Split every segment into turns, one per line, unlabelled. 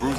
News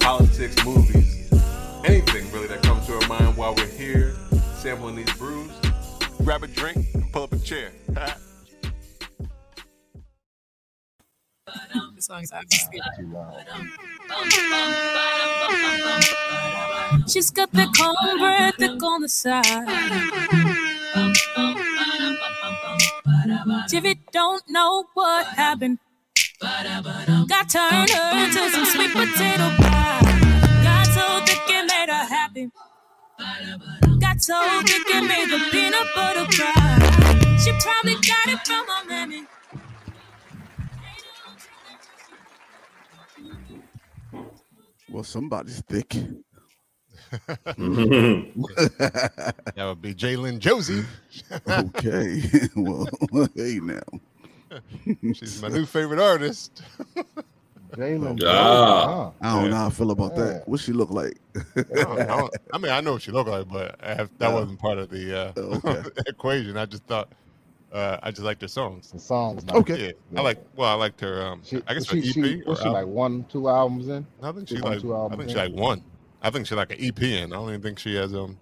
politics, movies, anything really that comes to our mind while we're here sampling these brews. Grab a drink and pull up a chair.
As long as I'm just feeling. She's got the corn vertical on the side. Jivit don't know what happened. Got turned her into some sweet potato pie. Got so thick it made her happy. Got so thick it made the peanut butter cry. She probably got it from her mammy.
Well, somebody's thick.
That would be Jalen Josie.
Okay. well, hey now.
She's my new favorite artist. Oh,
Jalen. uh-huh,
Ah.
I don't know how I feel about that. What she look like?
I, don't- I don't- I mean, I know what she looked like, but I have, that wasn't part of the uh,
Oh, okay.
equation. I just thought uh, I just liked her songs.
The songs. Now.
Okay.
Yeah, I like. Well, I liked her. Um,
She,
I guess her
she,
EP.
she,
or
was she
album.
like one, two albums in?
I think she
She won
like.
two
I
albums,
think she
yeah.
like one. I think she like an EP in. I don't even think she has um.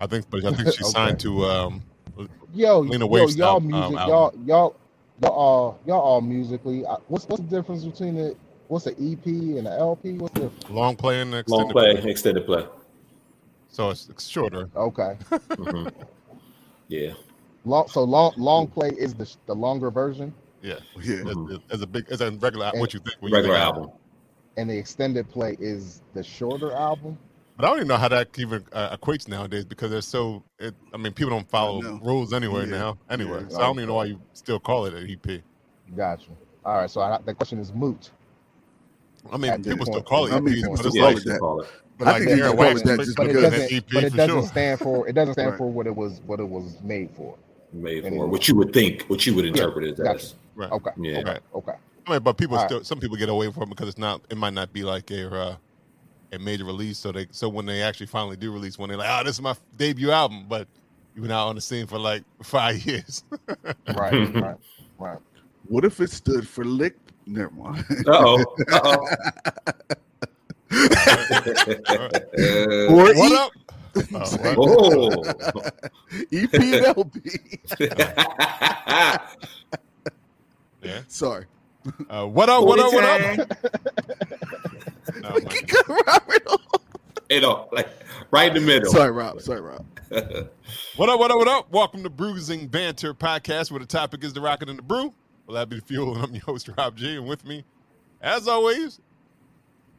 I think, but I think she signed to um.
Yo,
Lena
yo,
Waif's
y'all
al- um,
music, y'all,
album.
y'all, y'all all, y'all all musically. I- What's what's the difference between the what's an EP and an LP? What's the
Long play and extended
Long play, extended play.
So it's, it's shorter.
okay?
Mhm. yeah.
Long, so long, long play is the the longer version,
Yeah,
Yeah.
as,
Mm-hmm.
as a big as a regular. What you think? When you
Regular
think
album.
and the extended play is the shorter album.
But I don't even know how that even uh, equates nowadays because they're so. It, I mean, people don't
know.
follow rules anywhere
Yeah.
now. Anywhere,
Yeah.
so I don't even know why you still call it an E EP.
Gotcha. All right, so I, the question is moot.
I mean,
At this
people still
point,
call it
I mean,
EPs,
people
but it's
still
Yeah,
call
like,
you
it that.
should call it.
but
I
like
think they
Aaron
just call it
Wax,
that
but-
just
but it
because-
doesn't EP
but it
E for
doesn't
sure.
stand for it doesn't stand
Right.
for what it was what it was made for.
Made for
Anyway.
what you would think, what you would interpret it
gotcha.
as.
Right.
Okay,
Yeah.
Right.
okay.
I mean, but people
All right.
still. Some people get away from it because it's not. It might not be like a uh, a major release. So they. So when they actually finally do release, one, they're like, "Oh, this is my debut album," but you've been out on the scene for like five years.
Right, right, right.
What if it stood for lick? Never mind.
Uh oh. Uh oh.
or
what
E-
up? Oh, what?
Oh.
EP and LP.
Yeah.
Sorry.
Uh, what up? What up? What up? Oh, my
Keep going, Robert.
you know, like right in the middle.
Sorry, Rob. Sorry, Rob.
What up, what up, what up? Welcome to Bruising Banter Podcast, where the topic is the rocket and the brew. Well, that be the fuel, and I'm your host, Rob G. And with me, as always,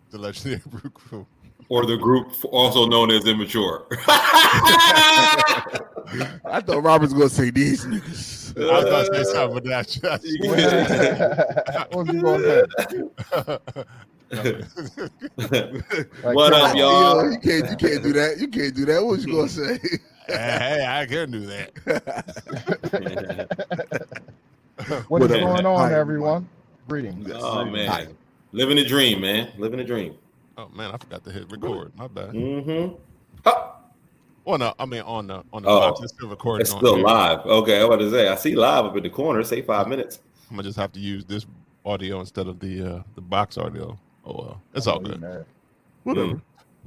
the legendary brew crew.
Or the group also known as immature.
I thought Robert's gonna say these niggas.
I was about
Uh,
to say something, but that's just.
What's he gonna say? Like,
What
come
up,
on.
y'all?
Yo, you can't you can't do that. You can't do that. What was you gonna say?
hey, I can do that.
What
What is
up,
going
man?
on,
Hi,
everyone? Greetings.
oh
Hi.
man. Living a dream, man. Living a dream.
Oh, man, I forgot to hit record. My bad.
Mm-hmm.
Oh, no, I mean, on the, on the
Oh.
box, it's still recording.
It's
on
still
here.
live. Okay, I was about to say I see live up in the corner. Say five minutes.
I'm going to just have to use this audio instead of the uh, the box audio. Oh, well. It's all good.
Whatever.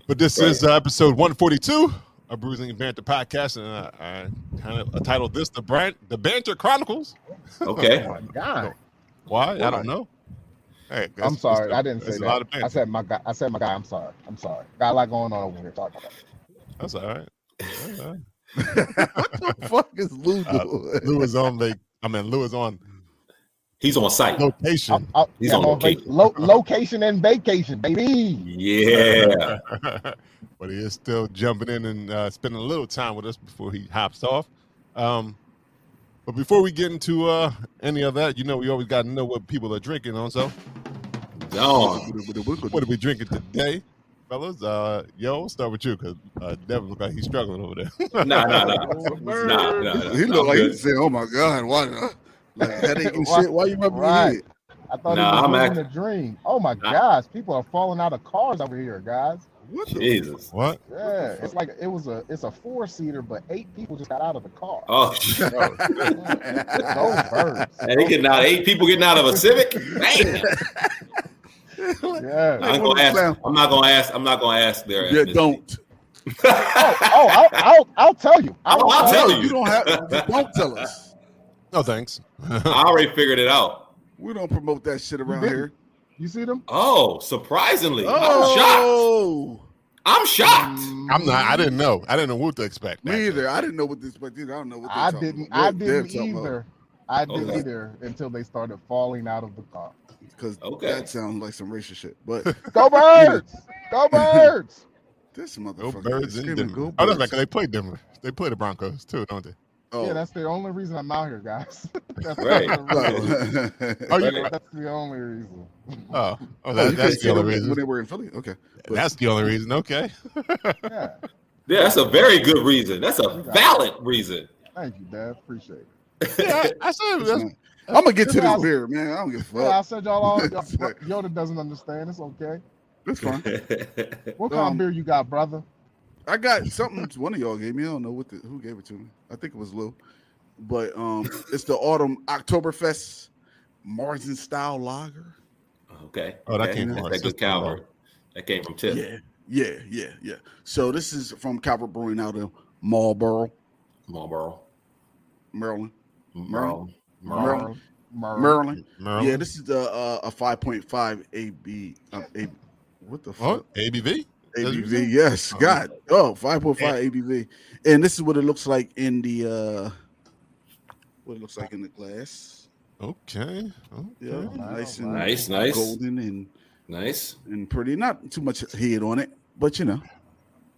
But this
Right.
is uh, episode 142 of Bruising and Banter Podcast, and I, I kind of titled this the Brand, the Banter Chronicles.
Okay.
Oh my god!
Why? I don't know. Hey, that's-
I'm sorry,
that's-
I didn't say
that's A lot
that.
of
I
banter.
said my guy. I said my guy. I'm sorry. I'm sorry. Got a lot going on over here. Sorry about that.
That's all right. That's all right.
what the fuck is Lou doing?
Lou is on the. I mean, Lou is on
He's on site.
location.
I'm- I'm-
He's
yeah,
on
I'm vac-
vacation.
lo- location and vacation, baby.
Yeah.
but he is still jumping in and uh, spending a little time with us before he hops off. Um, but before we get into uh, any of that, you know, we always got to know what people are drinking on. So,
Dawn.
what are we drinking today? fellas. Uh, yo, we'll start with you because uh, Devin look like he's struggling over there.
Nah, nah, nah. Nah, nah, nah.
He
I'm
looked like he
good.
said, "Oh my god, why?" the- Like headache and shit. Why you rubbing
Right.
your head?
I thought
Nah,
it
I'm
was
act-
living a dream. Oh my
Nah.
gosh, people are falling out of cars over here, guys.
What the
Jesus.
what?
Yeah, it's like it was a it's a four seater, but eight people just got out of the car.
Oh, shit.
Those birds.
And they getting out eight people getting out of a Civic. Damn.
Yeah.
I'm, gonna ask, I'm not gonna ask. I'm not gonna ask their.
yeah,
ethnicity.
don't.
Oh, oh, I'll, I'll I'll tell you.
I'll- I'll
No,
tell you.
You don't have. Don't tell us.
No thanks.
I already figured it out.
We don't promote that shit around here.
You see them?
Oh, surprisingly,
Oh,
I'm shocked. I'm shocked.
I'm not. I didn't know. I didn't know what to expect.
me either. I didn't know what this, but dude, I don't know what they're
I
talking
didn't.
about.
I
They're- they're
didn't
talking about-
either. I didn't
Okay.
either until they started falling out of the car.
because
Okay.
that sounds like some racial shit. But
Go birds! Go birds!
this
No
motherfucker,
birds in
screaming,
Denver.
"Go
Oh, that's right.
birds."
'cause They played Denver. They play the Broncos too, don't they?
Oh,
Yeah, that's the only reason I'm out here, guys. that's,
Right.
the reason.
Oh,
oh,
you,
Right.
that's the only reason.
oh, oh,
you
that,
couldn't
that's
see
the only
them when
reason.
they were in Philly. Okay, but-
That's the only reason. Okay.
Yeah.
Yeah, that's a very good reason. That's a valid reason.
Thank you, Dad. Appreciate it.
Yeah, I, I said that's,
I'm gonna get to
Yeah.
this beer, man. I don't give a
yeah, I'll
fuck.
send y'all all. y'all- Yoda doesn't understand. It's okay.
That's fine.
What kind
Um,
of beer you got, brother?
I got something one of y'all gave me. I don't know what the, who gave it to me. I think it was Lou. But um it's the autumn Oktoberfest Marzen style lager.
okay.
Oh, that
okay.
came from
That's
our
that good
sister.
Calvary. That came from Tip.
Yeah, yeah, yeah, yeah. So this is from Calvert Brewing out of Marlboro,
Marlboro.
Maryland.
Marlboro.
Merle.
Marlboro.
Merle. Merle.
Maryland.
Maryland.
Yeah, this is the uh, a 5.5 AB um, A- what the fuck?
Oh, ABV. That's what you
ABV,
said?
yes.
Oh.
God. Oh, 5.5 ABV. And this is what it looks like in the uh what it looks like in the glass.
Okay. okay.
Yeah. nice and
Nice, nice,
golden and
nice.
and pretty. Not too much head on it, but you know,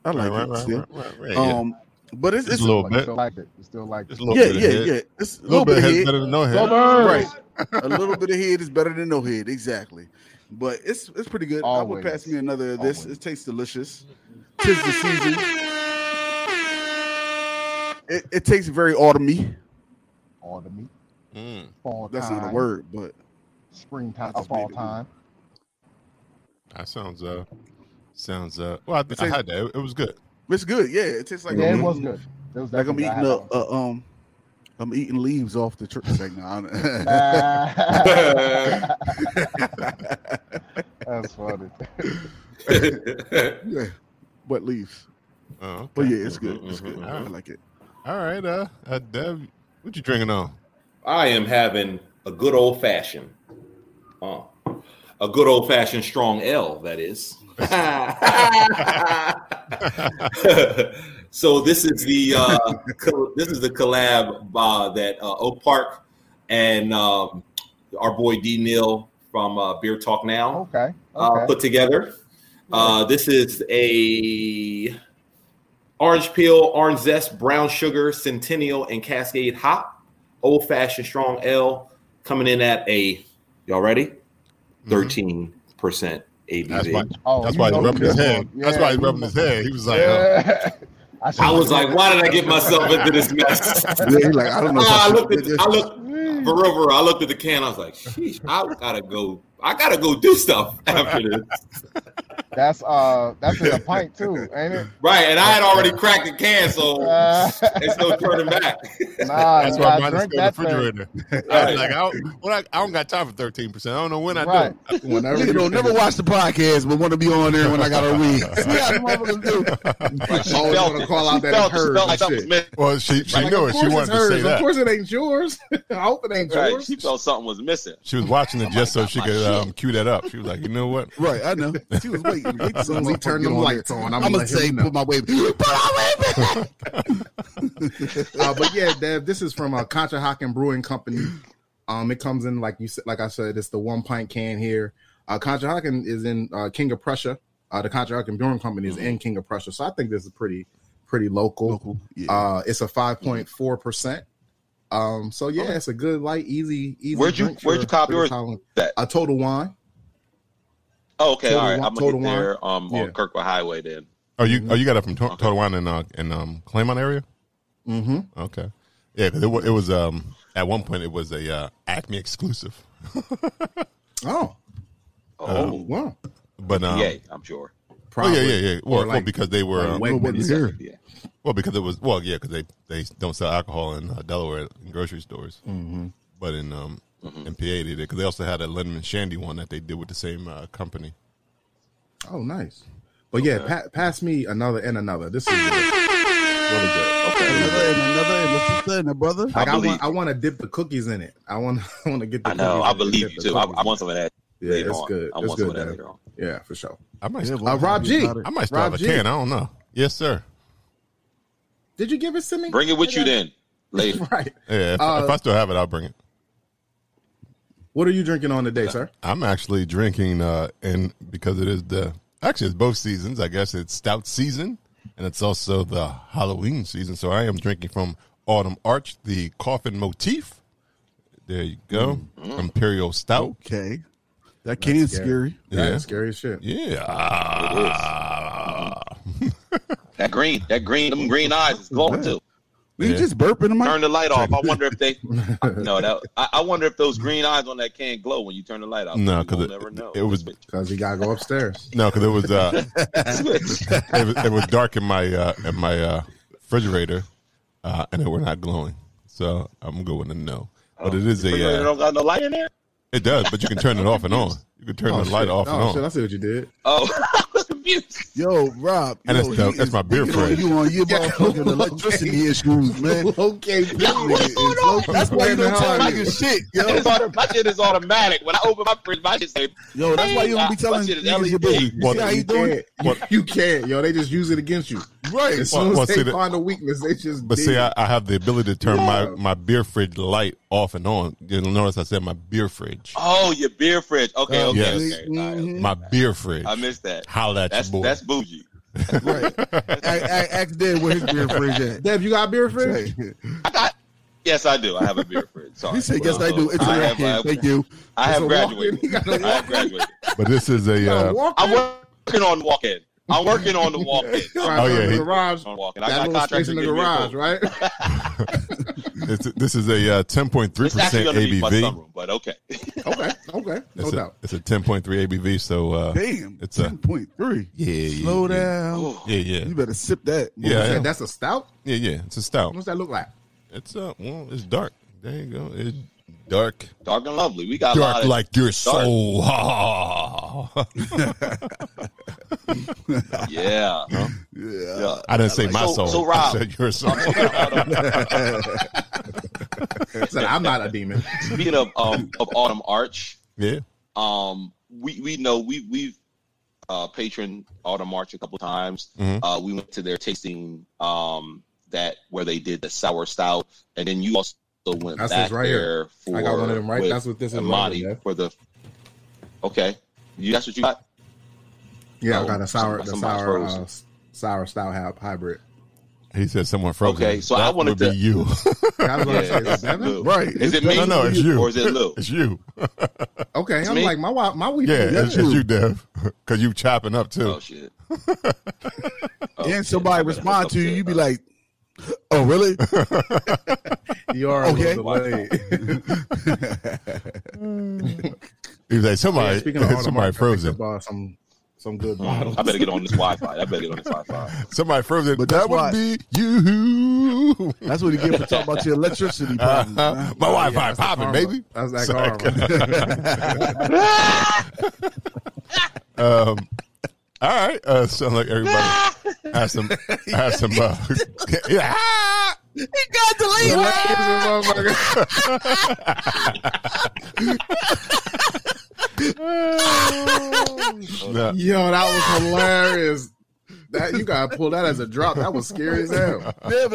I like
Right, right,
it
right,
still.
right, right, right, yeah.
Um, but it's,
Just
it's
a little
But
bit.
Still like it. You Still like it.
Just a little
yeah,
bit. of
yeah,
head.
yeah. It's a
A little
little,
bit of head
bit of head.
better than no
Go
head.
birds!
Right. a little bit of head is better than no head, exactly. But it's it's pretty good. I would
Always.
pass me another of this.
Always.
It tastes delicious. Tis the season. It, it tastes very autumny.
All the meat.
Mm,
Fall
That's
time.
not a word, but
Springtime.
I just
Fall
made it.
time.
that sounds uh, sounds uh. Well, I, think
It's
I
a-
had that. It, it was good.
it's good. Yeah, it tastes like mm-hmm.
yeah,
I'm
it was
eating-
good. It was
Like I'm
definitely- I
eating
had
a,
that one.
a um, I'm eating leaves off the tree. Like, nah, I-
That's funny.
yeah, wet leaves.
Oh, okay.
But yeah, it's good. It's
Mhm,
good.
mhm,
I
mhm.
like it.
All right. Uh, uh Dev, what you drinking on?
I am having a good old fashioned. Uh, a good old fashioned strong L, that is. so this is the uh, co- this is the collab uh, that uh, Oak Park and um, our boy D Neil from uh, Beer Talk Now
Okay.
uh,
Okay.
put together. Uh, this is a orange peel, orange zest, brown sugar, centennial, and cascade hop, old fashioned strong L, coming in at a y'all ready?
Mhm.
Thirteen percent
That's why.
ABV.
Oh,
That's
you
why he's
know
rubbing his
this
head.
one.
That's
Yeah,
why he's
you
rubbing
know-
his head. He was like, oh,
Yeah. should-
I was like, why did I get myself into this mess?
Yeah, he like I don't know. if
Ah, I
should
looked
do
at
this.
I looked for real, for real, I looked at the can. I was like, "Sheesh, I gotta go. I gotta go do stuff after this."
That's uh, that's in a pint too, ain't it?
Right, and I had already cracked the can, so
Uh,
there's no turning back.
nah,
that's
you
why
gotta
mine
drink
is still in the
that thing.
refrigerator. I was like, I don't, when I, I don't got time for thirteen percent. I don't know when I
Right.
do.
Whenever
You know, never watch the podcast, but want to be on there when I got to read. See how motherfuckers do.
She
Always
felt
wanna
it.
call
She
out that
felt, she
hers
felt like
and
something
shit.
missing.
Well, she she
Like,
knew
of
it.
course
She
it's
wanted to
hers.
say that.
Of course it ain't yours. I hope it ain't Right. yours. She felt something was missing.
She was watching it just so she
my
could
shit.
um, cue that up. She was like, you know what?
Right, I know. She was waiting. Wait
As soon as he turned them lights on, I'm,
I'm
gonna
gonna
let
say,
him know.
put my wave. Put my wave back.
Uh, but yeah, Dev, this is from a Contra Hockin Brewing Company. Um, it comes in like you said, like I said, it's the one pint can here. Uh, Contra Hockin is in uh, King of Prussia. Uh, the Contra Hockin Brewing Company is in King of Prussia, so I think this is pretty, pretty local.
Yeah.
Uh, it's a five point four percent. Um, so yeah, it's a good, light, easy, easy.
Where'd you-
drink
where'd you cop
for
yours
this Halloween.
at?
A total wine.
Oh, okay,
Total
all right.
Wine-
I'm gonna
Total
get there um,
Yeah.
on Kirkwood Highway then.
Oh, you oh you got it from Tor- Tortawan and uh, and um, Claymont area.
Mm-hmm.
Okay, yeah, 'cause it, wa- it was um at one point it was a uh, Acme exclusive,
Oh,
Oh,
wow.
but um,
yay! I'm sure.
oh yeah, yeah, yeah. Well,
Or
well
like-
because they were
or
um,
Wegmans.
Yeah.
well because it was well yeah because they they don't sell alcohol in uh, Delaware in grocery stores,
Mhm.
but in um in PA they did because they also had a Lenman Shandy one that they did with the same uh, company.
Oh, nice. But yeah, pa- pass me another and another. This is good. really good.
Another and another and a sister and a brother.
Like I,
believe
want, I want to dip the cookies in it. I want, I want to get. The
I
cookies in
know. I
it and
believe
dip
you
the
too. I,
cookies
I
in
want some of that
it. Yeah,
later
it's
on.
good.
I
It's
want some
good.
of that
man.
later on.
Yeah, for sure.
I might
Yeah,
still,
boy,
Uh, Rob G.
about it.
I might still have a
Rob G.
can. I don't know. Yes, sir.
Did you give it to me?
Bring it with you
Okay.
then later.
Right.
Yeah, if,
Uh,
if I still have it, I'll bring it.
What are you drinking on today, sir?
I'm actually drinking, uh, and because it is the actually it's both seasons. I guess it's stout season, and it's also the Halloween season. So I am drinking from Autumn Arch, the coffin motif. There you go, Imperial Stout.
Okay, that can's
scary.
scary.
That
Yeah.
is scary as shit.
Yeah,
That green, that green, them green eyes is glowing too.
We
Yeah.
just burping in
Turn
my.
the light off. I wonder if they. No, that I, I wonder if those green eyes on that can glow when you turn the light off.
No,
You
'cause
won't
it-
never know.
it was-
Switch.
Cause you gotta go upstairs.
no, because it was uh,
Switch.
it was it was dark in my uh, in my uh, refrigerator, uh, and they were not glowing. So I'm going to no. But it is
Refrigerator
a uh,
don't got no light in there.
it does, but you can turn it off and on. You can turn
Oh,
the light
shit.
off and
Oh
on.
shit! I see what you did.
Oh, I was confused.
Yo, Rob.
And
yo,
that's
he
the- that's
is
my beer
picking on
friend.
You on your motherfucking electricity issues, man.
okay,
Nigga is low-key
That's why you
playing
don't
the
tell
hell out of
niggas
you. shit,
It's
yo.
auto- my shit is automatic. When I open my fridge, my shit say,
Yo, that's why you don't be
That
telling
shit is
niggas your
LED.
booty.
Well,
See how you
you
doing?
can't. You, you can't, yo. They just use it against you.
Right.
As
Well,
soon as
well, see
they
that-
find a weakness, they just.
but
dig
see,
it.
I, I have the ability to turn my,
Yeah.
my beer fridge light off and on. You'll notice I said my beer fridge.
"Oh, your beer fridge." Okay, okay,
Uh, yes.
okay. All right, okay.
My beer fridge.
Mm-hmm. I missed that.
Holla at
That's
your boy.
that's bougie.
Right. I, I asked Dad where his beer fridge at.
Dev, you got a beer fridge?
Hey,
Yes, I do. I have a beer fridge. Sorry.
he said, "Yes, I do." It's
I
a
have, I
napkin.
have,
Thank you.
I have
It's a walk-in. You
graduated.
gotta
I have graduated.
but this is a.
gotta
Uh,
walk
I'm
in.
working on walking. I'm working on the walking.
Right,
Oh,
in
yeah,
the
he-
garage.
On walking. I
That
got
little space
contracts
in
in
the garage, right?
it's, this is a uh, 10.3%
It's actually going to be my
ABV.
sunroom, but okay.
okay, okay, no
It's a,
doubt.
it's a 10.3 ABV. So uh,
Damn, it's
It's a-
ten point three.
yeah, yeah,
Slow
yeah.
down.
Ooh.
Yeah, yeah,
You better sip that.
Yeah, I
Man,
am.
that's a stout.
yeah, yeah. It's a stout.
What's that look like?
It's uh, well, it's dark. There you go. It's dark,
Dark and lovely. We got a lot
dark
of.
like your soul. I
yeah.
Yeah.
yeah.
didn't say my
So-
soul.
so, Rob-
I said your soul.
I said, I'm not a demon.
Speaking of um, of Autumn Arch,
yeah.
um, we we know we we've uh, patroned Autumn Arch a couple times.
Mm-hmm.
Mhm.
Uh, we went to their tasting um, that where they did the sour stout, and then you also went
That's
back
this right here.
there for
I got one of them right.
with
That's what this is.
Amani
right here, Dev.
for the. Okay, you that's what you got.
Yeah,
Oh,
I got a sour, the
somebody's
sour,
frozen.
uh, sour stout hy- hybrid.
He said someone frozen.
Okay, so I
That
wanted
would
to-
be you.
I was gonna
Yeah,
say,
it's
seven?
Lou.
Right.
Is it me?
no, no, it's you.
Or is it Lou?
It's you.
Okay, I'm
me?
like my wife, my wife.
Yeah,
is
it's,
good.
it's you, Dev, because you chopping up too.
Oh shit! Oh,
and
shit. I
somebody
better hook
respond
up
to you, you be
uh,
like, "Oh, really?
You are okay.
Okay.
He was like, somebody,
speaking of Audemars, I
somebody
picked
frozen,
up, uh, some some good
Mm.
bottles.
I better get on this Wi-Fi. I better get on this Wi-Fi.
somebody frozen.
But
that
that's
would
why-
be you.
That's what he get for talking about your electricity problem."
Uh-huh. My Wi-Fi
that's the
popping,
karma.
baby.
That's that
Sorry.
karma.
Um, all right, uh, sound like everybody has some, has some. Uh, yeah, ah!
The ladies and motherfuckers.
No.
Yo, that was hilarious. That you gotta pull that as a drop. That was scary as hell.
Yeah,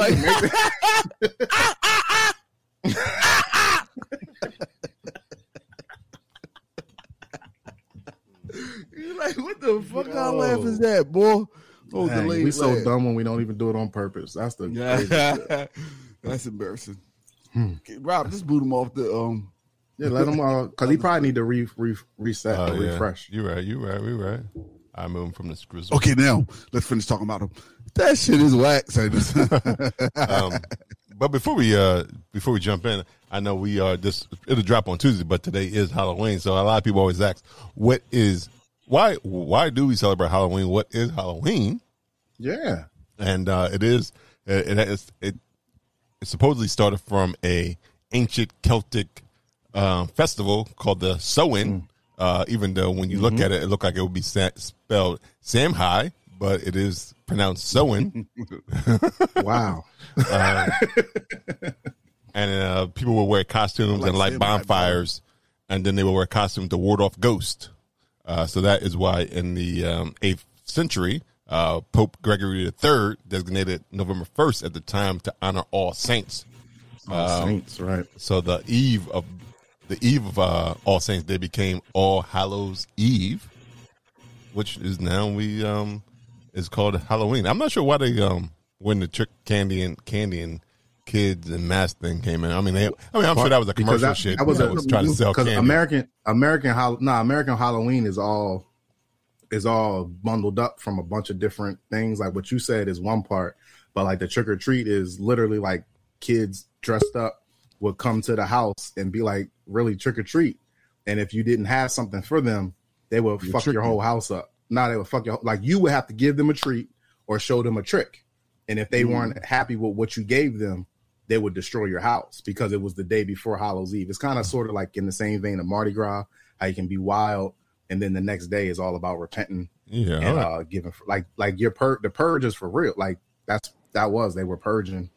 like, you like, what the fuck? How laugh is that, boy? Oh,
Dang,
delayed
we so
laugh.
dumb when we don't even do it on purpose. That's the crazy shit.
Hmm. Yeah, that's embarrassing. Okay, Rob, just boot him off the um
Yeah, let him uh, cause he probably need to re, re reset
Oh,
or
yeah.
refresh.
You right. You right. We right. I move him from the grizzle.
Okay, now let's finish talking about him. That shit is whack. So just-
Um, but before we uh before we jump in, I know we are this it'll drop on Tuesday, but today is Halloween, so a lot of people always ask, what is why why do we celebrate Halloween? What is Halloween?
Yeah.
and uh, it is it it, has, it it supposedly started from a ancient Celtic um, festival called the Samhain. Uh, even though when you look at it, it looked like it would be sa- spelled Samhain, but it is pronounced Samhain.
Wow.
and uh, people will wear costumes and light
Samhain,
bonfires, and then they will wear costumes to ward off ghosts. Uh, so that is why in the um, 8th century, uh, Pope Gregory III designated November 1st at the time to honor all saints. Um,
Oh, Saints, right.
So the eve of the eve of uh, All Saints Day became All Hallows Eve, which is now we um is called Halloween. I'm not sure why they um when the trick candy and candy and kids and mask thing came in. I mean, they, I mean, I'm sure that was a commercial
that,
shit.
That was,
that
a,
was trying to sell
because
candy.
American American Hall no American Halloween is all is all bundled up from a bunch of different things. Like what you said is one part, but like the trick or treat is literally like kids dressed up would come to the house and be like really trick or treat, and if you didn't have something for them, they would fuck your whole house up. No, they would fuck your like you would have to give them a treat or show them a trick, and if they weren't happy with what you gave them, they would destroy your house because it was the day before Hallows Eve. It's kind of sort of like in the same vein of Mardi Gras, how you can be wild, and then the next day is all about repenting
yeah,
and uh, giving like like your pur- the purge is for real. Like that's that was they were purging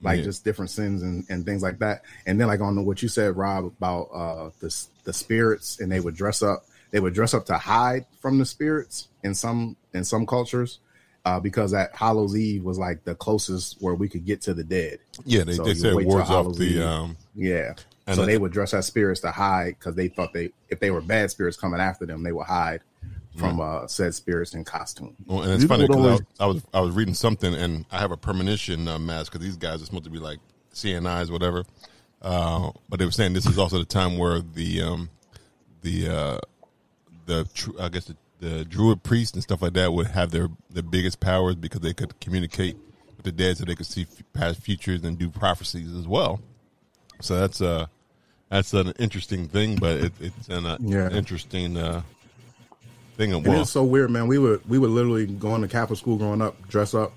like
Yeah.
just different sins and, and things like that. And then like on what you said, Rob, about uh the s- the spirits and they would dress up. They would dress up to hide from the spirits in some in some cultures. Uh, because that Hallows Eve was like the closest where we could get to the dead.
yeah. They,
So
they
you
said
wait till
wards off
Hallows Eve.
the um
Yeah.
And
so
that-
they would dress as spirits to hide because they thought they if they were bad spirits coming after them, they would hide from uh said spirits in costume.
Well, and it's
People
funny
would
because
always-
I, was I was reading something and I have a premonition uh, mask because these guys are supposed to be like CNIs, whatever. Uh, but they were saying this is also the time where the um, the uh, the tru- I guess the, the druid priests and stuff like that would have their the biggest powers because they could communicate with the dead, so they could see f- past futures and do prophecies as well. So that's uh that's an interesting thing, but it, it's an uh,
Yeah.
interesting uh, thing. Of,
And
well,
it's so weird, man. We would we would literally go into Catholic school growing up, dress up,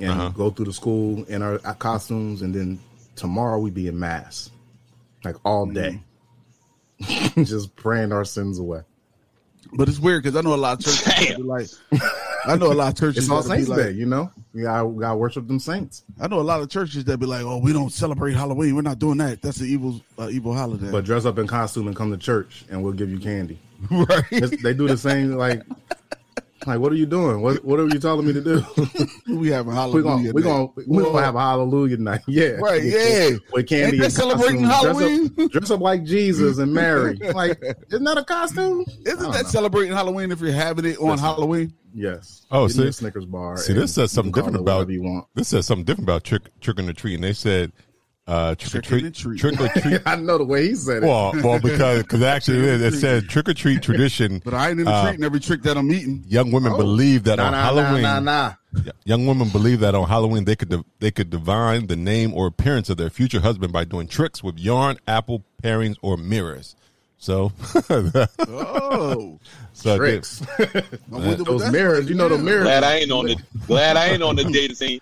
and go through the school in our, our costumes, and then tomorrow we'd be in mass, like all day, just praying our sins away.
but it's weird because I know a lot of churches that be like, I know a lot of churches.
It's All
that be
Saints
like-
Day, you know. We gotta, we gotta worship them saints.
I know a lot of churches that be like, "Oh, we don't celebrate Halloween. We're not doing that. That's an evil, uh, evil holiday."
But dress up in costume and come to church, and we'll give you candy.
right?
It's- they do the same, like, like what are you doing? What what are you telling me to do?
we having
we're
Halloween.
gonna we're gonna we're gonna have a Hallelujah night, yeah,
Right, yeah.
with candy.
Ain't they
and
celebrating
costumes. Dress
Halloween?
up, dress up like Jesus and Mary. Like, isn't that a costume? I
Isn't
don't
that
know.
celebrating Halloween if you're having it on Halloween?
yes?
Oh,
Give me
see-
a Snickers bar.
See, this
and
says something
you can call
different
it
about
whatever you want.
this says something different about trick trick or treat, and they said uh, trick or
Trick
treat,
and treat.
trick or treat.
I know the way he said it.
well, well, because because actually it is. It says trick or treat tradition.
But I ain't in the
Uh,
treating every trick that I'm eating.
Young women believe that
nah,
on
nah, nah,
Halloween,
nah, nah.
y- young women believe that on Halloween they could div- they could divine the name or appearance of their future husband by doing tricks with yarn, apple pairings, or mirrors. So,
Oh,
so
Tricks.
I wonder what
Those
that's
mirrors,
like.
you know, the
Yeah.
mirrors.
Glad I ain't on the glad I ain't on the dating scene.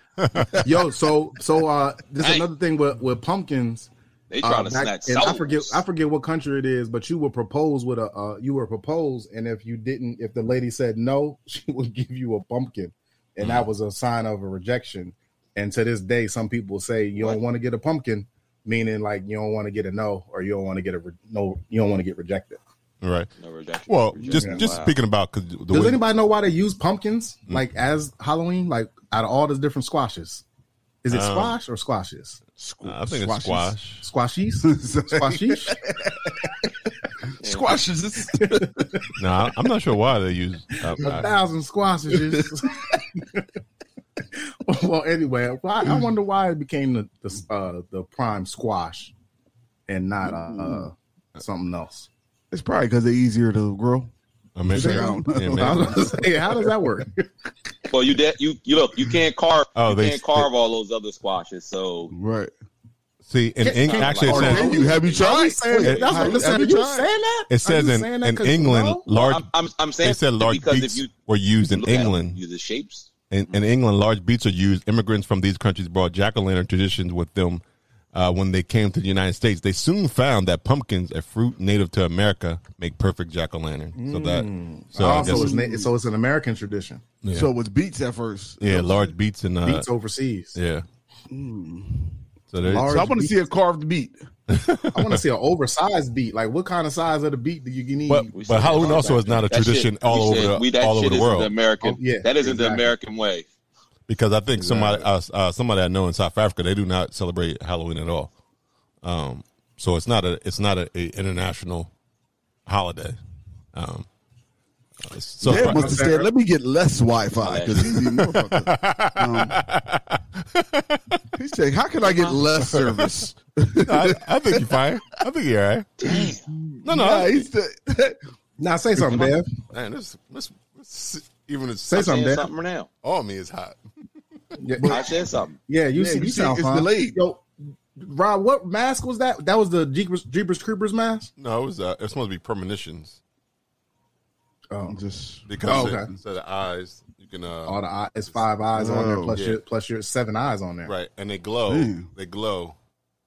Yo, so so uh, this is
Dang.
another thing with with pumpkins.
They
Uh,
trying to
back-
snatch
and
souls.
I forget I forget what country it is, but you were proposed with a uh, you were proposed, and if you didn't, if the lady said no, she would give you a pumpkin, and
Mm.
that was a sign of a rejection. And to this day, some people say you don't want to get a pumpkin, meaning like you don't want to get a no, or you don't want to get a re- no, you don't want to get rejected.
right.
No rejection.
Well, just
Rejection.
just
Wow.
speaking about because the
Does
way-
anybody know why they use pumpkins
Mm.
like as Halloween? Like out of all the different squashes, is it
Um,
squash or squashes?
I think it's squash.
Squashies, squashies.
Squashes. is-
No, I- I'm not sure why they use. uh, I-
a
I-
thousand squashes. well, anyway, why, I wonder why it became the the, uh, the prime squash and not uh, uh, something else.
It's probably because they're easier to grow.
I mean,
I don't know.
yeah,
I
man.
was gonna say, how does that work?
Well, you de- you you look. You can't carve.
Oh,
you
they-
can't carve all those other squashes. So
Right.
See, in Eng- actually, it
Or
says,
can you have you tried?
That's what I'm
Have
saying. You
you
saying
tried?
that?
it says
Are you
in,
saying that
in
'cause you
England,
know?
large.
I'm I'm, I'm saying
they said large
because
beets
if you
were used in
look at them,
England.
you the shapes.
In, in England, large beets are used. Immigrants from these countries brought jack o' lantern traditions with them uh, when they came to the United States. They soon found that pumpkins, a fruit native to America, make perfect jack o' lantern. So that, so I
Mm. also,
guess,
it's, na- so it's an American tradition.
yeah,
So it was beats at first.
yeah, large beets and uh,
Beats overseas.
yeah. So there,
Large
So I want to
beet.
see a carved beat.
I want to see an oversized beat. Like, what kind of size of the beat do you need?
but,
We
but
said-
Halloween also is not a
That
tradition
shit-
all
we
over
said-
the
we- that
all
shit
over the
isn't
world.
The American.
Oh, yeah,
that isn't the
exactly.
American way.
because I think somebody uh, uh, somebody I know in South Africa they do not celebrate Halloween at all. Um, so it's not a it's not a, a international holiday. Um, uh, so
Dad must have said,
Sarah-
"Let me get less Wi-Fi because he's even more fucked up." um, He said, "How can I get less service?"
I, I think you're fine. I think you're all right. No, no.
Nah,
I-
he's the-
now say something, Dev.
man, this, this, this- even it's
Say
something
something,
Saying
Dev.
something now.
on me is hot.
Yeah,
I said something.
yeah, you,
Yeah,
see,
you
you,
see,
sound
it's
fine.
delayed.
Yo, Rob, what mask was that? That was the Jeepers, Jeepers Creepers mask.
No, it was uh, it's supposed to be premonitions
Oh,
just
because
Oh,
it-
okay. Oh.
instead of eyes you can uh,
all the eye, it's five eyes on there,
Oh,
plus
yeah.
your plus your seven eyes on there.
right and they glow
Mm.
they glow,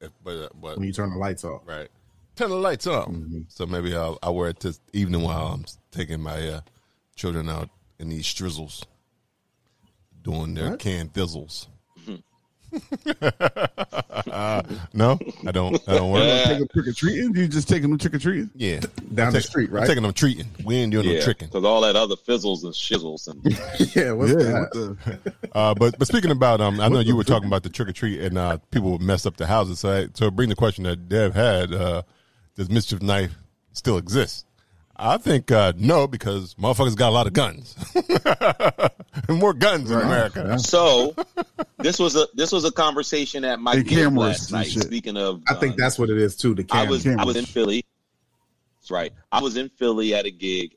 if, but uh, but
When you turn the lights off.
Right. Turn the lights on.
Mm-hmm.
So maybe I'll, I'll wear it this evening while I'm taking my uh, children out in these strizzles, doing their canned thizzles. no, I don't. I don't work.
take a trick or treating. You just taking them trick or treating.
Yeah,
Down
I'm
the
taking-
street,
I'm
right?
taking them treating. We ain't doing
Yeah,
no tricking.
because all that other fizzles and shizzles and
yeah, what's
Yeah,
that?
what the-
Uh, but but speaking about, um, I know you were talking about the trick or treat and uh, people would mess up the houses. So I, so bring the question that Dev had: uh, Does mischief knife still exist? I think uh, no, because motherfuckers got a lot of guns and more guns in America.
so. This was a this was a conversation at my
And
gig
cameras
last
and
night.
shit.
Speaking of,
I think
uh,
that's what it is too. The
I
camera.
was I was
cameras.
in Philly. That's right. I was in Philly at a gig,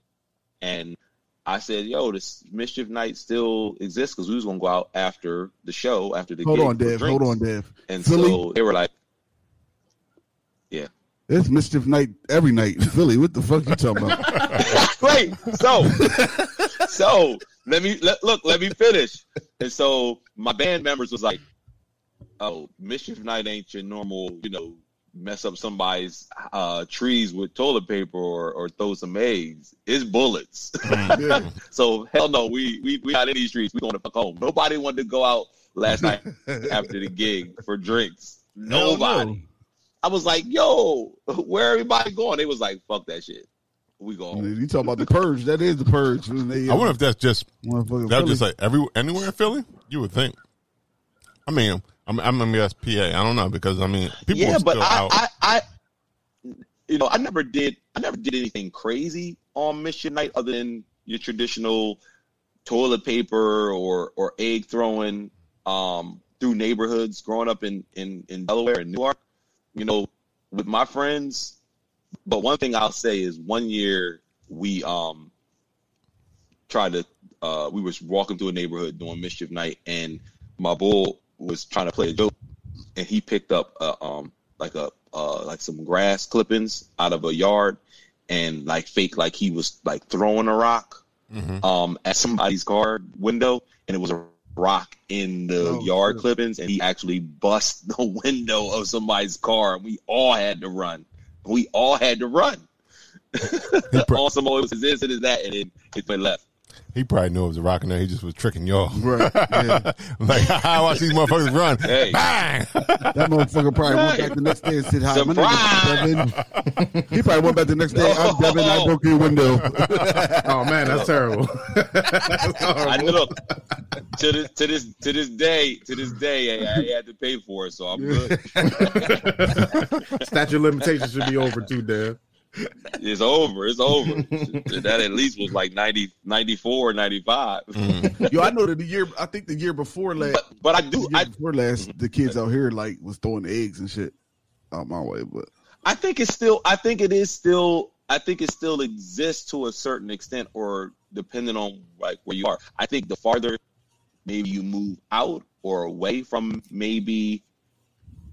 and I said, "Yo, this mischief night still exists because we was gonna go out after the show after the
Hold
gig
on,
for
Dev.
drinks."
Hold on, Dev.
And
Philly,
so they were like,
it's mischief night every night. Philly, what the fuck you talking about?
Great. So, so let me let, look. Let me finish. And so my band members was like, "Oh, mischief night ain't your normal, you know, mess up somebody's uh, trees with toilet paper or, or throw some eggs. It's bullets.
Yeah.
so hell no, we we we not in these streets. We going to fuck home. Nobody wanted to go out last night after the gig for drinks.
Hell no.
Nobody. I was like, "Yo, where everybody going?" They was like, "Fuck that shit. We go." home."
Oh. You talking about the purge? That is the purge. When they, uh,
I wonder if that's just
Motherfucking
that
Philly.
was just like every anywhere in Philly. You would think. I mean, I'm I'm I mean, that's PA. I don't know because I mean people
yeah,
are
but
still
I,
out.
I, I, you know, I never did, I never did anything crazy on mission night other than your traditional toilet paper or or egg throwing um, through neighborhoods. Growing up in in in Delaware and Newark, you know, with my friends. But one thing I'll say is, one year we um tried to uh we was walking through a neighborhood doing mischief night, and my bull was trying to play a joke and he picked up uh, um like a uh like some grass clippings out of a yard and like fake like he was like throwing a rock
Mhm.
um at somebody's car window and it was a rock in the
Oh,
yard
shit.
clippings and he actually bust the window of somebody's car and we all had to run we all had to run on some old it was this it is that and it, it went left
He probably knew it was a rock in there. He just was tricking y'all.
Right, yeah.
like, I watch these motherfuckers run.
Hey.
Bang!
That motherfucker probably went back the next day and said hi. My name is Devin. He probably went back the next day. I'm Devin. I broke your window.
oh man, that's terrible.
I look to this to this to this day to this day I, I had to pay for it so I'm good
Statute of limitations should be over too, Dev.
it's over. It's over. that at least was like 90, 94, 95.
Yo, I know that the year. I think the year before last.
But, but I
the
do.
year
I,
before last, the kids out here like was throwing eggs and shit out my way. But
I think it's still. I think it is still. I think it still exists to a certain extent, or depending on like where you are. I think the farther maybe you move out or away from maybe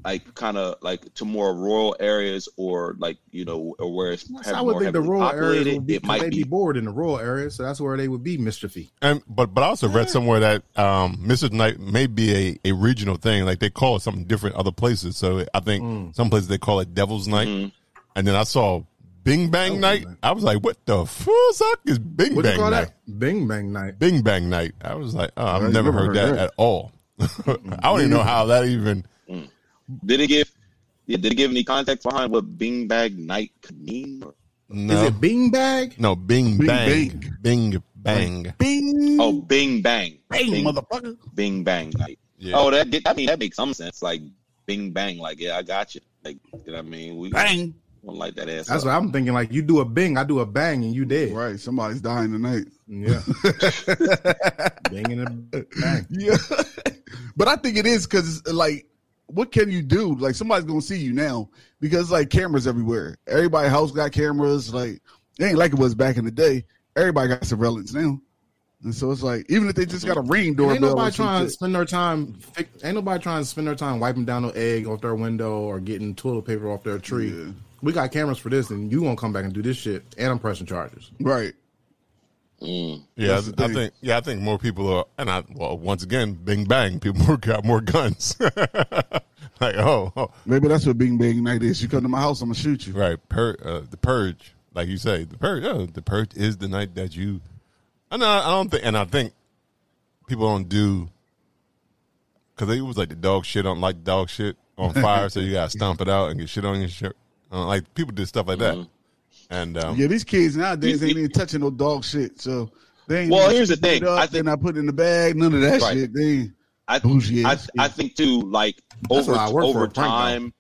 like kind of like to more rural areas or like you know or where it's
So
heavy-
I
more
would think the
heavily
rural
populated,
areas would be,
it might
they'd be
be
bored in the rural areas, so that's where they would be mischiefy.
And but but I also read somewhere that um, Mrs. Night may be a, a regional thing. Like they call it something different other places. So I think some places they call it Devil's Night. And then I saw Bing Bang Hmm. Night. I was like, what the fuck is Bing
What you
Bang
call
Night?
that? Bing bang night.
Bing Bang Night. I was like, oh, I've
I've
never,
never
heard,
heard
that,
that.
at all. I don't even know how that even.
Did it give? Yeah, did it give any context behind what Beanbag Night could mean?
No,
Is it Bing bag?
no, Bing,
Bing
Bang, Bing Bang.
Bing,
Oh, Bing Bang,
bang, motherfucker.
Bing Bang Night.
Yeah.
Oh, that did, I mean that makes some sense. Like Bing Bang, like yeah, I got you. Like you know what I mean, we
Bang.
don't like that ass.
That's
up.
what I'm thinking. Like you do a Bing, I do a bang, and you dead.
Right, somebody's dying tonight.
Yeah. Bing and a bang.
Yeah, but I think it is because like, what can you do? Like somebody's gonna see you now because like cameras everywhere. Everybody house got cameras. Like it ain't like it was back in the day. Everybody got surveillance now, and so it's like even if they just got a ring doorbell,
Ain't nobody
or some
trying to
shit,
spend their time. fi- Ain't nobody trying to spend their time wiping down no egg off their window or getting toilet paper off their tree.
Yeah.
We got cameras for this, and you gonna come back and do this shit, and I'm pressing charges.
right?
Mm.
Yeah,
That's the
I
thing.
think yeah, I think more people are, and I well, once again, Bing Bang, people more got more guns. like oh, oh,
Maybe that's what Bing Bang Night is. You come to my house, I'm gonna shoot you.
right, pur- uh, the purge, like you say, the purge. Yeah, the purge is the night that you. I know. I don't think, and I think people don't do because it was like the dog shit on like dog shit on fire, so you gotta stomp it out and get shit on your shirt. Uh, like people did stuff like that, and um,
Yeah, these kids nowadays
You-
ain't
you-
even touching no dog shit. So they ain't
Well,
even
here's the
scooping
thing.
it Up,
I think-
and I put it in the bag. None of that
Right.
shit. They ain't-
I,
Bougie
I,
ass
I think too, like
That's
over
what I work for,
over
a prank, though.
time,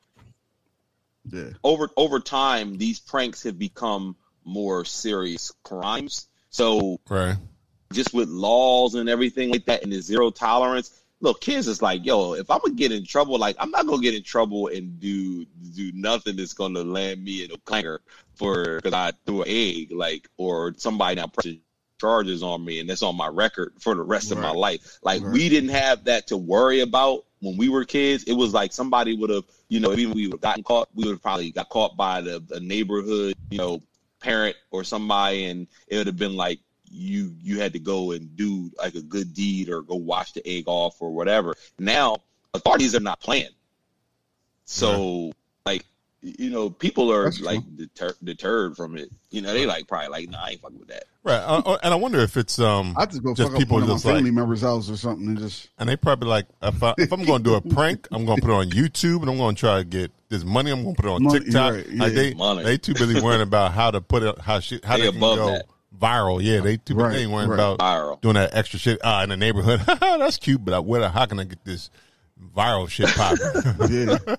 yeah.
over over time, these pranks have become more serious crimes. So
right,
just with laws and everything like that and the zero tolerance. Look, kids is like, yo, if I'm gonna get in trouble, like I'm not gonna get in trouble and do do nothing that's gonna land me in a clanger for because I threw an egg, like or somebody now pressing charges on me and that's on my record for the rest of my
Right.
life. Like
Right.
we didn't have that to worry about when we were kids. It was like somebody would have, you know, even we would have gotten caught, we would have probably got caught by the, the neighborhood, you know, parent or somebody and it would have been like you you had to go and do like a good deed or go wash the egg off or whatever. Now authorities are not playing. So like you know, people are
That's true.
like deter- deterred from it. You know, they like probably like, nah, I ain't fucking with that.
right. Uh, uh, and I wonder if it's um,
I just go
Just
fuck up
people
one of my
just like-
family members' house or something and just
And they probably like, if, I, if I'm going to do a prank, I'm going to put it on YouTube, and I'm going to try to get this money. I'm going to put it on
Money,
TikTok.
right,
Like
yeah.
they,
Money.
they too busy worrying about how to put it, how shit, how
They
they, can
above
go
that.
viral. Yeah, they too
Right,
they ain't worrying
right.
about
Viral.
doing that extra shit ah, in the neighborhood. That's cute, but I, where, the- how can I get this viral shit popping?
yeah.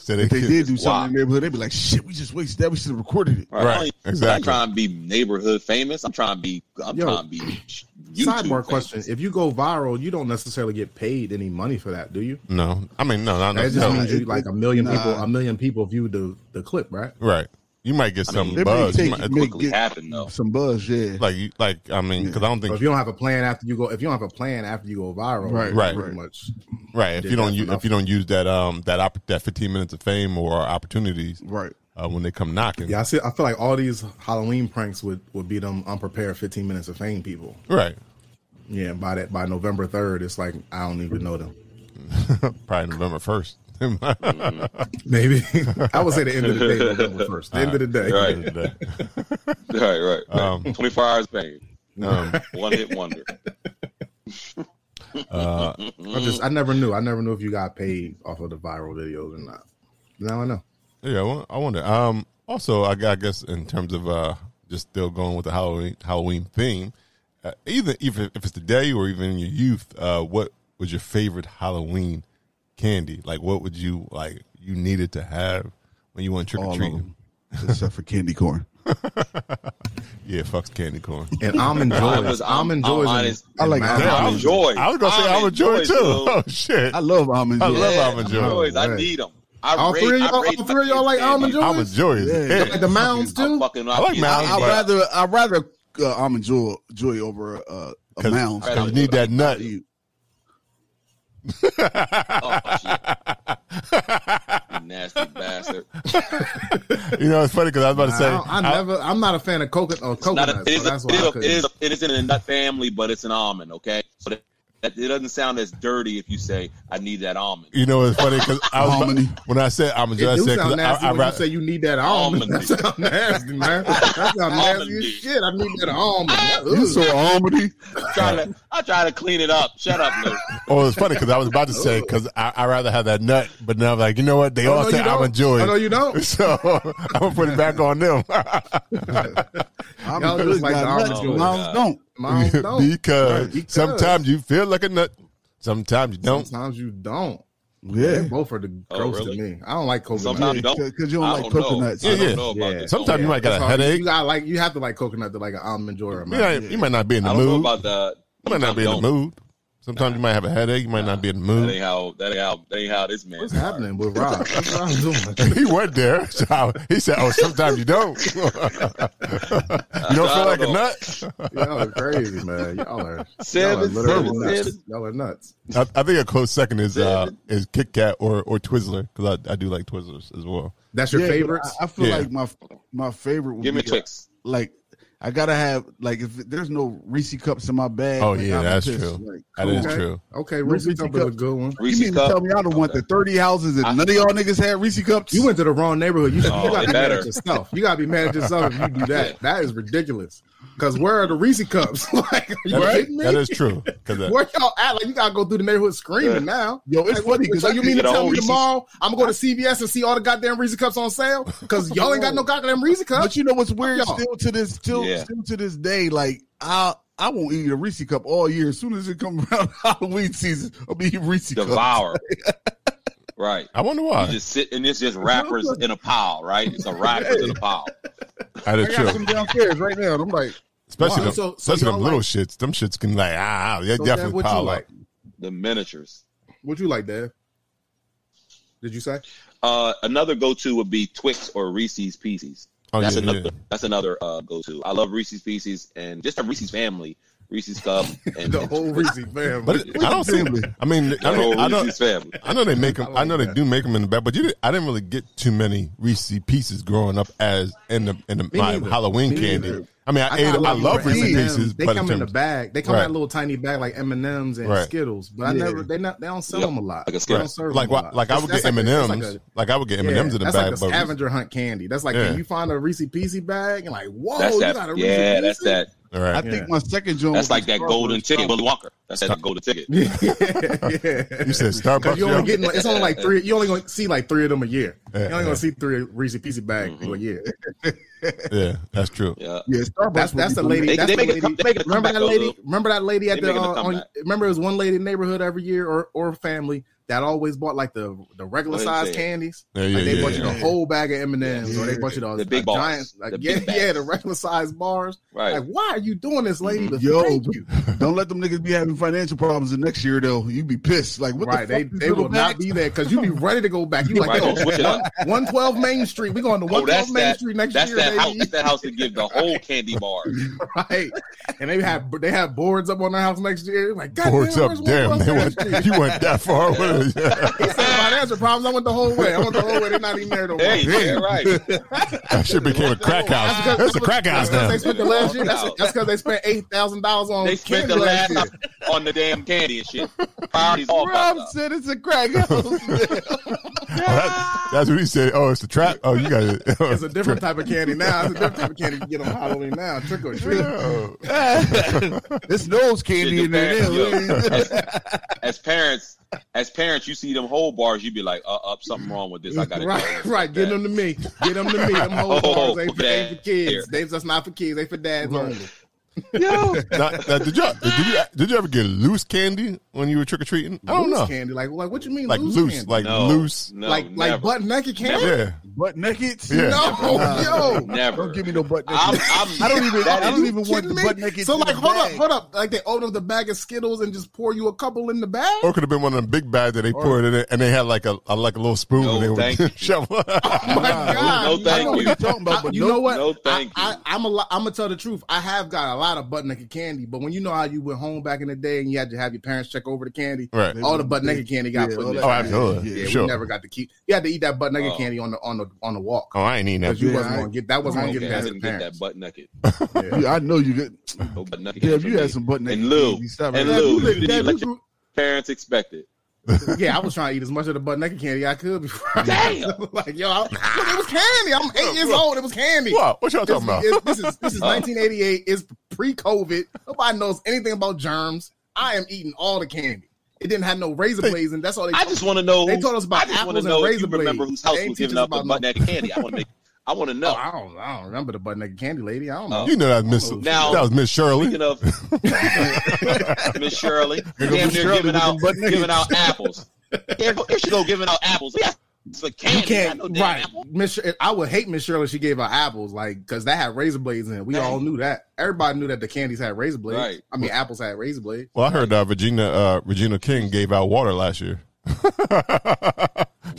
so they,
if they
could-
did do something
Wow.
in the neighborhood, they'd be like, "Shit, we just wasted that. We should have recorded it."
Right.
Right,
I'm like, I'm
exactly.
trying to be neighborhood famous. I'm trying to be. I'm
Yo,
trying to be. YouTube
Sidebar
famous.
question: If you go viral, you don't necessarily get paid any money for that, do you?
No, I mean, no, no, no,
That just
no.
means you
it-
like a million
nah.
people. A million people viewed the the clip, right?
right. You might get some
They may
buzz. You
take
might,
may
quickly
get
happened though.
some buzz, yeah.
like, you, like, I mean, because I don't
But
think
if you don't have a plan after you go, if you don't have a plan after you go viral,
Right,
you're
right.
Pretty much.
right if
did
you don't
that
use,
for
if you don't use that um that opp- that 15 minutes of fame or opportunities
right.
uh, when they come knocking.
Yeah, I see. I feel like all these Halloween pranks would would be them unprepared fifteen minutes of fame people.
Right.
Yeah, and by that by November third, it's like I don't even know them.
Probably November first.
Maybe I would say the end of the day, November first. The end of the day.
Right, right, right.
Um,
24 hours pain.
um,
One hit wonder.
uh,
I just I never knew. I never knew if you got paid off of the viral videos or not. Now I know.
yeah, I won- I wonder. Um, also, I, got- I guess in terms of uh, just still going with the Halloween Halloween theme, uh, either if, if it's today or even in your youth, uh, what was your favorite Halloween candy? Like, what would you like? You needed to have when you went trick
All
or
of
treating.
them, except for candy corn.
Yeah, fucks candy corn.
And almond
I
joy.
was- I'm-
almond joy.
I'm
is-
honest.
is
I like
mad.
almond
I
I'm
was-
joy.
I was gonna say
I'm
I'm a joy
enjoy,
too.
so-
Oh shit!
I love almond.
I
joy.
love almond
Yeah,
joy.
joys. I
Right.
need them. I
All
rate-
three of
I
y'all, all
rate
three of y'all like
fucking
almond
candy.
joy.
I'm a joyous.
Yeah.
Yeah.
Like the mounds
I'm
too.
fucking
I like
yeah,
Mounds,
I, I'd
but-
rather I'd rather uh, almond joy joy over uh, a
'Cause-
mound.
'cause you need that nut.
You-
oh, you nasty bastard.
you know, it's funny because I was about to
I,
say,
don't- I never. I'm not a fan of coconut. Or
Not
coconuts,
a, it is.
so that's
A,
why I
it, is a,
couldn't.
it is. It is in a nut family, but it's an almond. Okay, so that, that it doesn't sound as dirty if you say I need that almond.
you know, it's funny because I was
Harmony.
when I said I'm a
It
joy, I
do
said 'cause
sound nasty
I, I,
when you
rather-
say you need that almond. That
Almond.
sound nasty, man. That sound nasty
Almond.
as shit. I need that almond.
You
Ugh.
so almondy.
I'm trying to. I try to clean it up. Shut up, Lou.
oh, it's funny because I was about to say because I I rather have that nut, but now I'm like, you know what? They
Oh,
all
no,
say
you
I'm
don't.
a joy,
Oh, no, you don't.
so I'm gonna put it back on them
Y'all just like the almond
nuts.
joy.
Mounds don't.
Mounds don't.
because,
Because.
sometimes you feel like a nut, sometimes you don't.
Sometimes you don't.
Yeah,
They both are the
Oh,
gross
really?
to me. I don't like coconut.
Sometimes don't.
because you don't
I
like
don't know.
coconuts.
Yeah,
I don't
yeah.
know about
Yeah.
this.
Sometimes you
almond.
might got
It's
a
hard.
headache.
You got like you have to like coconut to like an almond joy. Or a
You,
mountain
might,
Dew.
you might not be in the
I don't know
mood.
about the.
You might not be in the mood. Sometimes you might have a headache. You might not be in the
That
mood.
ain't how. That ain't how. That ain't how this man.
What's happening with Rob? What's Rob doing?
he went there. So I- he said, "Oh, sometimes you don't. you don't feel like a nut."
Y'all are crazy, man. Y'all are, y'all are
Seven,
literally
seven,
nuts.
seven.
Y'all are nuts.
I, I think a close second is uh, is Kit Kat or or Twizzler because I, I do like Twizzlers as well.
That's your
Yeah, but
favorites.
I, I feel
Yeah.
like my my favorite. Would
Give me
be,
Twix.
Like I gotta have like if there's no Reese cups in my bag.
Oh,
like,
yeah,
I'm
that's
pissed.
true.
Like,
That
come
is
on.
Okay.
true.
Okay,
Reese's
Reese's cup is a
Cup.
good one.
You
Reese's
mean to
cup.
tell me I don't want the thirty houses and none of y'all niggas had Reese cups?
You went to the wrong neighborhood. You,
Oh,
you gotta
it
be mad
better.
at yourself. You gotta be mad at yourself if you do that. That is ridiculous. Because where are the Reese cups? like, are you
That-
kidding me?
that is true. 'Cause that-
Where y'all at? Like, you gotta go through the neighborhood screaming now.
Yo, it's
Like,
funny because
so
I
you mean to
Get all
tell me
Reese's-
tomorrow I'm gonna go to CVS and see all the goddamn Reese cups on sale? Because y'all ain't got no goddamn Reese
But
cups.
you know what's weird?
y'all.
Still to this, still,
Yeah.
still to this day, like I, I won't eat a Reese cup all year. As soon as it comes around Halloween season, I'll be eating Reese cups.
Devour. right.
I wonder
You
why.
just sit and it's just rappers in a pile, right? It's a rappers in a pile.
That
I
is
got some
true.
downstairs right now. and I'm like,
Especially
Wow.
them,
So- so
especially them
y'all
little
like-
shits. Them shits can like ah, ah they
So, Dad,
definitely
what you
pile
like?
up.
The miniatures.
What you like, Dad? Did you say?
Uh, another go-to would be Twix or Reese's Pieces.
Oh
that's
yeah,
another.
yeah.
That's another uh, go-to. I love Reese's Pieces and just the Reese's family, Reese's cup, and
The whole Reese family.
But it- I don't see. I mean,
the
I mean,
Oh,
whole
I don't.
Reese's family.
I know they make them. I,
like
know they
that.
do make them in the back, but you did, I didn't really get too many Reese pieces growing up as in the in the, my
neither.
Halloween
Me
candy.
neither.
I mean, I,
got
ate.
a
I
lot of
love Reese
M&Ms.
pieces,
They
but
come in the
terms-
bag. They come
Right.
in a little tiny bag like M and M's and
Right.
Skittles. But I
Yeah.
never. They not. They don't sell
Yep.
them a lot.
Like a
they
Skittle.
don't serve
like
them
why-
a lot.
like I would
That's
get M and
that's
M's.
a-
Like I would get M and
yeah,
M's in the
that's
bag,
like a
but
scavenger hunt candy. That's like
Yeah.
when you find a Reese Piece bag and like, whoa,
That's
Oh, you got a
that.
Reese
Yeah, that's that.
all
I
right.
think
Yeah.
my second joint.
That's
was
like that
Starburst
golden ticket,
chocolate.
Willy Walker. That's that golden ticket.
that. yeah.
You said Starbucks.
you only
yo?
getting like, it's only like three. You only gonna see like three of them a year. You
Yeah,
only
yeah.
gonna see three Reese Piece bags
Mm-hmm.
a year.
yeah, that's true.
Yeah.
Yeah, Starbucks.
That's
would be
that's the
good.
lady.
They-
that's
they
the
make a
lady.
come- they make a
remember that
comeback,
lady?
though.
Remember that lady at
They
the
making a
uh, on,
comeback.
remember it was one lady in the neighborhood every year or or family that always bought like the the regular
Go ahead and
size
say it.
candies.
Yeah, yeah,
like they
yeah,
bought you
yeah.
the whole bag of M and M's or they bought you the,
The big
a
bars.
giant- like,
The
yeah,
big
yeah,
bags.
the regular size bars.
Right.
Like, why are you doing this, lady? To
Yo,
thank you.
Don't let them niggas be having financial problems the next year though. You be pissed. Like what
right?
the
They
fuck? these
they
little
will not
bags?
be there because you be ready to go back. You like
Right,
yo,
don't switch it up.
one twelve Main Street. We going to
Oh,
one twelve
that's
Main
that.
Street next
That's
year,
that house.
baby.
That's that house that give the whole candy bar.
right? And they have they have boards up on their house next year. Like, God
Boards
damn,
up,
where's
damn!
One
They
Brothers
went,
Street?
you went that far. with it.
He said financial problems. I went the whole way. I went the whole way. They're not even there no
Hey,
more.
yeah, right.
that shit became a crack house. That's a crack house
That's
now.
'cause they spent the last year. That's
Wow.
because they spent eight thousand dollars on
They spent
candy
the last
year.
on the damn candy and shit. Priorities all
Rob
fucked up.
said it's a crack house.
That- that's what he said. Oh, it's the trap. Oh, you got it.
It's a different type of candy now. It's a different type of candy you get on Halloween now. Trick or treat.
Oh.
it's nose
Shit,
candy
your
in there.
parents,
now.
yo, as, as parents, as parents, you see them whole bars, you be like, uh, up, something wrong with this. I gotta
Right, right. Get them to me. Get them to me. Them whole
Oh,
bars ain't for, ain't for
dad.
kids. They just not for kids. They for dads only.
Yo,
Now, now, did, y'all, did, you, did you ever get loose candy when you were trick or treating? I don't
loose
know.
candy. Like, like what you mean
Like
loose?
loose,
candy?
like
no,
loose.
no,
like,
never.
like butt naked candy?
Yeah.
Butt naked?
Yeah.
No, yo.
never.
Don't give me no butt naked.
I'm,
I'm,
I'm,
I do not even.
that
I
is-
don't even
You
want
kidding
the
me?
butt naked.
So
in
like,
the
hold up,
bag.
hold up. Like they open up the bag of Skittles and just pour you a couple in the bag.
Or it could have been one of them big bags that they poured in it, and they had like a, a like a little spoon,
No,
and they
thank you.
would shovel.
Oh my God.
no
I know
thank
what
you.
you're talking about,
I-
but
you
no,
know what?
no thank
I,
you.
I, I'm a lot, I'm gonna tell the truth. I have got a lot of butt naked candy, but when you know how you went home back in the day and you had to have your parents check over the candy,
right?
all the butt naked candy got
Yeah,
put.
all
In the
that-
Oh,
bag.
absolutely.
Yeah,
sure.
we never got to keep. You had to eat that butt naked
Oh.
candy on the on the on the walk
oh, I ain't eating
because
that.
you
Yeah,
wasn't
I-
gonna get that wasn't
Okay,
gonna get
I
past the
didn't get that
parents.
butt naked.
Yeah, I know you get.
No butt naked
Deb,
for
you
me.
had some butt naked.
And Lou.
candy. Stop it.
And
Deb,
Lou,
you
you
let-
didn't
Deb,
let
you-
your parents expect it.
yeah, I was trying to eat as much of the butt naked candy I could before. I-
Damn.
like yo, I, look, it was candy. I'm eight years old. It was candy.
What? What y'all
This,
talking about?
is- this is this is
Oh.
1988. It's pre-COVID. Nobody knows anything about germs. I am eating all the candy. It didn't have no razor blades, and that's all they.
I just want to know.
They
who-
told us about
I just
apples
wanna
and
know if
razor
you remember
blades.
whose house
They ain't
was
teach
giving
us
out the
about
butt
no-
naked candy. I want to make. I want to
Oh,
know. Uh,
I don't. I don't remember the butt naked candy lady. I don't know.
You know that Miss
Oh,
now-
that was Miss Shirley.
Speaking of Miss Shirley,
goes
damn
Miss
near
Shirley
giving
with
out
them butt naked.
giving out apples. Here go- here she go giving out apples. Yeah, it's a candy.
You can't,
I know damn
right?
apple.
Miss, Shir- I would hate Miss Shirley. if She gave out apples, like because that had razor blades in it. We all knew that. Everybody knew that the candies had razor blades.
Right.
I mean, apples had razor blades.
Well, I heard uh, Regina uh, Regina King gave out water last year.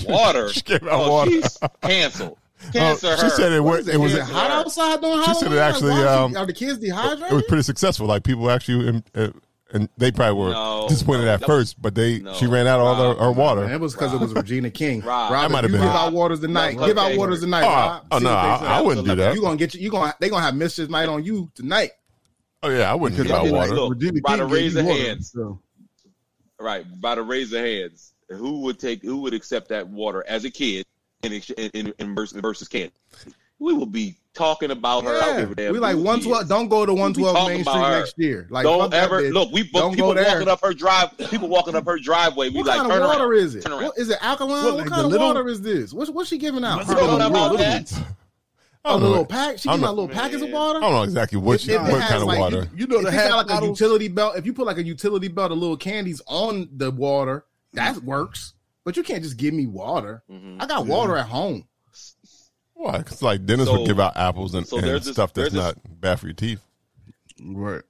Water.
She gave out
oh,
water.
She's canceled.
Oh,
Cancel her.
she said it, was it was
Is it hot outside during
She
Halloween?
said it
Like,
actually,
why is it-
um,
are the kids dehydrated?
it was pretty successful. Like people actually, um, uh, and they probably were
No,
disappointed
no,
at
that
first, but they
no,
she ran out of all
Rob,
her, her water.
Man, it was because it was Regina King.
Rob.
Rob,
That
if
might have
you
been
Give
it.
out waters tonight.
No,
give
okay.
out waters tonight.
oh,
Rob.
oh,
See
no,
what they
I,
say.
I wouldn't do that.
You gonna get you. You gonna they gonna have mischief night on you tonight.
Oh yeah, I wouldn't give
I
out
didn't
water.
like
Look,
Virginia
by
King gave
the
me
razor
water,
hands.
so.
Right by the raise of hands. Who would take? Who would accept that water as a kid in ex- in, in, in versus, versus candy? We will be talking about her. I don't
Yeah.
give a damn
we
who
like
she is.
one twelve. Don't go to one twelve
talking
Main
about
Street
her.
next year. Like fuck
don't
that
ever
bitch.
look. We book
Don't
people
go there.
walking up her drive. People walking up her driveway. We
What
like
kind
turn
of water
around.
is it?
Turn around.
What, is it
What,
alkaline? what
like
kind
the
of
little-
water is this? What's what's she giving out?
I don't know about
Little
that.
I
a
don't,
little
know,
pack. She
I'm
giving
not-
out little packets of
Man.
I
water.
don't know exactly what
It-
she,
it
what
has,
kind of
like,
water.
You know the
if it's
half
got like a
bottles.
utility belt, if you put like a utility belt of little candies on the water, that
Mm.
works. But you can't just give me water.
Mhm.
I got water at home.
Why? Because like dentists
So-
would give out apples and,
so
and
there's this-
stuff that's
there's
not
this-
bad for your teeth.
Right.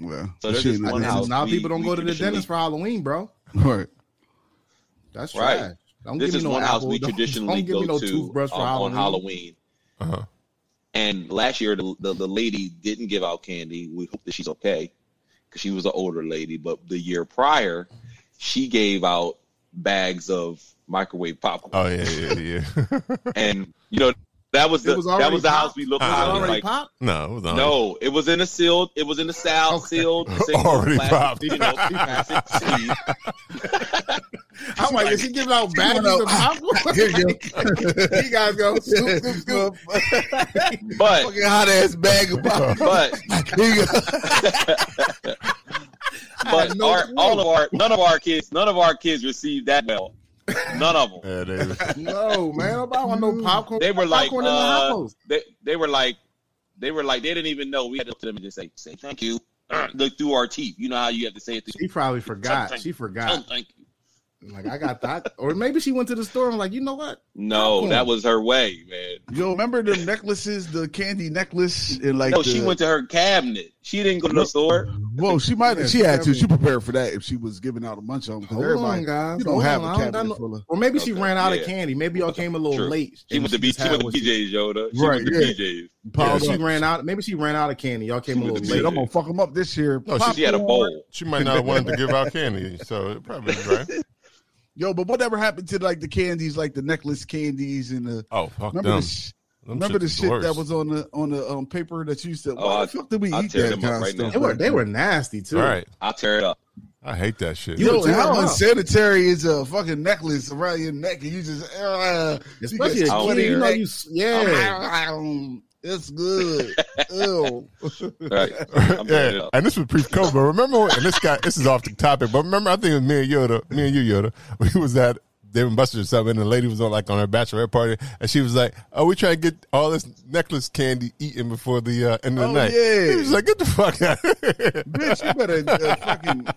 Well,
So there's
she
this
ain't
one
like
house-
that.
now
we-
people don't
we
go to the
traditionally-
dentist for Halloween, bro.
Right.
That's
Right.
trash. Don't
This
give
is
me no
one
apple.
house we
Don't-
traditionally
don't give me
go
no
to
toothbrush for
um, on
Halloween.
Halloween.
Uh-huh.
And last year, the, the the lady didn't give out candy. We hope that she's okay because she was an older lady. But the year prior, she gave out bags of microwave popcorn.
Oh yeah, yeah, yeah.
and you know that was the
It was
that was
already
the house we looked
Is it
Ah,
at.
already
Like,
popped?
no, it was on.
no, it was in a sealed. It was in a sal-
Okay.
sealed, sealed
Already
plastic,
popped.
You know, plastic sleeve.
I'm like, is she giving out bags
out-
of popcorn?
Here you
go. you guys go. Scoop, scoop, scoop.
but
Fucking hot ass bag of pop.
but
Here you go.
but
no
our,
clue.
all of our none of our kids none of our kids received that well. None of them.
Yeah, they,
No, man. I don't want no popcorn.
They were like
popcorn in the
uh,
house.
they they were like they were like they didn't even know. We had to look to them and just say say thank you. Look through our teeth. You know how you have to say it.
She
Through,
probably forgot. She forgot.
thank you.
Like I got that, or maybe she went to the store and like, you know what?
No, that was her way, man.
Yo, remember the necklaces, the candy necklace, and like.
No,
the,
she went to her cabinet. She didn't go to the store.
Well, she might.
Yeah,
she had to.
definitely.
She prepared for that if she was giving out a bunch of them. Because
Hold
everybody,
on, guys.
you don't
Hold
have a
on. I don't got
cabinet
no-
full of.
Or maybe she
Okay,
ran out
yeah.
of candy. Maybe y'all came a little
True.
late.
She
and
was the B.
just
She
had
was the
what she-
BJ's, Yoda. She
Right,
was the
yeah.
BJ's.
Yeah,
Piled
she
up.
ran out. Maybe she ran out of candy. Y'all came a
was
little
the
late.
Shit, I'm gonna fuck them up this year.
No,
She had a bowl.
she might not have wanted to give out candy, so it probably was right.
Yo, but whatever happened to like the candies, like the necklace candies and the.
Oh fuck
Remember
them.
the, sh-
Them
remember the
shits
shit
worse.
that was on the on the um, paper that you used to.
Oh,
why
I-
the fuck did we
I'll
eat
tear
that
them
kind
up
of
right
stuff?
They were they were nasty too.
All right,
I'll tear it up.
I hate that shit.
Yo,
Tear
how
them up.
unsanitary is a fucking necklace around your neck and you just uh, you
Especially a
get
out
kid,
sweaty
you know
neck.
you s- yeah.
It's good. Ew.
Right. I'm tearing it
yeah,
up.
and this was pre-COVID. But remember, when- and this guy, this is off the topic. But remember, I think it was me and Yoda, me and you, Yoda. We was at Dave and Buster's or something, and the lady was on like on her bachelorette party, and she was like, "Oh, we trying to get all this necklace candy eaten before the uh, end of the
Oh,
night."
yeah.
He was like, "Get the fuck out!"
Bitch, you better uh, fucking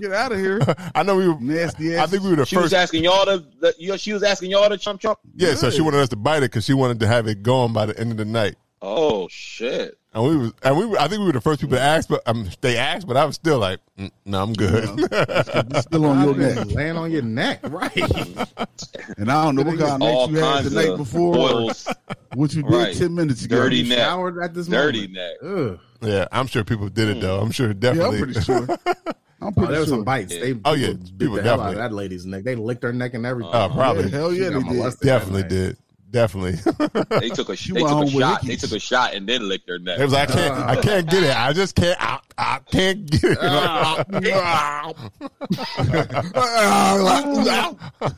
get out of here.
I know we were.
Nasty
I
ass.
think we were the
She
first.
was asking y'all to, the, you know, she was asking y'all to chump chump.
yeah, so she
Good.
wanted us to bite it because she wanted to have it gone by the end of the night.
Oh shit!
And we was, and we, were, I think we were the first people to ask, but um, they asked, but I was still like, mm, "No, I'm good."
Still on your neck.
Land on your neck, right?
And I don't know what kind of
All
neck you had
kinds
the night
of
before. or
boils,
What you did
Right.
10 minutes ago.
Dirty
You
neck.
Showered at this
dirty
moment. Ugh.
neck.
yeah, I'm sure people did
Hmm.
it though. I'm sure
Yeah,
definitely.
I'm pretty sure. I'm
Oh,
pretty
there was
sure.
some bites. They
Oh, yeah,
people
people
bit the hell out
definitely-
of that lady's neck. They licked her neck and everything.
Uh, probably.
Yeah, hell yeah,
She
they
got
did.
molested that
Definitely
night.
did. Definitely.
They took a, sh-
You
they
went
took a
home with
shot.
hickeys.
They took a shot and then licked their neck.
It was like, I can't, I can't get it. I just can't. I, I can't get it.
Uh.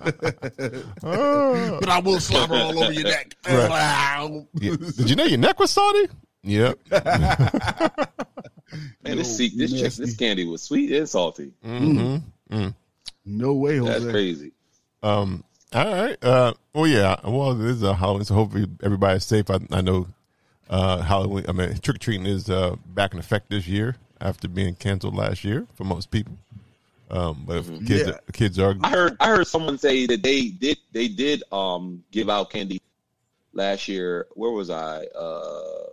oh.
But I will slobber all over your neck.
Yeah. Did you know your neck was salty? Yep.
Man, this, se- this chick, this
nasty.
candy was sweet and salty.
hmm
No way, Jose.
That's crazy.
Um. All right. Uh. Well, yeah. Well, this is a Halloween, so hopefully everybody's safe. I, I know. Uh, Halloween. I mean, trick or treating is uh back in effect this year after being canceled last year for most people. Um. But if kids,
Yeah.
kids are.
I heard I heard someone say that they did they did um give out candy last year. Where was I? Uh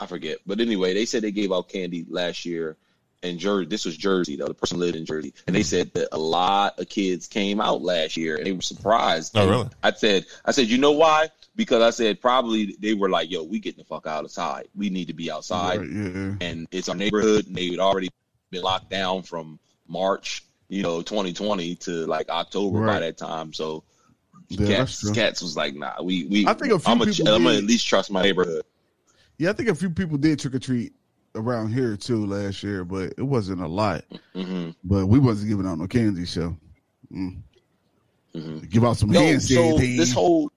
I forget. But anyway, they said they gave out candy last year in Jersey. This was Jersey though. The person lived in Jersey, and they said that a lot of kids came out last year, and they were surprised.
Oh,
And
really?
I said I said you know why? Because I said probably they were like, yo, we getting the fuck outside. We need to be outside
Right, yeah.
and it's our neighborhood, and they had already been locked down from March, you know, 2020 to like October by
Right.
that time. So
Yeah, that's
cats,
true.
cats was like, nah, we, we.
I think a few
I'm
people
I'm gonna
did.
at least trust my neighborhood.
Yeah, I think a few people did trick or treat around here too last year, but it wasn't a lot.
hmm
But we wasn't giving out no candy, so mm.
hmm
give out some
Yo,
hand
so
sanitizer.
this whole,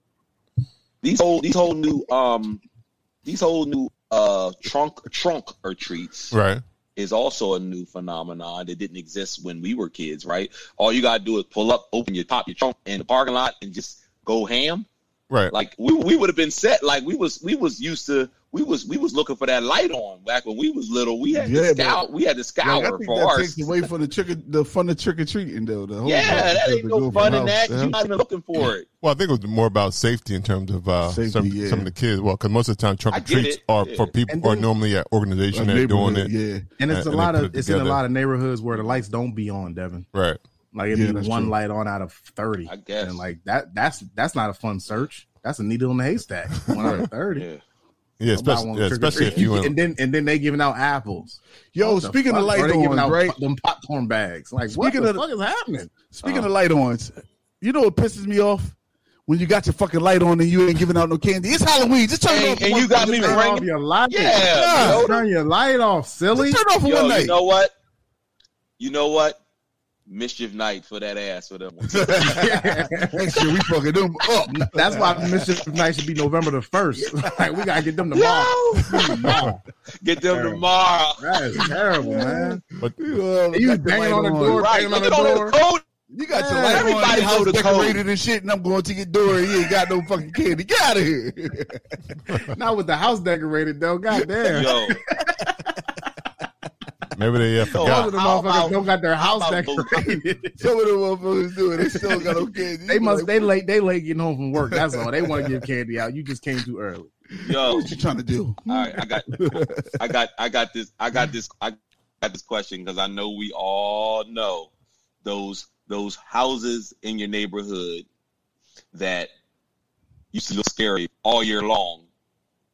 these whole, these whole new, um, these whole new uh trunk trunk or treats
Right.
is also a new phenomenon that didn't exist when we were kids, right? All you gotta do is pull up, open your top, your trunk in the parking lot, and just go ham.
Right.
Like we we would have been set. Like we was we was used to we was we was looking for that light on back when we was little. We had
Yeah,
to scout. We had to
Like, I
scour
think
for
that
ours.
takes away from the trick or, the fun of trick or treating though. The whole
Yeah, that ain't no fun in that. You're
You
not even looking for it.
Well, I think it was more about safety in terms of uh,
Safety,
some,
yeah.
some of the kids. Well, because most of the time, trunk
I
or
get
treats
it,
are
yeah.
for people
And
who are
then-
normally at organization that doing it.
Yeah,
And it's
And-
a
and they
lot
put
of
it
it's in a
together.
lot of neighborhoods where the lights don't be on, Devin.
Right.
Like it'd
Yeah,
be
that's
one
true.
light on out of thirty.
I guess.
And like that that's that's not a fun search. That's a needle in the haystack. One out of thirty.
Yeah.
Yeah,
Nobody
especially,
wanna
yeah,
trick or
especially if
treat.
you
and
in,
then and then they giving out apples.
yo.
What the
speaking
fuck?
of
Or
light
they giving
on,
out
right?
Them popcorn bags. Like
Speaking
what
of
the
the-
fuck is happening?
Speaking
Uh-huh.
of light ons, you know what pisses me off when you got your fucking light on and you ain't giving out no candy. It's Halloween. Just turn it
And-
off. for
and
one
you got me
fucking
Turn
night.
off
ringing.
your light.
Yeah, yo.
Turn your light off, silly.
Just turn it off for
Yo,
one night.
you know what? You know what? Mischief night for that ass for them.
Next year we fucking them up.
That's why mischief night should be November the first. like we gotta get them tomorrow.
Yo,
No,
get them tomorrow.
that is terrible, man.
but,
You,
You
got your
banging
light
on the door,
Right,
banging on
look
the
at all
door.
the cold.
You got your
Yeah,
light
everybody
on, your house
know the code.
decorated and shit, and I'm going to your door and you ain't got no fucking candy. Get out of here.
Not with the house decorated though. Goddamn.
Yo,
maybe they uh,
Most
Oh,
forgot.
of the
How about-
motherfuckers don't got their house
how about
decorated.
Some of them motherfuckers do it. They still got no candy.
they must. They late. They late getting home from work. That's all. They want to give candy out. You just came too early.
yo.
What you trying to do?
All right, I got, I got, I got this, I got this, I got this question because I know we all know those those houses in your neighborhood that used to look scary all year long,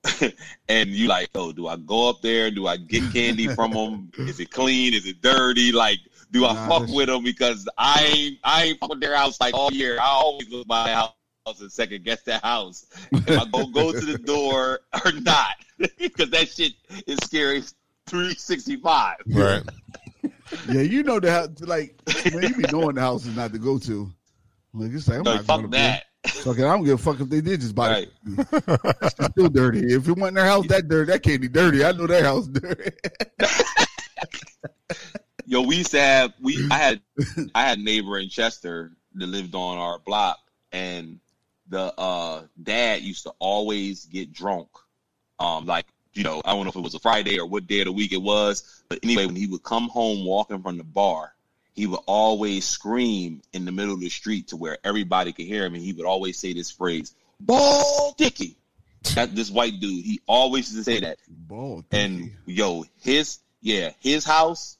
and you like, oh, do I go up there? Do I get candy from them? Is it clean? Is it dirty? Like, do I
Nah,
fuck
that's-
with them because I ain't I ain't fuck with their house like all year. I always look at my house and second guess that house. Am I gonna go to the door or not? Because that shit is scary. 365.
Right.
Yeah, you know the house. Like, man, you be knowing the house is not to go to. Like, it's like, I'm
Like,
not going
fuck that.
Fuck it. I don't give a fuck if they did just buy
Right.
it. It's still dirty. If it wasn't their house that dirty, that candy dirty. I know their house dirty.
Yo, we used to have we I had I had a neighbor in Chester that lived on our block, and the uh, dad used to always get drunk. Um, like you know, I don't know if it was a Friday or what day of the week it was, but anyway, when he would come home walking from the bar, he would always scream in the middle of the street to where everybody could hear him, and he would always say this phrase, "Ball Dicky." That this white dude, he always used to say that.
Ball.
And yo, his yeah, his house,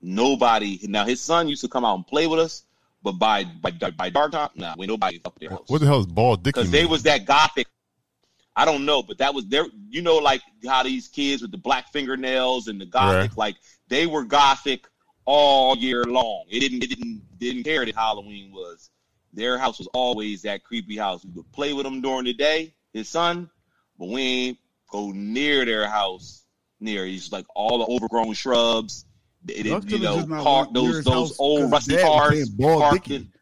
nobody. Now his son used to come out and play with us, but by by by dark time, nah, we nobody up their house
What the hell is ball dicky?
because they
mean?
was that gothic. I don't know, but that was their. You know, like how these kids with the black fingernails and the gothic,
Right.
like they were gothic all year long. It didn't, it didn't, didn't care that Halloween was. Their house was always that creepy house. We would play with him during the day, his son, but we ain't go near their house. Near, he's like all the overgrown shrubs. They, they, you know, park those those old rusty cars.
Ball
parked
Dicky.
in-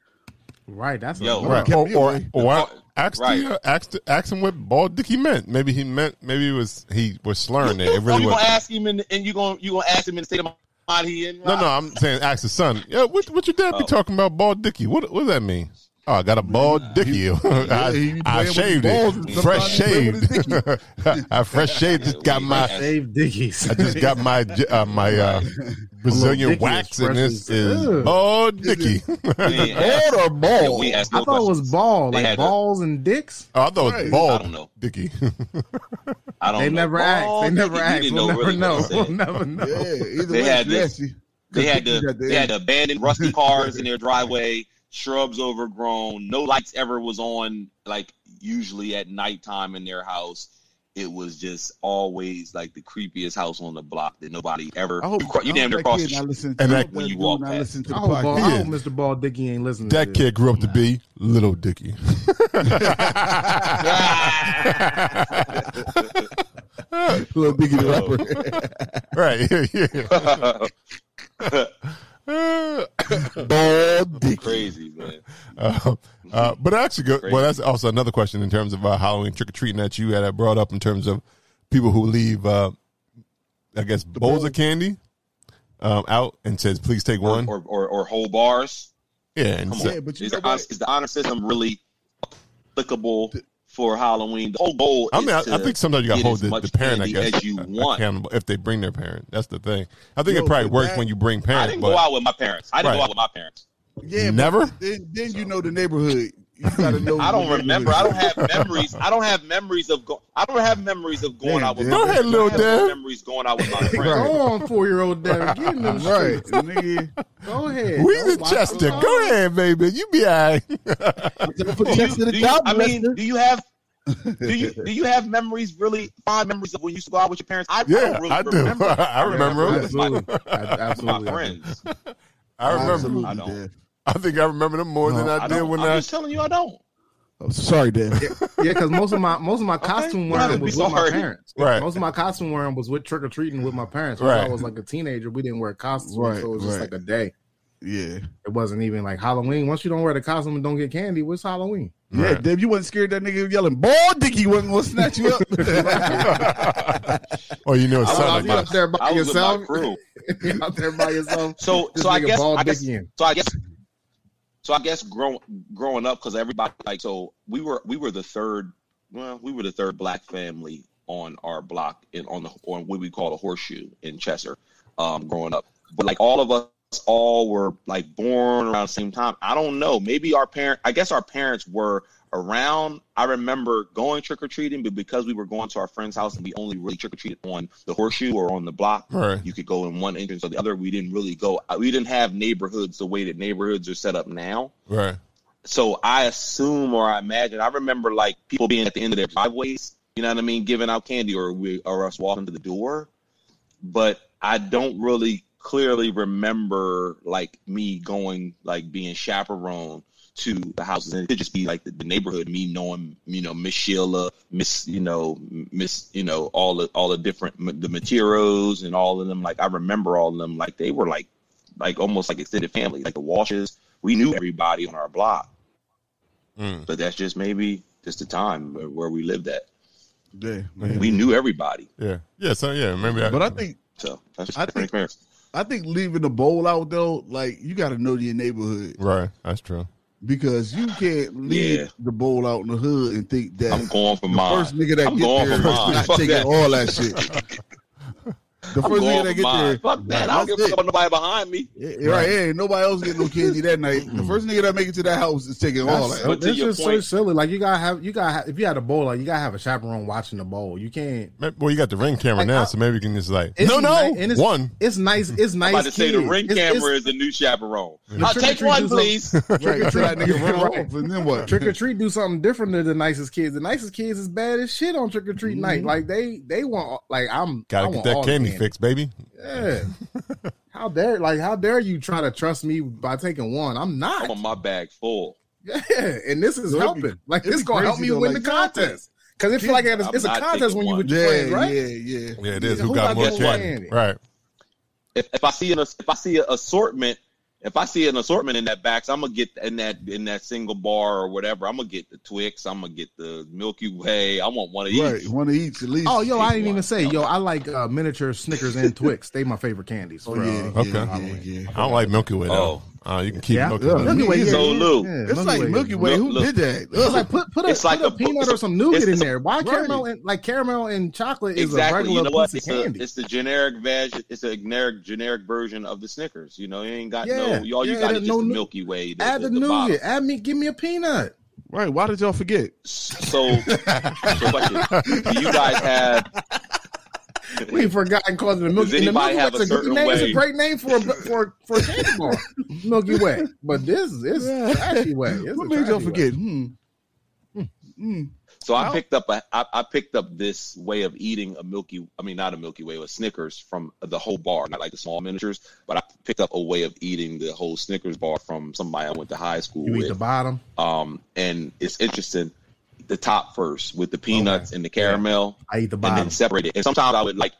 Right. That's
Yo.
a,
Right.
Or, or, or
Right.
ask,
Right.
the, uh, ask, the- ask him what ball dicky meant. Maybe he meant. Maybe it was he was slurring it. It really
Oh, you
was.
gonna ask him, in, and you gonna you gonna ask him in the state of mind he in?
No, no, I'm saying ask the son. Yeah, what what your dad be
Oh.
talking about? Bald dicky. What what does that mean? Oh, I got a bald dicky.
he
I,
be
I
playing with
shaved
his balls and
it, fresh
sometimes
shaved. I fresh shaved. Just got my.
Save Diggies.
I just got my j- uh, my uh,
Little
Brazilian
dicky
wax, and this
expresses-
is
Ugh.
bald dicky.
We ain't ask-
Bald or
yeah,
ball?
we asked no
I thought it was
questions.
ball,
They
like
had a-
balls and dicks.
Oh, I thought it was
Right.
bald
I don't know.
dicky.
I don't
They
know.
never
Oh,
act. They never
you
act.
didn't
We'll
know
never
really what
know.
I'm
We'll
saying.
never know.
Yeah, either
They
way,
had
it's
this-
nasty.
They had
Dickies
the
at the
they had
end.
abandoned rusty cars in their driveway, shrubs overgrown, no lights ever was on like usually at nighttime in their house. It was just always like the creepiest house on the block that nobody ever
I hope
you, cro- you
I hope
damn near
that
crossed the
kid not
street.
listening.
And
I
that-
hope
when
that
you
dude
walk
not
past.
listening to the
I hope, Oh, ball, I
Yeah.
hope Mr. Ball Dicky ain't listening. to
that
this.
kid grew up to be little dicky.
podcast. Little Dicky the rapper.
right? Yeah. yeah. Uh,
Bald Dicky.
Crazy man.
Uh, uh, but actually, good.
Crazy.
Well, that's also another question in terms of uh, Halloween trick or treating that you had uh, brought up in terms of people who leave, uh, I guess, bowls of candy um, out and says, "Please take
Or,
one."
or or or whole bars.
yeah, and
Come
so-
Yeah, but you
is,
know
the honor,
what?
is the honor system really applicable for Halloween? The whole goal.
I
is
mean, I,
to
I think sometimes you got to
get
hold
as
the,
much
the parent, I
candy
guess, uh,
as you want.
accountable if they bring their parent. That's the thing. I think
Yo,
it probably
but
works
that-
when you bring
I
parents.
didn't
but
go out with my parents. I didn't
Right.
go out with my parents.
Yeah, but
Never?
Then, then you know the neighborhood. You gotta know.
I don't
the
remember. I
neighborhood.
don't have memories. I don't have memories of go- I don't have memories of going
Damn,
out with.
dude.
my
Go ahead,
parents. I
little
have no
Dev.
Memories going out with my friends.
Go on, four year old Devin. Get in them
Right,
streets.
nigga.
Go ahead.
We
Go
the
watch
Chester.
the-
Go ahead, baby. You be all right.
Do you, do you, I mean, do you have? Do you do you have memories really fond memories of when you used to go out with your parents? I, I
yeah,
don't really
I do.
remember
I remember. them.
Absolutely. I-
my
Absolutely.
friends.
I remember.
Absolutely,
I don't.
Dev.
I think I remember them more than
No,
I,
I
did
don't.
when
I'm
I.
just telling you, I don't.
Oh,
I'm sorry, Dev.
Yeah, because most of my most of my costume
Well,
wearing
we
was
so
with my
hurt.
parents.
Right.
Most of my costume wearing was with trick or treating with my parents. When
Right.
I was like a teenager, we didn't wear costumes,
Right,
so it was just
right.
like a day.
Yeah,
It wasn't even like Halloween. Once you don't wear the costume and don't get candy, what's Halloween?
yeah.
Right.
Dev, you wasn't scared that nigga yelling "Bald Dicky" wasn't gonna snatch you up.
oh, you know, it
I
sounded
was
like
you out there by
I was
yourself.
with my crew.
you out there by yourself.
So
This
so I
nigga
guess
bald
I guess
dick in.
so I guess so I guess growing growing up because everybody like so we were we were the third well we were the third black family on our block and on the on what we call the horseshoe in Chester um, growing up but like all of us all were like born around the same time I don't know maybe our parent I guess our parents were around I remember going trick or treating but because we were going to our friend's house and we only really trick or treated on the horseshoe or on the block
Right.
you could go in one entrance or the other. We didn't really go. We didn't have neighborhoods the way that neighborhoods are set up now.
Right.
So I assume or I imagine. I remember like people being at the end of their driveways. You know what I mean? Giving out candy or we or us walking to the door. But I don't really clearly remember like me going like being chaperoned to the houses and it could just be like the, the neighborhood me knowing you know miss sheila miss you know miss you know all the all the different the materials and all of them like i remember all of them like they were like like almost like extended family like the walshes we knew everybody on our block
Mm.
but that's just maybe just the time where- where we lived at
yeah, man.
we knew everybody
Yeah. Yeah. So yeah, maybe. I,
But I think
so that's just
I
a different
think-
experience
I think leaving the bowl out though, like you got to know your neighborhood.
right. That's true.
because you can't leave
Yeah.
the bowl out in the hood and think that
I'm going for
the
mine.
first nigga that
I'm
get
going
there is
for mine.
not
Fuck
taking
that.
all that shit. The
I'm
first
going
nigga
for
that get
mine.
there,
Fuck that. I don't give
that's
a
it.
fuck about nobody behind me.
Yeah, yeah, right? Yeah, ain't nobody else getting no candy that night. The first nigga that make it to that house is taking all
That's,
that.
But to
that's
your
just
point-
so silly. Like you gotta have, you gotta have, if you had a bowl, like you gotta have a chaperone watching the bowl. You can't.
Maybe- Well, you got the ring camera
Like,
now,
I-
so maybe you can just like
it's
no, no,
ni- and it's,
one.
It's nice. It's nice.
I'm about to say the
kids.
ring
It's- it's-
camera is the new chaperone.
The
I'll
trick or
take
treat
one,
dudes don't-
please.
Trick or
Right, so that
treat.
nigga run
Right.
off, and then what?
Trick or treat do something different than the nicest kids. The nicest kids is bad as shit on trick or treat night. Like they, they want like I'm. I
Mm-hmm. Gotta
want
get
all
that
the
candy fixed, baby.
Yeah. how dare like how dare you try to trust me by taking one? I'm
I'm
not.
on my bag full.
Yeah, and this
It'd
is
be-
helping. like
it'd
this
be
gonna help
crazy
me
though,
win
like-
the contest. Because it feel like it's,
I'm
it's a
not
contest
taking
when you
one.
with your
Yeah,
friends, right?
yeah, yeah.
Yeah, it is.
Yeah,
Who,
who
got
got
more
that
candy?
one?
Right.
If, if I see an if I see an assortment, if I see an assortment in that box, I'm gonna get in that in that single bar or whatever. I'm gonna get the Twix. I'm gonna get the Milky Way. I want one of
Right,
these.
one of each at least.
Oh, yo, I
Take
didn't even
one.
say, yo, I like uh, miniature Snickers and Twix. They my favorite candies.
Oh,
for,
yeah,
uh,
yeah,
Okay.
yeah, yeah.
I don't like Milky Way though. Uh, you can keep
Yeah.
Milky
Yeah.
Way.
Milky Way,
So, Lou,
It's like Milky Way. Who
Look,
did that?
It's
Ugh.
like put put a,
It's like
put a,
a-
peanut
it's a-
or some nougat
it's-
in there. Why
it's a-
caramel and like caramel and chocolate is a
Exactly.
regular
You know what?
piece
It's,
of
a,
candy?
it's the generic version. It's a generic generic version of the Snickers. You know, you ain't got
Yeah.
no. you- All you
Yeah,
got
it
is just
no
the
nu-
Milky Way. The,
Add the,
the, the bottom.
nougat. Add me. Give me a peanut.
Right. Why did y'all forget?
So, so question. do you guys have?
We ain't forgotten calling it a Milky
Does
and the
anybody
Milky
have
Way's
a
a, good
certain
name. It's a
way?
great name for a for for a candy bar, Milky Way. But this is
Yeah.
it's trashy way. It's
what
a
made y'all
trashy way.
forget? Hmm. Hmm.
So I
Wow.
picked up a I, I picked up this way of eating a Milky I mean not a Milky Way, but Snickers from the whole bar, not like the small miniatures, but I picked up a way of eating the whole Snickers bar from somebody I went to high school
You eat the
with.
bottom.
Um, and it's interesting. The top first with the peanuts and the caramel,
I eat the
and
bottom.
then separate it. And sometimes I would like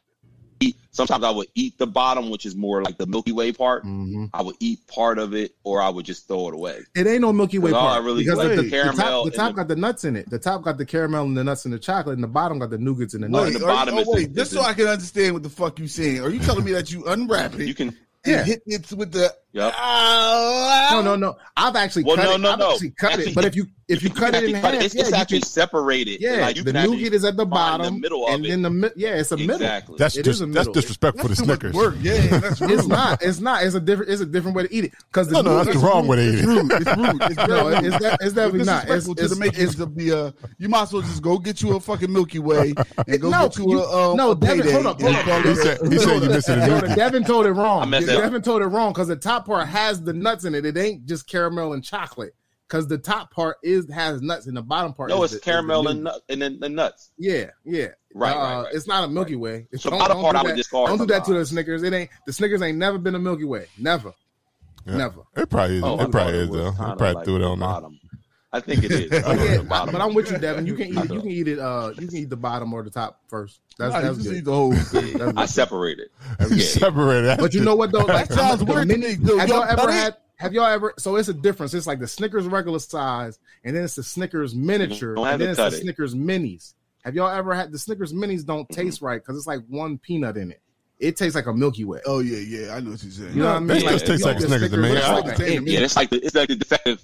eat. Sometimes I would eat the bottom, which is more like the Milky Way part.
hmm
I would eat part of it, or I would just throw it away.
It ain't no Milky Way
Cause all
part
I really
because
like
the, the
is
top,
caramel
the
and
top
the-
got the nuts in it. The top got the caramel and the nuts and the chocolate, and the bottom got the nougats and the
No,
Wait,
nuts.
and the
are you-
bottom
oh,
is the-
wait, just
is
so
the-
I can understand what the fuck you saying. Are you telling me that you unwrap it
You can,
and
Yeah.
hit it with the? uh,
yep.
No, no, no. I've actually
Well,
cut
no,
it.
no,
I've
no.
actually cut
Actually,
it. But if you if you, cut it in
actually
half,
It's,
yeah,
it's
you
actually
can-
separated.
yeah.
Like, you
the
can actually-
nougat is at the
find the
bottom,
middle of
and
it.
then the mi- yeah, it's a middle.
Exactly.
That's
It is
dis-
a
that's
middle.
disrespectful to
That's too much
Snickers.
work. Yeah, that's rude.
It's not. It's not. It's a different. It's a different way to eat it. Because
No, no, that's the wrong way to eat
It's
it.
rude. It's rude. It's very
No,
rude.
it's that. It's definitely not. It's,
disrespectful
it's,
to the makings of the. Uh, you might as well just go get you a fucking Milky Way and go
No,
get you
you-
a um,
no,
a
Devin,
Payday
hold up, hold
and
up.
call it
He
a-
said, he said you missing a
No, the
nookie.
Devin told it wrong.
I messed up.
Devin told it wrong because the top part has the nuts in it. It ain't just caramel and chocolate. Because the top part is has nuts and the bottom part.
No,
is
it's
the- is the
caramel
new-
and nut, and then the nuts.
Yeah, yeah.
Right,
Uh,
right, right.
It's not a Milky Way. It's,
So
don't,
bottom
don't
part
do
I would
that.
discard
Don't do that to the
sometimes.
Snickers. It ain't the Snickers ain't never been a Milky Way. Never,
Yeah.
never.
It probably is.
Oh, I
it probably
thought
is
was
though. It
kinda
probably
like
threw it
the
on there.
bottom. I think it is. I
But,
think it's
yeah,
the bottom.
but I'm with you, Devin. You can eat. It, you can eat it. Uh, you can eat the bottom or the top first. That's
Nah, you
that's
just eat
good.
the whole thing.
That's
I
good.
separate it.
You
Yeah.
separated that.
But you know what though? Like,
That sounds
the
weird to me,
mini-
dude.
Have
Y'all
y'all ever
buddy?
had? Have y'all ever? So it's a difference. It's like the Snickers regular size, and then it's the Snickers miniature,
Mm-hmm. Don't have
and then
to
it's the
cut it. Mm-hmm.
Snickers minis. Have y'all ever had the Snickers minis? Don't taste right because it's like one peanut in it. It tastes like a Milky Way.
Oh yeah, yeah. I know what you're saying.
You know what I mean?
That just
Yeah,
tastes
yeah.
like Snickers to me.
It's
Yeah.
like
Yeah.
an
Yeah.
ant.
Yeah, it's like the, it's like the defective.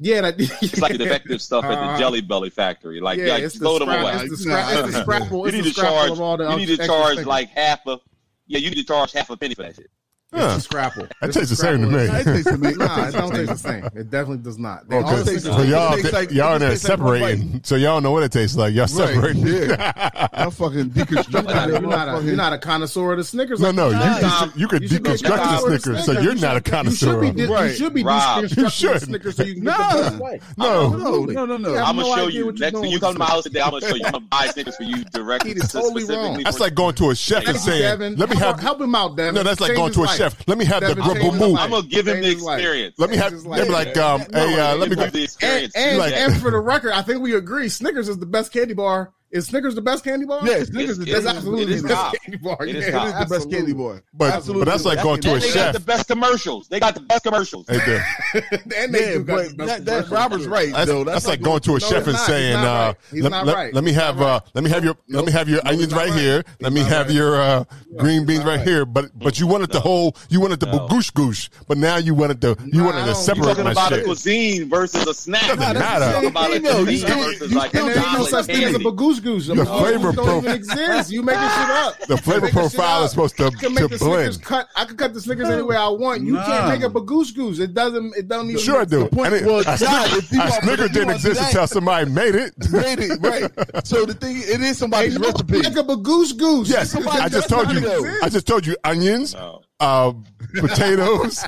Yeah, that,
It's like the defective stuff at the
Uh-huh.
Jelly Belly factory. Like,
yeah,
yeah,
it's,
throw
the
them
scrap,
away.
it's the scrap. It's the scrapple.
You
It's
need
the
to
scrapple
charge.
of all the
You need to
extra
charge
stickers.
like half a. Yeah, you need to charge half a penny for that shit.
It's
Huh.
the scrapple.
That
It's
tastes the same to
scrapple.
me.
Nah, it tastes to me.
Nah, it don't taste the same. It definitely does not. They
Oh,
all
cause,
taste the
It
so
same.
tastes
y'all,
like-
y'all in
it
there
tastes like one
separating, so y'all know what it tastes like. Y'all
Right.
separating.
Yeah. I fucking
You're not,
deconstructed.
a, you're, not a, you're not a connoisseur of the Snickers.
No,
like
no, you,
guys.
you, should, you could
You should be a
deconstruct the
connoisseur of
Snickers, so you're
You
not a
should- You
connoisseur.
should be,
of
de-
it.
you should be
Rob,
deconstructing
you
the
shouldn't.
Snickers so you can
Nah.
get the best way.
No.
Absolutely.
No, no, no, no.
You have
I'm gonna
no
show
idea
you
what you're
next
doing
time you
with
come to my
Snickers.
house today. I'm gonna show you. I'm gonna buy Snickers for you directly.
He is totally
specifically
wrong.
That's
for-
like going to a chef
Thank
and
you,
saying,
Devin,
"Let me
help,
have."
help him out, Devin.
No, that's like
Change
going
his
to a
life.
chef. Let me have the
Devin, change
grubble
his
move.
I'm gonna give him
Change
the
his life.
experience.
Let me
Change
have.
his
They be
life.
like, um, "Hey, uh, let me
Give
go."
him the experience.
And, and,
Jack.
and for the record, I think we agree Snickers is the best candy bar Is Snickers the best candy bar?
Yes, Snickers is
It
that's
is-
absolutely
it is
the
top.
best.
candy bar.
It
yeah,
is
it
top.
is
It is the best candy bar.
But, but
Absolutely.
that's like going to a
And they got
chef.
the best commercials. They got the best commercials.
Hey, dude,
and they
Yeah,
do got
but
the
that,
best
that
commercials.
Robert's right
that's,
though.
that's like going to a
No,
chef and
he's not. He's
saying,
not
uh,
right. He's
let,
not
let-
right.
let me
He's
have
not
uh,
right.
let me have your let me
Nope.
have your
No, he's
onions
not
right,
right.
here. Let
He's
me
not
have
right.
your uh, green beans
not
right,
right.
here. But but you wanted the whole you wanted the
No.
goosh goosh, but now you wanted the you
Nah,
wanted
I
to
don't-
You're
separate
talking
my
about a
shit.
cuisine versus a snack.
Doesn't
You're
matter.
talking about a
Ain't no, you
cuisine
still-
versus
you
like
still
a
And there ain't no
chocolate
such thing as a
candy.
bagoosh goosh. The
Your
bagoosh
flavor
don't
pro-
even exist. You making shit up.
The flavor
Making shit
profile
up.
is supposed to-
I can
to
make the
blend.
Snickers cut. I can cut the Snickers any way I want. You
Nah.
can't make a bagoosh goosh. It doesn't. It don't even.
Sure, I do. I didn't-
well,
I
God,
snicker-
if you
I
are-
snicker
if you
didn't
are
exist
black-
until somebody made it.
Made it, right. So the thing it is somebody's
Ain't no
recipe.
Like a bagoosh goosh.
Yes,
Somebody
I just
does
told
not
you.
exist.
I just told you onions,
No.
uh, potatoes,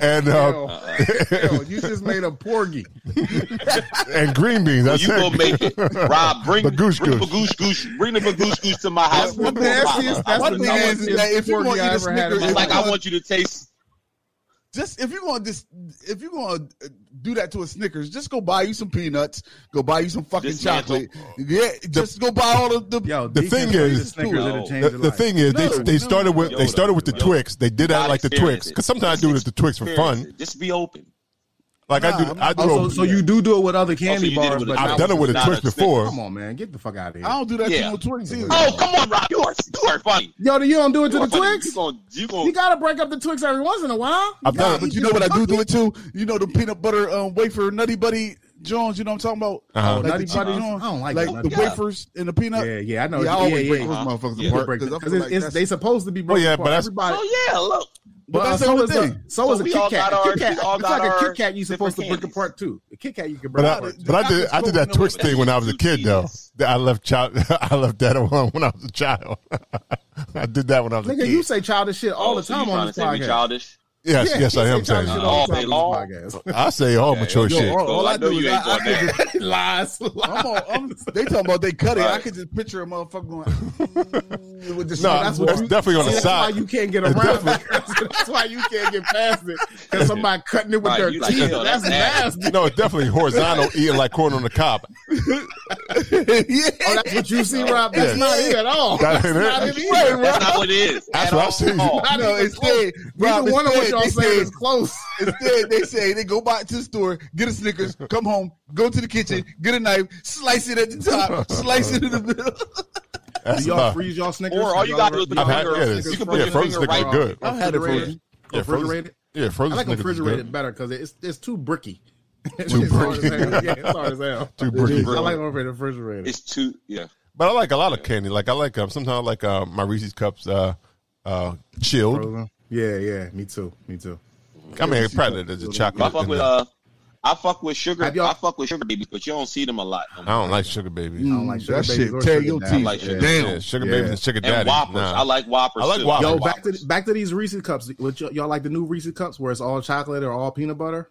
and uh,
Hell, hell, you just made a porgy.
and green beans. That's
You gonna
it.
make it, Rob? Bring
The goose
bring
goose.
Bagoosh goose. Bring the bagoosh goose to my house.
That's the
One more
nastiest.
bottle.
That's
One
the
thing is,
nastiest
is that if you
porgy
want to
I
eat a
ever had. in my
Snickers,
life.
Like I want you to taste.
just if you're going to just if you're going to do that to a Snickers, just go buy you some peanuts, go buy you some fucking
Dismantle.
chocolate. Yeah, just go buy all of the.
Yo,
The
Deacon
thing
Fruit
is-
and Snickers, it'll change your
The, the
life.
thing is, they,
No,
they
no.
started with they
Yoda,
started with the
Yoda.
Twix. They did that
Gotta
like the
experience
Twix
it.
because sometimes I do it at the Twix for
experience
fun.
it. Just be open.
Like I do,
Nah,
I
I'm-
do.
Oh, so, so you do do it with other
Oh, so
candy
you did it
bars,
with
but
a-
I've
not
done it
was
with a
not
Twix
a Snickers.
before.
Come on, man, get the fuck out of
I
here.
don't do that
Yeah.
to no Twix either.
Oh come on, Rob! You are you are funny.
Yo, you don't do it to
You
the
are funny.
Twix.
You gonna you
You
gonna
gotta break up the Twix every once in a while.
I've
Nah,
done.
but
it.
you know what I do do it too? You know the peanut butter um, wafer nutty buddy Jones. You know what I'm talking about?
Uh-huh.
Like
Nutty
the cheap
Buddies?
Jones,
I don't like
like
that.
the
Yeah.
wafers and the peanut.
Yeah, yeah, I
Yeah,
know.
I
Yeah,
always
yeah,
break
yeah.
those motherfuckers
Yeah.
apart
Break
because I
them. 'Cause
feel
it's,
like
it's-
that's,
they supposed to be
Well,
broken
yeah,
apart.
but that's-
everybody.
Oh yeah, look.
But
that's
uh, so
the
is
thing.
a so is a
We
Kit
all
Kat.
got
A
our-
Kit Kat,
we all
it's
got
like a
our
Kit Kat. You supposed to break
different
apart too. A Kit Kat you can break
But I,
apart. too.
but I did I did that Twix thing when I was a kid though. I left child I left that alone when I was a child. I did that when I was a
Nigga,
kid.
you say childish shit all the
so
time
you
on
trying
this
to say we
podcast.
childish.
yes,
Yeah,
yes,
you
I
say
am saying.
childish shit all the
that.
time on this podcast.
I say all mature
yo,
shit.
all, all
So
I,
I know
do is
you ain't
I, I
doing
could
that.
just,
Lies, lies.
I'm all, I'm, they talking about they cut it. I
Right.
could just picture a motherfucker going mm, with the
No,
shit.
that's,
what you-
definitely on the
That's why
side.
you can't get around it. That's why you can't get past it. Because somebody cutting it with
Right,
their
you like,
teeth.
yo,
that's
that's nasty.
nasty.
No, it's definitely horizontal, eating like corn on the cob.
Oh,
yeah.
that's what you see, Rob. That's
Yeah.
not it at all.
That ain't
That's not
it.
it either.
That's not what it is.
That's
at
what I see.
all.
Not
No,
even
it's
close.
dead. Rob,
Neither
it's
one of what
dead.
y'all
It's
saying
dead.
is close.
Instead, they say they go back to the store, get a Snickers, come home, go to the kitchen, get a knife, slice it at the top, slice it in the middle.
That's
Do y'all
about-
freeze y'all Snickers?
Or all you gotta do is put
I've
your
had
finger.
yeah,
You
it's-
can
yeah,
put your
frozen
finger
stickers
right.
good.
I've
had it
refrigerated.
Yeah, frozen-
refrigerated.
Yeah,
I
frozen
like
Snickers is
refrigerated
good.
better because it's it's too bricky. It's
Too
hard as
bricky.
hell. Yeah, it's hard as hell.
Too bricky.
I like over the refrigerator.
It's too yeah.
But I like a lot of candy. Like I like um, sometimes I like uh, my Reese's cups uh, uh, chilled.
Frozen. Yeah, yeah. Me too. Me too.
I mean, probably there's a chocolate.
I fuck
in
with
there.
uh, I fuck with sugar.
Have y'all-
I fuck with sugar babies, but you don't see them a lot. no
I
more.
don't like sugar babies.
I don't like sugar
that
babies
shit
or
tear
sugar
your
daddies.
teeth
like sugar
down.
Yeah, sugar
Mm. Yeah.
babies and sugar
And
daddies.
whoppers.
Nah.
I like whoppers.
I like
too.
whoppers.
Yo,
Yo,
back to back to these Reese's cups. Which y'all y'all like the new Reese's cups where it's all chocolate or all peanut butter?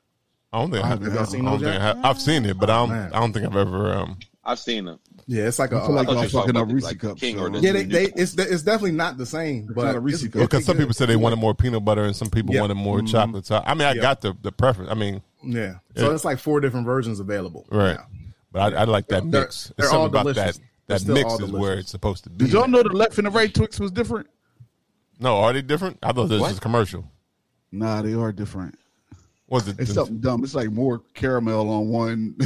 I don't think I have. I
Have y'all
don't
seen those
think I
yet?
have. I've seen it, but I don't.
man.
I don't think I've ever. Um,
I've seen them.
Yeah, it's like a
I feel like
thought
y'all
you was talking
fucking up
about,
Reese
like,
cups.
King
yo.
or the-
yeah. They, they it's de- it's definitely not the same, but
not a Reese's
it's-
cup.
because some people said they wanted more peanut butter and some people
Yeah. Mm-hmm.
wanted more chocolate. So I mean, I
Yeah.
got the the preference. I mean,
Yeah. So it's like four different versions available.
right.
now.
But I, I like that
They're-
mix.
they're
There's something
all
about
delicious.
that.
They're
That
still
mix
all
is where
delicious.
it's supposed to be.
Did y'all know the left and the right Twix was different?
No, are they different? I thought this was a commercial.
Nah, they are different.
Was it?
It's something dumb. It's like more caramel on one.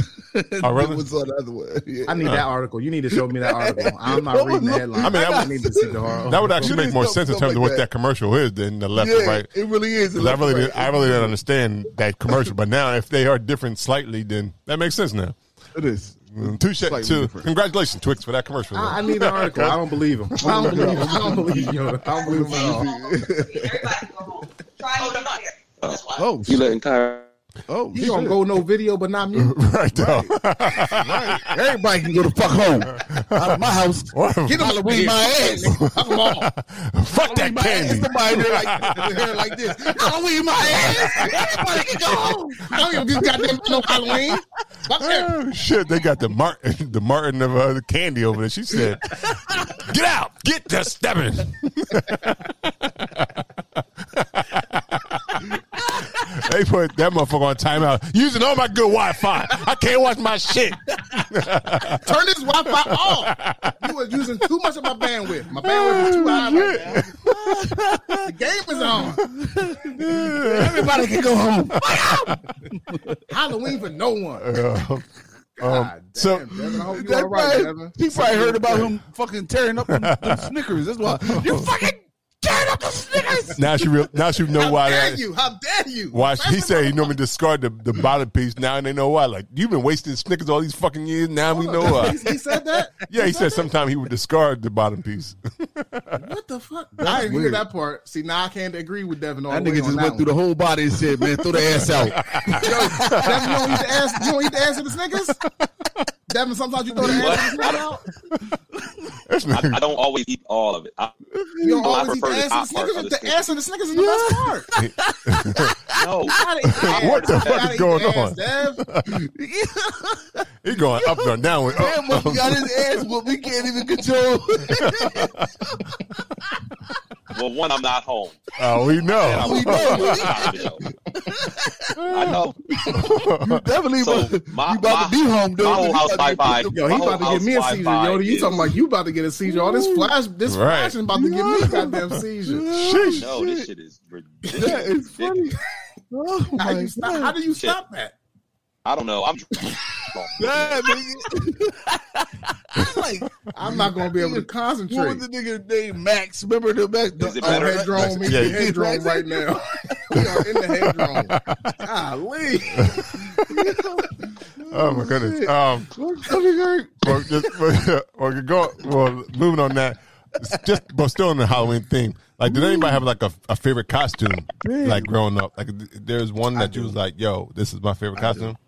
Oh, really?
than was on the other one. Yeah.
I need that article. You need to show me that article. I'm not
What
reading the
was-
I
headline. I
mean,
mean,
that
I
was-
need to see the article.
that would actually make more
Something
sense in terms of
like that.
what that commercial is than the left
yeah,
and right.
it really is.
'Cause I really, did- I really don't understand that commercial. But now, if they are different slightly, then that makes sense now.
It is.
Mm, Touche.
Slightly
To,
different. Ah.
congratulations, Twix, for that commercial.
I, I need an article. I don't believe him. I don't believe. I don't believe you. I don't believe him at all.
Everybody go home. Try it over here.
Uh,
That's why.
Oh,
You
shit.
letting Kyrie?
oh,
You gonna
shit.
go no video, but not me.
right though.
Everybody can go the fuck home. Out of my house.
What a-
Get them out of my ass. Fuck 'em all.
Fuck that
my ass.
candy.
Somebody there like, there like this. I don't eat my ass. Everybody can go home. I don't even get goddamn no Halloween. Fuck that.
Oh, shit, they got the Martin, the Martin of uh, the candy over there. She said, "Get out, get the stepping." they put that motherfucker on timeout using all my good Wi-Fi. I can't watch my shit.
Turn this Wi-Fi off. You are using too much of my bandwidth. My bandwidth is too high right now. The game is on. Everybody can go home. Halloween for no one.
Uh, um,
God
so-
damn, Devin, I hope you
That
all right,
probably-
Devin.
he probably heard about him fucking tearing up them, them Snickers. That's why you fucking tearing up the Snickers.
now she real, now she know
How
why
dare
that.
you? How dare you?
Why
First
he
of
said he
all-
normally discard the, the bottom piece. Now they know why. Like you've been wasting Snickers all these fucking years. Now we know why.
He said that.
Yeah, he said sometime he would discard the bottom piece.
What the fuck? I didn't hear
weird.
that part. See, now I can't agree with Devin all
That
the way
nigga
on
just
that
went through the whole body and said, "Man, throw the ass out."
the. Devin, you don't eat the ass. You don't eat the ass of the Snickers. Devin, sometimes you throw the
What?
ass of the Snickers out.
I, I don't always eat all of it. I,
You don't
I
always eat the
prefer the
ass
top
of the
part
Snickers.
of
but
the
The ass of the Snickers is the best part.
no,
What the fuck is going on?
on?
He going up there, down, uh, and
Damn,
up.
must got his ass, but we can't even control.
well, one, I'm not home.
Oh, we
I
know.
was-
We know.
I know.
Definitely,
So,
about-
my-
you about to be home, dude.
my whole
You
house
about to
Wi-Fi.
get-
Yo, he
My
about to
whole
give me a
house
seizure.
Wi-Fi
Yo, you
is-
talking like you about to get a seizure? All this flash, this
Right.
flashing about to give me a goddamn seizure.
Sheesh.
No, this shit is ridiculous.
That is funny. Oh
How,
my
you stop, how
God.
do you stop that?
I don't know. I'm.
Yeah, nigga. like,
I'm not gonna be able to
what was
concentrate.
the nigga named Max? Remember the Max?
Is it
uh,
better?
Max-
Headroom, we
Yeah.
in headroom right now. we are in the headroom. Golly.
Oh my goodness. Um,
Oh,
well, just, but, or go. Well, moving on that. Just but still on the Halloween theme. Like, did anybody have like a, a favorite costume? Like growing up, like th- there's one that you was like, "Yo, this is my favorite costume."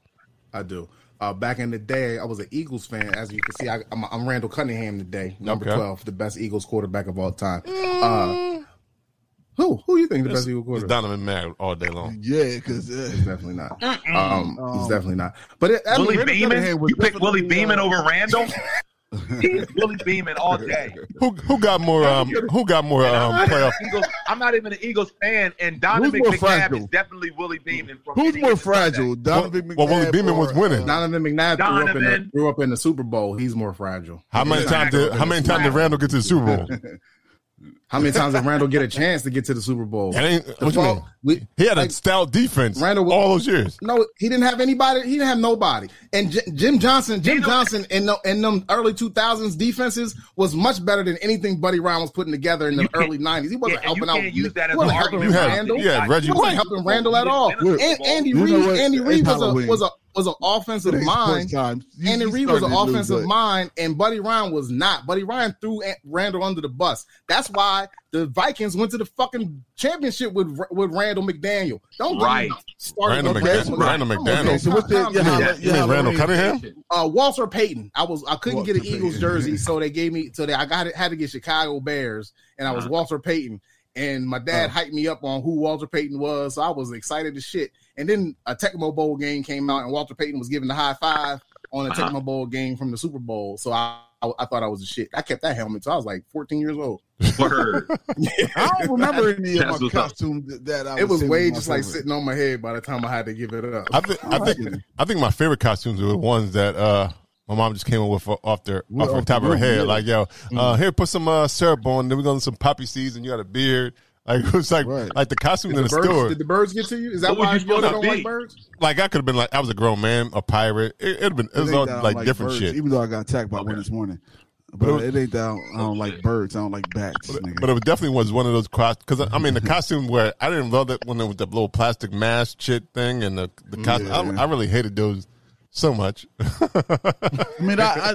I do. Uh, back in the day, I was an Eagles fan. As you can see, I, I'm, I'm Randall Cunningham today, number
Okay.
twelve, the best Eagles quarterback of all time. Uh, who who you think the best Eagles
It's
quarterback?
Donovan Mad all day long.
Yeah, because uh,
It's definitely not. Um, it's definitely not. But it, I mean,
Willie
Randall Cunningham
Beeman?
was
You pick Willie
definitely,
Beeman
uh,
over Randall? He's Willie Beeman all day.
Who who got more? Um, who got more um,
I'm, not even
playoff?
an Eagles, I'm not even an Eagles fan, and Donovan
more
McNabb
fragile?
is definitely Willie Beeman. From
who's
any
more
given
fragile,
Sunday.
Donovan
Well, Willie
McNabb
Beeman was
or,
winning.
uh,
Donovan McNabb grew up, in the,
Donovan.
grew up in the Super Bowl. He's more fragile.
How many
Yeah.
times did How many times did Randall get to the Super Bowl?
How many times did Randall get a chance to get to the Super Bowl?
That ain't,
The
what you
fall-
mean?
we-
He had a
like-
stout defense
Randall was-
all those years.
No, he didn't have anybody. He didn't have nobody. And J- Jim Johnson, Jim
Neither-
Johnson, in the, in them early two thousands defenses was much better than anything Buddy Ryan was putting together in the
You can't-
early nineties. He wasn't
Yeah, and you
helping out.
can't use that as
wasn't
an
helping
argument.
You had-
Randall.
you had Reggie
He wasn't
White.
helping Randall at all.
Look,
And Andy
you know
Reed,
what?
Andy
It's
Reed was a
Halloween.
was a was an offensive
it's
mind.
sports time. You-
Andy
you
Reed was an
started to lose
offensive
that.
mind, and Buddy Ryan was not. Buddy Ryan threw Ant- Randall under the bus. That's why the Vikings went to the fucking championship with with Randall McDaniel. Don't
Right.
start
Randall McDaniel- Randall McDaniel.
Okay, so what's the- yeah,
You
how-
mean,
yeah,
you mean Randall
Halloween.
Cunningham?
uh, Walter Payton. I was I couldn't get an
Walter
Eagles
Payton.
jersey, so they gave me so they I got it had to get Chicago Bears, and I was Walter Payton. And my dad hyped me up on who Walter Payton was, so I was excited as shit. And then a Tecmo Bowl game came out, and Walter Payton was given the high five on a
Uh-huh.
Tecmo Bowl game from the Super Bowl. So I, I I thought I was a shit. I kept that helmet till I was like 14 years old.
Word.
I don't remember any
That's
of my
what's up.
costumes that- that I
It
would
was
say
way
my
just like
favorite.
sitting on my head by the time I had to give it up.
I think I think I think my favorite costumes were the ones that uh my mom just came up with off their off her
off
top of
the
her
roof,
head.
yeah. Mm-hmm.
Like, yo, uh, here put some uh, syrup on, then we're gonna do some poppy seeds and you got a beard. Like it was like
Right.
like the costume
did,
in
the
the
birds,
store.
did the birds get to you? Is that
What were
why
you
you
supposed to
don't like
be?
birds?
like I could have been like I was a grown man, a pirate. It would have been it was
ain't
all
that I don't
like, different
birds,
shit.
Even though I got attacked by one this morning, but
But it
it, ain't that I don't, I don't like birds. I don't like bats. nigga. Mm-hmm.
But it definitely was one of those because I mean the costume where I didn't love that when it was the little plastic mask shit thing and the the costume. I,
Yeah.
I really hated those so much.
I mean, I, I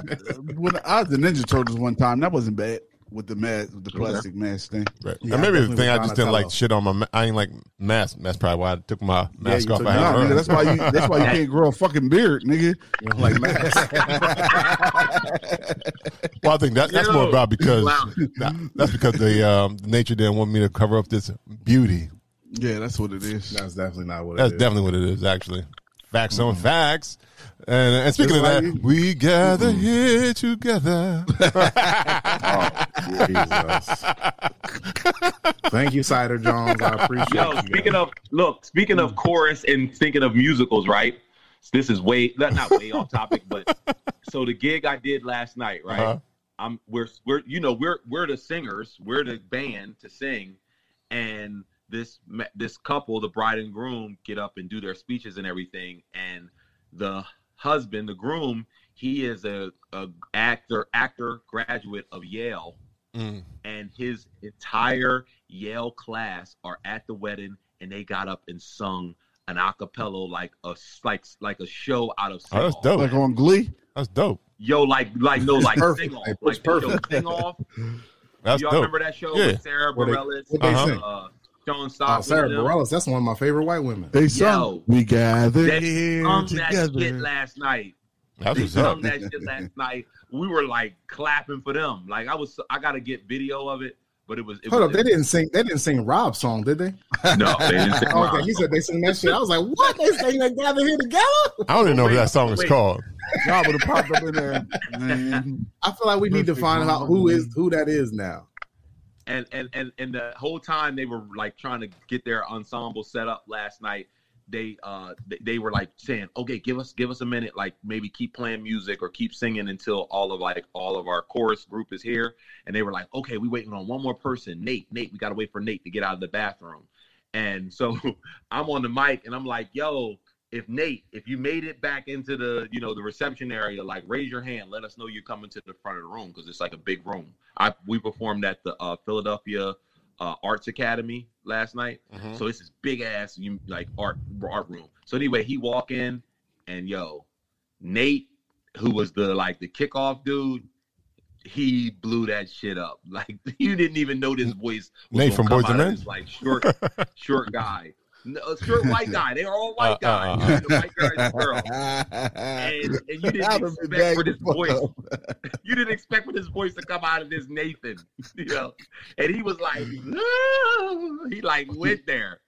when I was the Ninja Turtles one time, that wasn't bad with the mask, with the plastic mask thing.
Right.
Yeah,
and maybe
I
the thing I just didn't
definitely
like
was
shit on my. Ma- I ain't like mask. That's probably why I took my mask
you
off.
took-
I had
Nah,
her.
nigga, that's why you. That's why you can't grow a fucking beard, nigga.
Like Max.
well, I think that, that's more
Yo.
about because nah, that's because the um, nature didn't want me to cover up this beauty.
Yeah, that's what it is.
That's definitely not what it
That's
is.
definitely what it is. Actually, facts
Mm.
on facts. And, and speaking of
Just
that,
like you.
we gather here together.
Jesus. Thank you, Cider Jones. I appreciate
Yo,
you.
speaking of look, speaking of chorus and thinking of musicals, right?
this is way not not way off topic, but so the gig I did last night, right?
Uh-huh.
I'm we're we're you know we're we're the singers, we're the band to sing, and this ma- this couple, the bride and groom, get up and do their speeches and everything, and the husband, the groom, he is a, a actor actor graduate of Yale,
Mm.
and his entire Yale class are at the wedding, and they got up and sung an acapella like a like like a show out of
Oh, that's dope. Like on Glee.
That's dope.
yo like like no
It's
like
perfect.
sing off
It's
like they show
perfect.
sing off.
That's
y'all
dope.
remember that show
Yeah.
with Sarah
What they-
Bareilles?
what
Uh-huh.
they sing?
uh, Sean Stock.
Oh, Sarah
and them?
Bareilles, that's one of my favorite white women.
They sung. we gather
They
here
sung
together.
that shit last night.
That
they
was up.
sung that shit last night. We were like clapping for them. Like I was, I gotta get video of it, but it was. It
Hold
was,
up, they didn't sing. They didn't sing Rob's song, did they? Oh,
No, they didn't sing
okay,
Rob's
you said they sing that shit. I was like, what? They sang that gather here together.
I don't even know what that song is
Wait.
called.
Rob would have popped up in there. Man.
I feel like we need to
Perfect
find out who is who that is now.
and and and and the whole time they were like trying to get their ensemble set up last night they uh they, they were like saying okay give us give us a minute like maybe keep playing music or keep singing until all of like all of our chorus group is here and they were like okay we waiting on one more person nate nate we gotta wait for nate to get out of the bathroom and so i'm on the mic and i'm like yo if nate if you made it back into the you know the reception area like raise your hand let us know you're coming to the front of the room because it's like a big room I we performed at the uh, Philadelphia uh, Arts Academy last night.
Mhm.
So it's this big ass you like art art room. So anyway, he walk in and yo, Nate, who was the like the kickoff dude, he blew that shit up. Like you didn't even know this voice. Was gonna
Nate from
come
Boyz II
out of
Men?
this, Like short, short guy. No, a short white guy. They are all
Uh,
white
uh,
guys.
uh, uh.
The white guy and the girl. And, and you didn't expect for this voice you didn't expect for this voice to come out of this Nathan, you know. And he was like, "Ah," he like went there.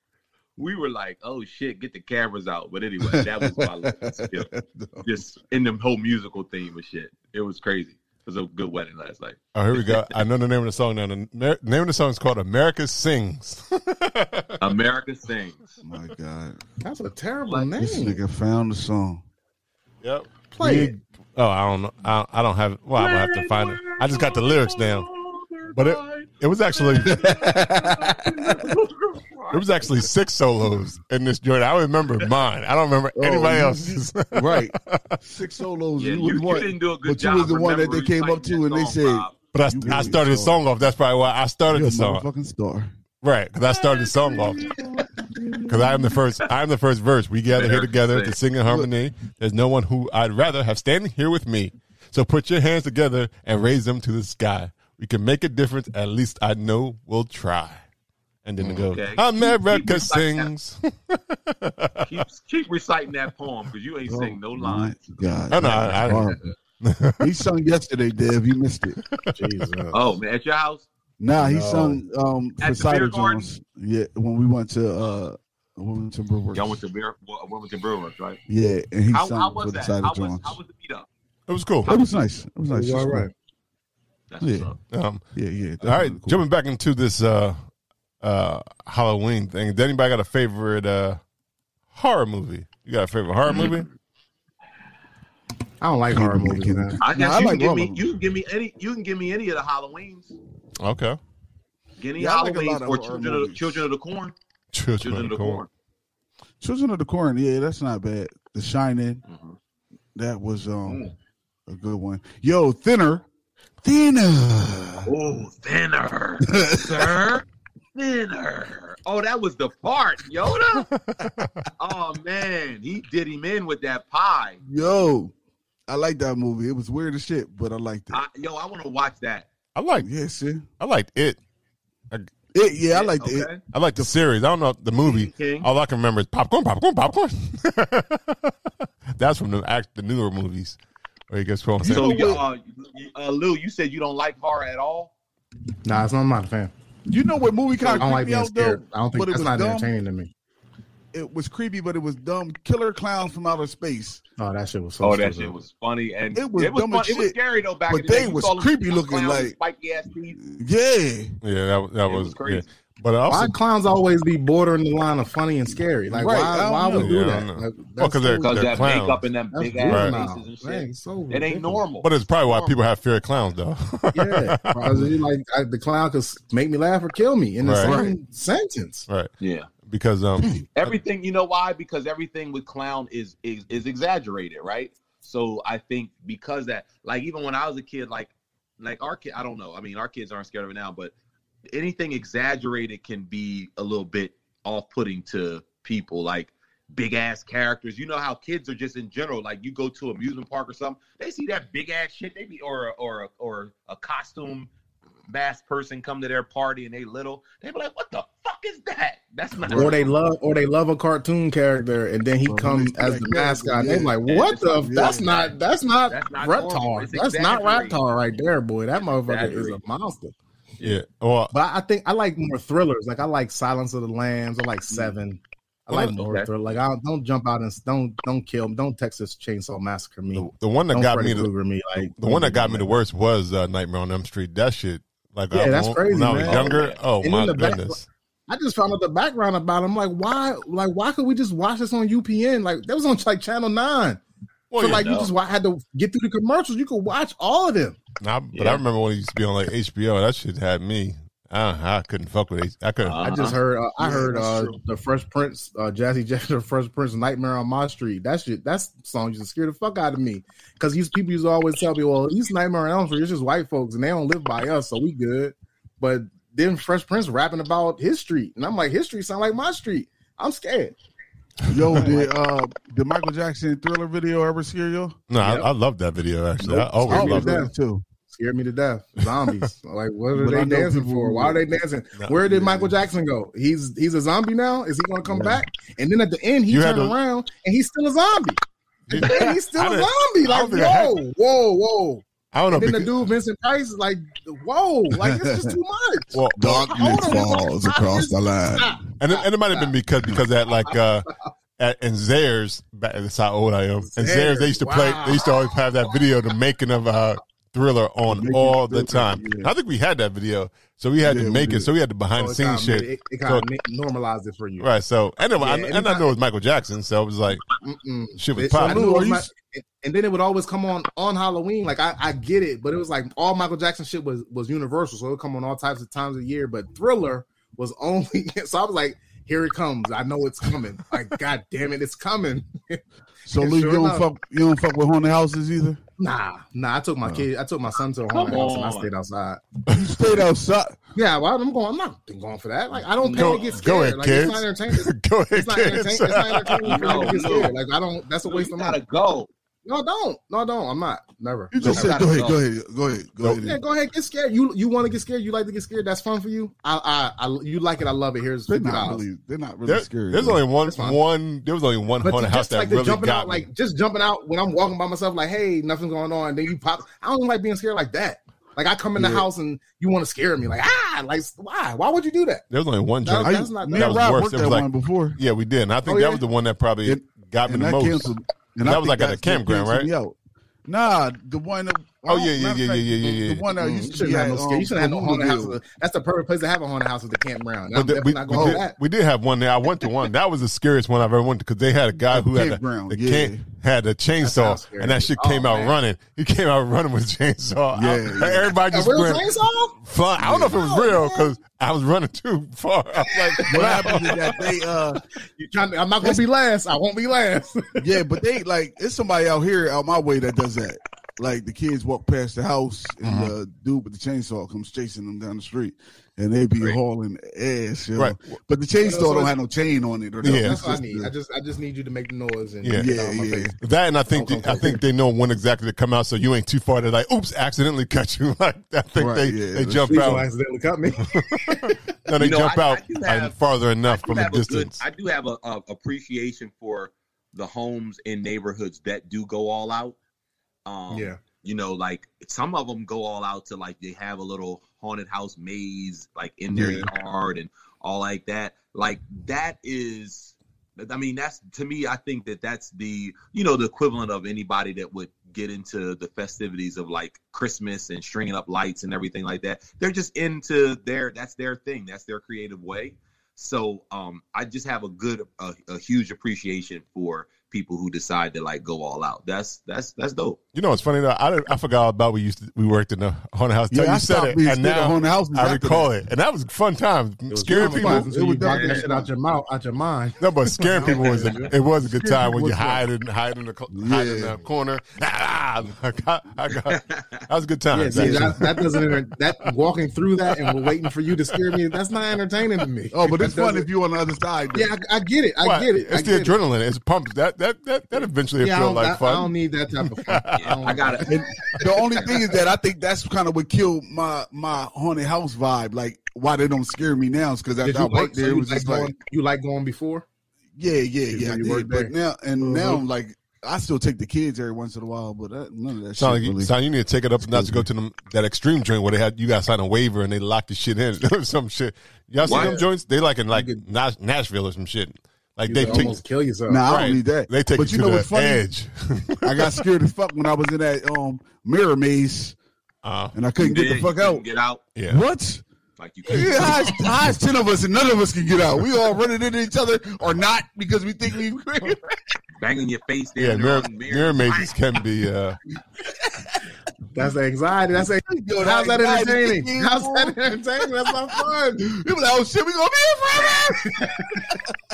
We were like, oh shit, get the cameras out. But anyway, that was my little skill.
Oh
just in the whole musical theme of shit. It was crazy. It was a good wedding last night.
Oh, here we go. I know the name of the song now. The mer- name of the song is called "America Sings."
America sings.
My God.
That's a terrible
This
name.
nigga found the song.
Yep.
Play it.
Oh, I don't know. I, I don't have. Well, I'm gonna have to find it. I just got the lyrics down. But it it was actually it was actually six solos in this joint. I remember mine. I don't remember
Oh,
anybody
you-
else's.
Right. Six solos.
Yeah,
you,
you,
was
you
one,
didn't do a good
but
job.
you was the one that they
remembering
came up
reciting
to
that
and they
song,
said,
Bob.
But I, I started the song off. That's probably why I started
"You're a
the song.
motherfucking star."
Right, because I started the song off. Because I am the first. I am the first verse. We gather here together to sing in harmony. There's no one who I'd rather have standing here with me. So put your hands together and raise them to the sky. We can make a difference. At least I know we'll try. And then it goes.
Mm, Okay. Keep-
America
keep reciting that.
sings.
keep, keep reciting that poem because you ain't sing no
Oh, My
lines.
God.
I know,
that
I-
was horrible. he sung yesterday, Dev. You missed it.
Jesus.
Oh man, at your house,
Nah, he
No.
sung um
At
for
the
Cider
beer garden?
Jones. Yeah, when we went to uh when we went to Brew Works.
y'all went to Bear, went to Brewers, right?
Yeah, and he
how,
sung
how
for
was
the
that?
Cider
How was,
Jones.
how was the meetup?
It was cool.
it was nice. It was nice.
all right.
That's what's
Yeah,
up.
Um,
yeah, yeah.
all right,
definitely cool.
jumping back into this uh, uh, Halloween thing. Does anybody got a favorite uh, horror movie? You got a favorite horror
Mm-hmm.
movie?
I don't like horror
Keep it
movies.
making-
man.
I guess
Nah, I
you
like
can give
all
me
of them.
you can give me any you can give me any of the Halloweens.
Okay.
Guinea
Yeah, I like a
Halloweens
lot of
or
horror
Children of, the,
movies.
Children of the Corn. Children of the Corn.
Children of the Corn. Yeah, that's not bad. The Shining.
Mhm.
That was um
Mm.
a good one. Yo, thinner, thinner.
Oh, thinner, sir, thinner. Oh, that was the part, Yoda. oh man, he did him in with that pie.
Yo, I like that movie. It was weird as shit, but I liked it.
I, yo, I want to watch that.
I like
yeah, see,
I liked it.
it. Yeah, I liked it. Oh,
okay?
I like the series. I don't know the movie.
King.
All I can remember is popcorn, popcorn, popcorn. That's from the act, the newer movies. Or you guess what I'm
So,
saying?
uh, uh, Lou, you said you don't like horror at all.
Nah, it's not my fan.
You know what movie
I
kind of
don't like
creeped me
being
out though?
scared. I don't think
but it
that's
was
not
dumb.
entertaining to me.
it was creepy, but it was dumb. Killer clowns from outer space.
Oh, that shit was so.
Oh, that
stupid.
shit was funny and
It was dumb
fun-
as
It was
shit,
scary though back
but
in the day.
they
You
was
saw them
creepy
clown
looking,
with
like-
spiky ass teeth.
Yeah.
Yeah, that that was,
crazy.
yeah. But I also,
Why clowns always be bordering the line of funny and scary? Like
Right, I
why?
don't
Why
know.
would do
Yeah, I don't
that?
know.
Like,
Well,
that's
'cause they're-
so-
because
they're
that
clowns.
makeup and them
That's
big ass
juvenile.
faces and shit.
Man, so
it ain't
ridiculous.
normal.
but it's probably why people have fear of clowns though.
Yeah, because you like I, the clown could s- make me laugh or kill me in the
Right.
same sentence.
right.
yeah.
Because um,
Everything, you know why? Because everything with clown is is, is exaggerated, right? So I think because that, like, even when I was a kid, like, like our kid, I don't know. I mean, our kids aren't scared of it now, but anything exaggerated can be a little bit off-putting to people, like big ass characters. You know how kids are just in general, like you go to amusement park or something, they see that big ass shit, they be or a- or a- or a costume masked person come to their party and they little, they be like, what the fuck is that? That's not
Or they love, or they love a cartoon character, and then he comes as the mascot. They're like,
Yeah,
"What
it's
the?
like,
That's
yeah.
not. That's not
That's not normal.
Reptar.
It's
That's not
exaggerated.
Reptar right there, boy. That motherfucker is a
exaggerated.
monster."
yeah. Well,
But I think I like more thrillers. Like I like Silence of the Lambs. I like
Mm.
Seven. I like
Okay.
more thriller. Like I don't, don't jump out and s- don't don't kill. Don't Texas Chainsaw Massacre me.
the, the one that
don't
got
Freddy
me the,
Krueger me. Like
the one that got me the worst was uh, Nightmare on Elm Street. That shit. Like
Yeah,
I,
that's
when-
crazy,
When I was
man.
younger, oh
And in
my
the back-
goodness.
I just found out the background about him. Like why? Like why could we just watch this on UPN? Like that was on like Channel Nine.
Well,
so
yeah,
like you
no.
just wa- had to get through the commercials. You could watch all of them.
Nah, but I
Yeah.
remember when it used to be on like HBO. That shit had me. I, I couldn't fuck with it. I couldn't.
I
Uh-huh.
just heard. Uh, I
Yeah,
heard
that's
uh,
true.
the Fresh Prince, uh, Jazzy Jeff, the Fresh Prince, "Nightmare on My Street." That shit, that song used to scare the fuck out of me because these people used to always tell me, "Well, these Nightmare on Elm Street, it's just white folks and they don't live by us, so we good." But then Fresh Prince rapping about his street, and I'm like, "His street sound like my street." I'm scared.
Yo, did uh did Michael Jackson thriller video ever scare you?
no,
yeah.
I, I love that video actually. I
Nope.
always
Oh,
I
loved
love
it.
yeah.
that too.
Scared me to death. Zombies. like, what are
But I
they
know
dancing
people
for?
who-
Why are they dancing?
No.
Where did Michael Jackson go? He's he's a zombie now. Is he going to come back? And then at the end, he
You had
turned
to-
around and he's still a zombie.
Dude,
And he's still
I
a
didn't-
zombie.
I
Like,
don't think I had-
whoa, whoa, whoa.
I don't know.
And then the
because-
dude, Vincent Price, is like, whoa, like, it's just too much.
well,
Darkness falls across the
line.
and it, and it might have been because because at like uh at and Zares back that's how old I am. And Zares they used to play they used to always have that video the making of uh thriller on
Making
all the
Thriller,
time.
yeah.
And I think we had that video. So we had
Yeah,
to
we
make it.
did.
So we had the behind the scenes
kinda-
shit.
It, it kind of
So-
normalized it for you.
Right. So anyway, I,
Yeah,
and I
anytime-
know it was Michael Jackson, so it was like
Mm-mm.
shit was
It- so I
popping.
knew it
Are
was
you
my-
s-
and then it would always come on on Halloween. Like I, I get it, but it was like all Michael Jackson shit was was universal, so it would come on all types of times of the year. But Thriller was only so I was like, here it comes. I know it's coming. Like God damn it, it's coming.
So
Yeah,
Luke,
sure
you don't
enough.
fuck you don't fuck with haunted houses either.
nah, nah. I took my kid. I took my son to a haunted
Come
house and I
on.
stayed outside.
You stayed outside.
Yeah, well, I'm going. I'm not going for that. Like I don't pay
Go-
to get scared.
go ahead,
like
kids.
it's not entertaining.
Go ahead,
It's not entertaining.
kids.
It's not entertaining for me to get
No, no.
scared. Like I don't. That's a waste
you
of money.
gotta go.
No, don't. No, don't. I'm not. Never.
You just
No,
said
I
go
gotta
ahead, go ahead, go ahead, go
Yeah,
ahead.
go ahead, get scared. You you want to get scared? You like to get scared? That's fun for you. I I, I you like it. I love it. Here's
They're
fifty
not
dollars.
really they're not really
There-
scary.
there's
though.
only one
It's fine.
one there was only one
But
haunted
just
house that
like the
really
jumping
got
out,
me.
like just jumping out when I'm walking by myself, like hey, nothing's going on. Then you pop. I don't even like being scared like that. Like I come in the
Yeah.
house and you want to scare me, like ah, like why? Why would you do that?
there was only one
That-
joint
I,
that's not-
me
that
and
was
Rob
worse.
worked
It was
that
like-
one before.
Yeah, we did. And I think
Oh,
that
yeah?
was the one that probably
And-
got me
and
the
that
most.
canceled. And
That
I
was
think
like at a
that's what
campground,
canceled
right?
me out. Nah, the one that I
Oh,
don't-
yeah, yeah,
matter of
yeah,
fact,
yeah, yeah, yeah,
The one that
Mm,
used
you
to
shouldn't
be
have
at,
no scare. You shouldn't have no
um,
haunted house.
Louisville.
That's the perfect place to have a haunted house is the campground. And
But
I'm
th-
definitely
we,
not
we
going to
did,
that.
we did have one there. I went to one. That was the scariest one I've ever went to because they had a guy who had a,
campground,
the
yeah.
can, had a
how
chainsaw
scary
and that
it
shit
is.
came
Oh,
out
man.
running. He came out running with a chainsaw.
Yeah,
I-
yeah.
everybody
A
just
real
went
chainsaw?
flying. I don't know if it was
Yeah.
real
Oh,
because I was running too far. I was like,
What happened is that they uh
You trying to, I'm not going to be last. I won't be last.
yeah, but they like it's somebody out here out my way that does that. Like the kids walk past the house and
Uh-huh.
the dude with the chainsaw comes chasing them down the street, and they be hauling ass. Yo.
Right.
but the chainsaw
so
don't
it's-
have no chain on it. Or nothing.
Yeah.
That's
It's
what I
just
need.
the-
I just I just need you to make the noise and
Yeah.
get out of
yeah,
my
yeah.
face.
that and I think
Don't
the, I
come
think they know when exactly to come out so you ain't too far to like oops accidentally cut you like I think
Right,
they,
yeah,
they
that's
jump
Please don't
out
accidentally cut me.
no they
You know,
jump
I- I
out
do
uh,
have-
farther
I
enough
do
from a
have a good-
distance
I do have a, a appreciation for the homes in neighborhoods that do go all out. Um,
yeah.
you know, like some of them go all out to like they have a little haunted house maze like in their
Yeah.
yard and all like that. Like that is I mean, that's to me. I think that that's the you know the equivalent of anybody that would get into the festivities of like Christmas and stringing up lights and everything like that. They're just into their that's their thing. That's their creative way. So um, I just have a good a, a huge appreciation for people who decide to like go all out. That's that's that's dope.
You know, it's funny though. I, I forgot about we used to, we worked in the haunted house.
Yeah,
Till
I
you said
stopped
it,
being
and
scared of
now
haunted houses
I
after
recall
that.
it, and that was a fun time. Scaring people,
It was knocking that shit out your mouth, out your mind.
No, but scaring people was a, it was a good
Scaring
time when
people
you
was fun.
hide in hide in the cl- hide in the corner. Ah, I got, I got, that was a good time.
Yeah, see, that, that doesn't enter, that walking through that and we're waiting for you to scare me. That's not entertaining to me.
Oh, but it's
That
fun
doesn't-
if you on the other side. though.
Yeah, I, I get it. I
Well,
get it.
It's
I
the
get it.
adrenaline. It's pumped. That that that that eventually
Yeah, I
feels
don't,
like
I-
fun.
I don't need that type of fun.
I got it.
And the only thing is that I think that's kind of what killed my my haunted house vibe. Like why they don't scare me now is because
Did
after I
you like,
worked
so
there, it
you
was
like
just
going,
like
you like going before?
yeah, yeah, yeah. I
you
did.
worked
But
there.
now and now
Mhm.
like I still take the kids every once in a while, but that, none of that
Sound
shit
like you,
really.
sound you need to take it up and not to go to them that extreme joint where they had you guys sign a waiver and they lock the shit in or some shit. Y'all see
Why?
them joints? They like in like Nash- Nashville or some shit. Like
You
they
could
take,
almost kill yourself.
Nah, I
Right.
don't need that.
They take
but
you
you know
to the
what's funny?
edge.
I got scared as fuck when I was in that um mirror maze,
Uh,
and I couldn't get
Yeah,
the
you
fuck
couldn't
out.
Get out.
yeah.
What?
Like you couldn't.
Yeah, high, high as ten of us, and none of us can get out. We all running into each other or not because we think we.
banging your face there.
Yeah,
and
mirror,
they're on
mirror mazes can be. Uh,
That's anxiety. That's anxiety.
Yo,
How's that
anxiety
entertaining?
kicking in,
How's
fool.
that entertaining? That's not fun.
You be like, oh shit, we gonna be in forever.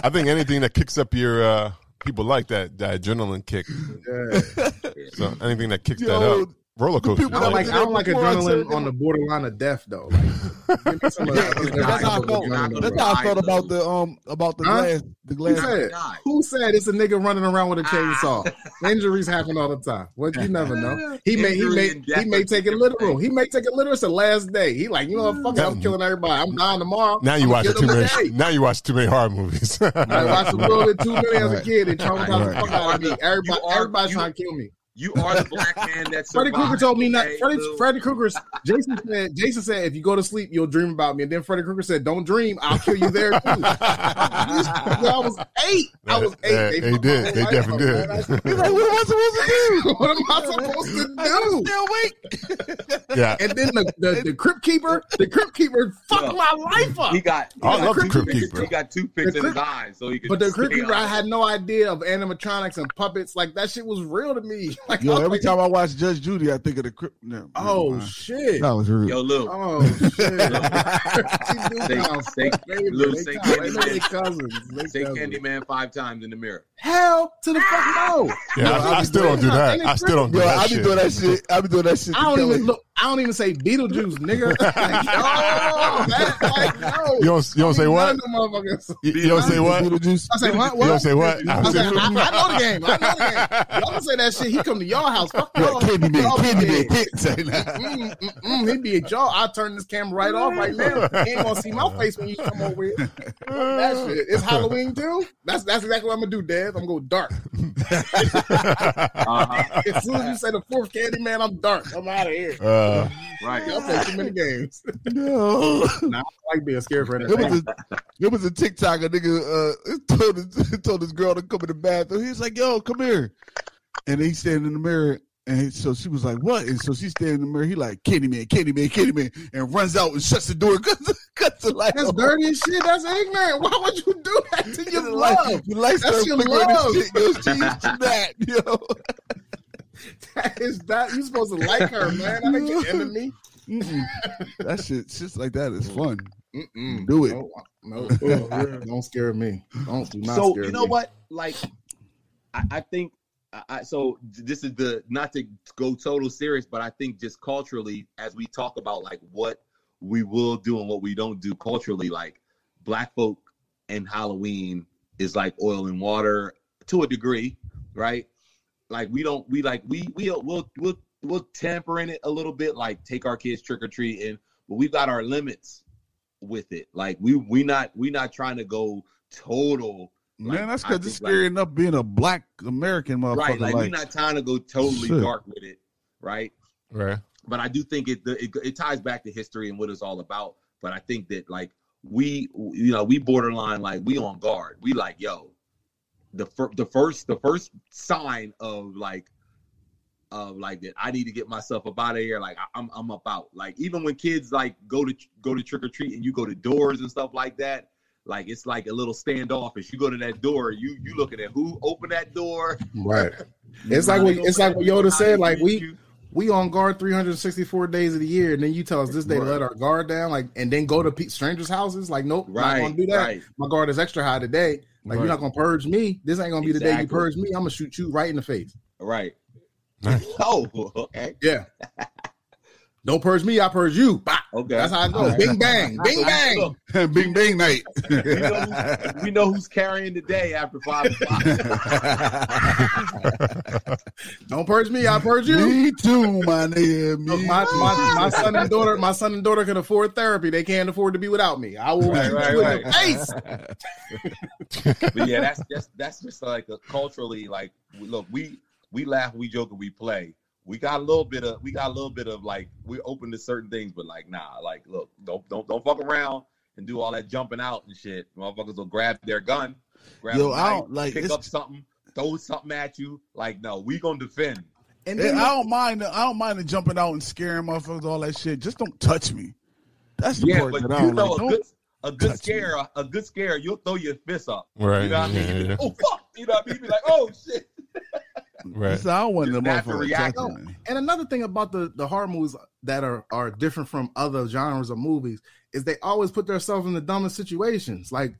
I think anything that kicks up your uh, people like that that adrenaline kick.
Yeah.
So anything that kicks
Yo,
that up, roller coaster.
I
people
don't
like-
like I don't like
Before I said
adrenaline
that-
on the borderline of death though. Like, give me some of that other
That's how I
type of
felt.
adrenaline,
That's
bro.
how I felt about the um about the
Huh?
glass the
Who
glass.
said?
die.
Who said it's a nigga running around with a chainsaw? Injuries happen all the time. What you never know. He may he
Ah. Injury
may
and death
he may
are
take it
different
literal.
things.
He may take it literal. It's the last day. He like you know what? Fuck it, I'm killing everybody. I'm dying tomorrow.
now you
I'm
watch
killing
too many.
today.
Now you watch too many horror movies.
I watched a little bit too many as a
Right.
kid and traumatized the
Right.
fuck out of me. Everybody,
You are-
everybody's
you-
trying to kill me.
You are the black man that
Freddy
survived.
Krueger told me not.
okay,
Freddy,
Lou?
Freddy Krueger's. Jason said. Jason said, if you go to sleep, you'll dream about me. And then Freddy Krueger said, don't dream. I'll kill you there too. I was eight. I was eight.
Yeah, they
fucked
did.
my whole
They
life
definitely
up, man. I said,
He's like, what am I supposed to do?
What am I supposed to
I'm
do?
still awake.
yeah.
And then the, the, the crypt keeper, the crypt keeper fucked my life up.
He got. he
I
got
love the
two
Crypt
picks-
Keeper.
He got two picks
The
in his
Crypt-
eyes, so he could.
But the
stay
crypt keeper,
up.
I had no idea of animatronics and puppets. Like that shit was real to me. Like I
Yo,
was
every
like,
time I watch Judge Judy, I think of the crypt. No, never
Oh
mind.
shit.
that was rude.
Yo, Lou.
Oh shit! She do sound
Say-
fucking favorite.
Lil
They
say Candyman.
cousins. I know they cousins. They
Say
cousins.
Candyman five times in the mirror.
Hell to the fuck no!
Ah! Yeah, I, I still don't do that. I still don't do
Yo,
that
I be
shit.
doing that shit. I be doing that shit. to
I don't
Kelly.
even look. I don't even say Beetlejuice, nigga. Like, no, man, like, no.
You don't, you don't say
None
what?
of them motherfuckers.
You, you don't say what? You
Beetlejuice.
I say what? What?
don't say what?
I, say, I, I know the game. I know the game. Y'all don't say that shit. He come to your house. Fuck y'all.
What, Candyman,
Y'all
Candyman,
dead.
can't say that.
Mm, mm, mm, he be at y'all. I turn this camera right off right now. He ain't gonna see my face when you come over here. Fuck That shit. It's Halloween too. That's that's exactly what I'm gonna do, Dev. I'm gonna go dark.
Uh-huh.
As soon as you say the fourth candy man, I'm dark. I'm out of here.
Uh,
Y'all
Right.
play too many games.
No.
Nah, I don't like being scared for
It
entertainment.
was a, it was a TikTok. A nigga uh, told his, told his girl to come in the bathroom. He was like, "Yo, come here," and he standing in the mirror. And so she was like, "What?" And so she standing in the mirror. He like, "Candyman, Candyman, Candyman," and runs out and shuts the door. Cuts, cuts the light.
That's
off.
dirty as shit. That's ignorant. Why would you do that to
The
your
light-
love?
The lights
That's
start
your
flickering
love.
and shit. Yo, she used to that. Yo,
That is that you supposed to like her, man. That ain't your enemy.
Mm-mm. that shit, shit like that is fun.
Mm-mm.
Do it.
No, Oh, no, don't scare me. Don't do not
Oh, so
scare
you know
me.
what like i, I think I, I so this is the not to go total serious but i think just culturally as we talk about like what we will do and what we don't do culturally like black folk and halloween is like oil and water to a degree right like we don't we like we we uh, we'll we'll we'll tamper in it a little bit like take our kids trick or treating but we've got our limits with it like we we not we not trying to go total
Man,
Like,
that's
I
because it's
think, like-
scary enough being a black American motherfucker.
right like,
like-
we're not trying to go totally
Shit.
dark with it right
right.
but i do think it, the- it it ties back to history and what it's all about but i think that like we you know we borderline like we on guard we like yo the fir- the first the first sign of like of like that I need to get myself up out of here. Like I, I'm I'm about like even when kids like go to go to trick or treat and you go to doors and stuff like that. Like it's like a little standoffish. You go to that door, you you looking at who opened that door.
Right. It's like what it's like what Yoda said. Like we we on guard 364 days of the year, and then you tell us this day to let our guard down, like, and then go to pe- strangers' houses. Like, nope, right,
Right,
not gonna do that.
right.
My guard is extra high today. Like,
Right.
you're not gonna purge me. This ain't gonna be the day you
Exactly.
purge me. I'm gonna shoot you right in the face.
Right. oh, okay.
Yeah. Don't purge me. I purge you. Bah.
Okay.
That's how I
All
go.
right.
Bing bang. Bing
Look.
bang. Bing bang night.
we, know who's, we know who's carrying the day after five o'clock.
Don't purge me, I purge you.
Me too, my nigga.
Look, my, my, my son and daughter, my son and daughter can afford therapy. They can't afford to be without me. I will
Right,
shoot
right,
you in
right.
the face.
but yeah, that's that's that's just like a culturally like we- look, we we laugh, we joke, and we play. We got a little bit of we got a little bit of like we're open to certain things, but like nah, like look, don't don't don't fuck around and do all that jumping out and shit. Motherfuckers will grab their gun, grab
Yo,
a
I don't- like,
pick
it's-
up something, throw something at you. Like no, we gonna defend.
And eh, I don't mind. The, I don't mind the jumping out and scaring motherfuckers, all that shit. Just don't touch me. That's the
yeah,
part
but
that I
you
don't
know
like.
a
Don't-
good a good scare, a, a good scare, you'll throw your fist up.
Right,
You know what I mean?
yeah, yeah.
Oh fuck. You know what I mean? Be like, oh shit.
Right.
So I don't want the
Not to
motherfucker
react.
touching
No.
me.
And another thing about the, the horror movies that are, are different from other genres of movies is they always put themselves in the dumbest situations. Like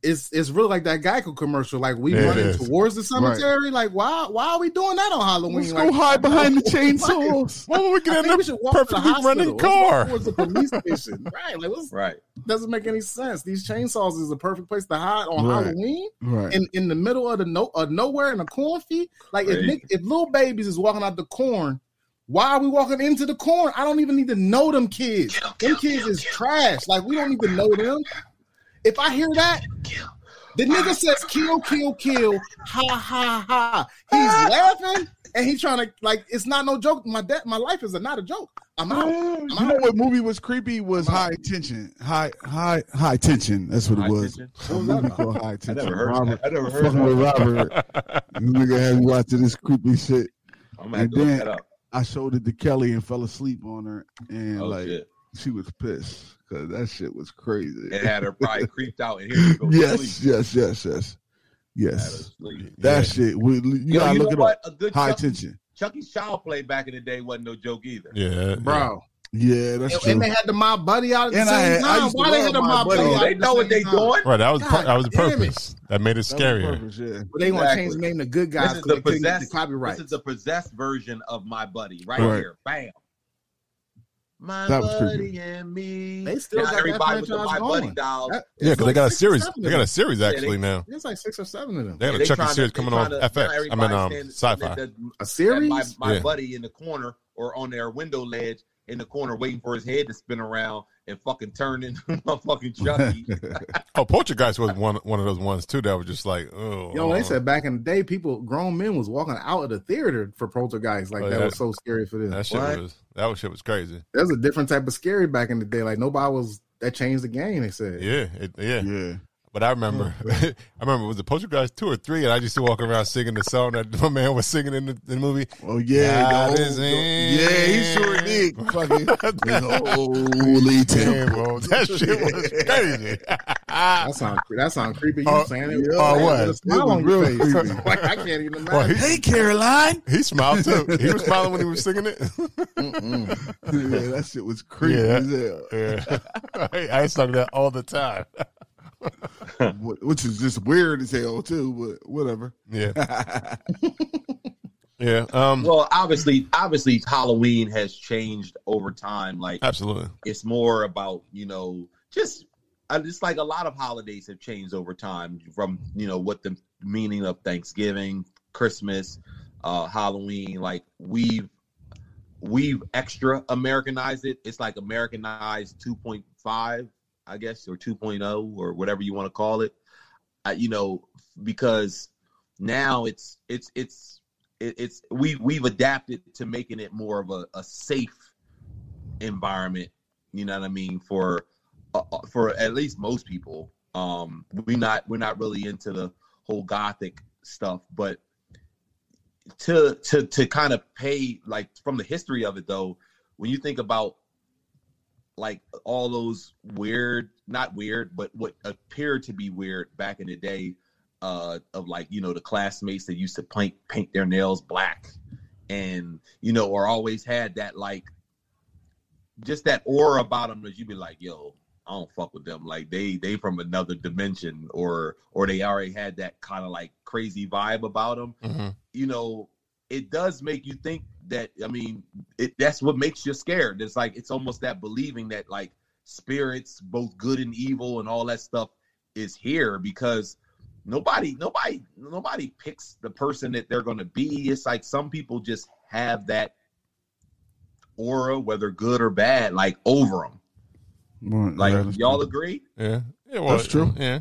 it's it's really like that Geico commercial. Like we
It
running
is.
towards the cemetery. Like why why are we doing that on Halloween?
Let's
like,
go hide behind the chainsaws.
Why would we
I
get in
think
a
we should walk to the
perfectly
hospital.
running
Let's walk
car?
towards the police station. right? Like what's,
Right.
doesn't make any sense. These chainsaws is the perfect place to hide on
Right.
Halloween
Right.
in in the middle of the no of nowhere in a cornfield. Like if
Crazy.
Nick, if little babies is walking out the corn, why are we walking into the corn? I don't even need to know them kids. Them kids is trash. Like we don't need to know them. If I hear that, the nigga says kill, kill, kill, ha ha ha. He's laughing and he trying to like it's not no joke. My debt, my life is not a joke. I'm out. I'm
You
out.
know what movie was creepy was High Tension. High High High Tension. That's what it
High
was.
Tension?
A movie called High Tension.
never heard of
Robert,
that. I never heard
fucking
of
with Robert. this nigga had me watching this creepy shit.
I'm gonna have
And
to look
then
that up.
I showed it to Kelly and fell asleep on her, and
Oh,
like
shit.
she was pissed because that shit was crazy.
It had her probably creeped out and here you go.
yes,
sleep.
yes, yes, yes,
Had her
yes.
sleep.
That shit. We, you
Yo,
gotta
you
look
know
it
what?
up.
A good
High
Chuck-
Tension.
Chucky's child play back in the day wasn't no joke either.
Yeah, yeah.
Bro.
Yeah, that's
And,
true.
and they had the my buddy out at the
And I
same
had- I
time.
used to
Why they
love
had the
My
my buddy?
Buddy.
out
They
at the
know what
same
they
time?
doing.
Right. That was
God
that was a
damn it.
purpose. That made it
That was
scarier.
purpose, yeah.
But they want to
Exactly.
change the name to Good Guys
This is
because
the
they couldn't get the
possessed
copyright.
This is the possessed version of my buddy right,
Right.
here. Bam. My
That was
buddy
creepy.
and me.
They still
Now
got that
everybody with the
franchise
my buddy
going.
dolls.
That-
Yeah,
it's
because they
like
got a
six or
series.
seven
They
of
got a
them.
series actually now.
There's like six or seven of them.
They got
Yeah,
a
they
Chuck and
tryna-
series
they
coming on
tryna-
FX. I mean,
everybody
um,
stand-
sci-fi.
that- that-
A
that
series?
my, my
Yeah.
buddy in the corner or on their window ledge in the corner waiting for his head to spin around and fucking turn into my fucking Chucky.
Oh, Poltergeist was one one of those ones too that was just like, oh,
Yo, they said back in the day, people, grown men, was walking out of the theater for poltergeist. Like
Oh,
that
yeah.
was so scary for them.
that shit
What?
was that was, shit was crazy.
There's a different type of scary back in the day. Like nobody was that changed the game. They said,
Yeah, it, yeah,
Yeah.
But I remember,
Mm.
I remember it was the Poltergeist two or three, and I used to walk around singing the song that my man was singing in the, in the movie.
Oh yeah,
God
the
is
whole-
in.
yeah, he sure did. Fucking the holy
Damn,
temple.
bro, that shit was crazy.
"That sound that sound creepy." You
Oh,
saying
yeah.
it?
Oh,
Like,
what?
with a smile
It
on
was
your
real
face.
creepy.
Like I can't even imagine.
Well, he-
Hey, Caroline.
He smiled too. He was smiling when he was singing it.
yeah, that shit was creepy
Yeah.
as hell.
Yeah. I, I sung that all the time.
Wh- Which is just weird as hell too, but whatever.
Yeah. yeah. Um.
well, obviously, obviously, Halloween has changed over time. Like
absolutely.
it's more about you know just I just like a lot of holidays have changed over time from you know what the meaning of Thanksgiving, Christmas, uh, Halloween. Like we've we've extra Americanized it. It's like Americanized 2.5, I guess, or 2.0 or whatever you want to call it. Uh, you know because now it's it's it's it- it's we we've adapted to making it more of a, a safe environment you know what i mean for uh, uh, for at least most people um we not we're not really into the whole gothic stuff. But to to to kind of pay like from the history of it though, when you think about like all those weird, not weird, but what appeared to be weird back in the day, uh, of like you know the classmates that used to paint paint their nails black, and you know, or always had that like just that aura about them that you be like, yo, I don't fuck with them. Like they they from another dimension, or or they already had that kind of like crazy vibe about them. You know, it does make you think that. I mean, it, that's what makes you scared. It's like it's almost that believing that like spirits, both good and evil, and all that stuff is here because nobody nobody nobody picks the person that they're going to be it's like some people just have that aura whether good or bad like over them like y'all agree
Yeah. yeah
That's true.
Yeah.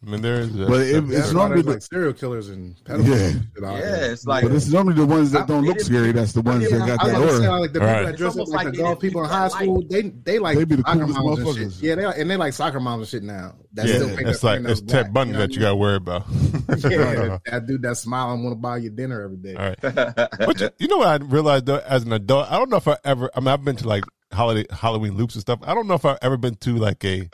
I mean, there is. a-
But it- it's
It's
not
normally
really-
like serial killers and
Yeah.
pedophiles. and shit out
Yeah,
here.
it's like-
but it's normally the ones that don't look
it is-
scary. That's the ones that
yeah,
got
I was
that
about to say,
aura.
like the people that dress up
almost like
like, the
they
doll
didn't
people in
keep
high
that light.
school, they they like
They be the
soccer
coolest
moms and shit.
motherfuckers.
Yeah, they like, and they like soccer moms and shit now. That's
yeah,
still paint
it's
their
like
fingernails
it's Ted
black,
Bundy
know
that you got to worry about.
what I mean? Yeah, that dude that smile and want to buy you dinner every day.
All right. But you, you know what I realized though, as an adult, I don't know if I ever. I mean, I've been to like holiday Halloween loops and stuff. I don't know if I've ever been to like a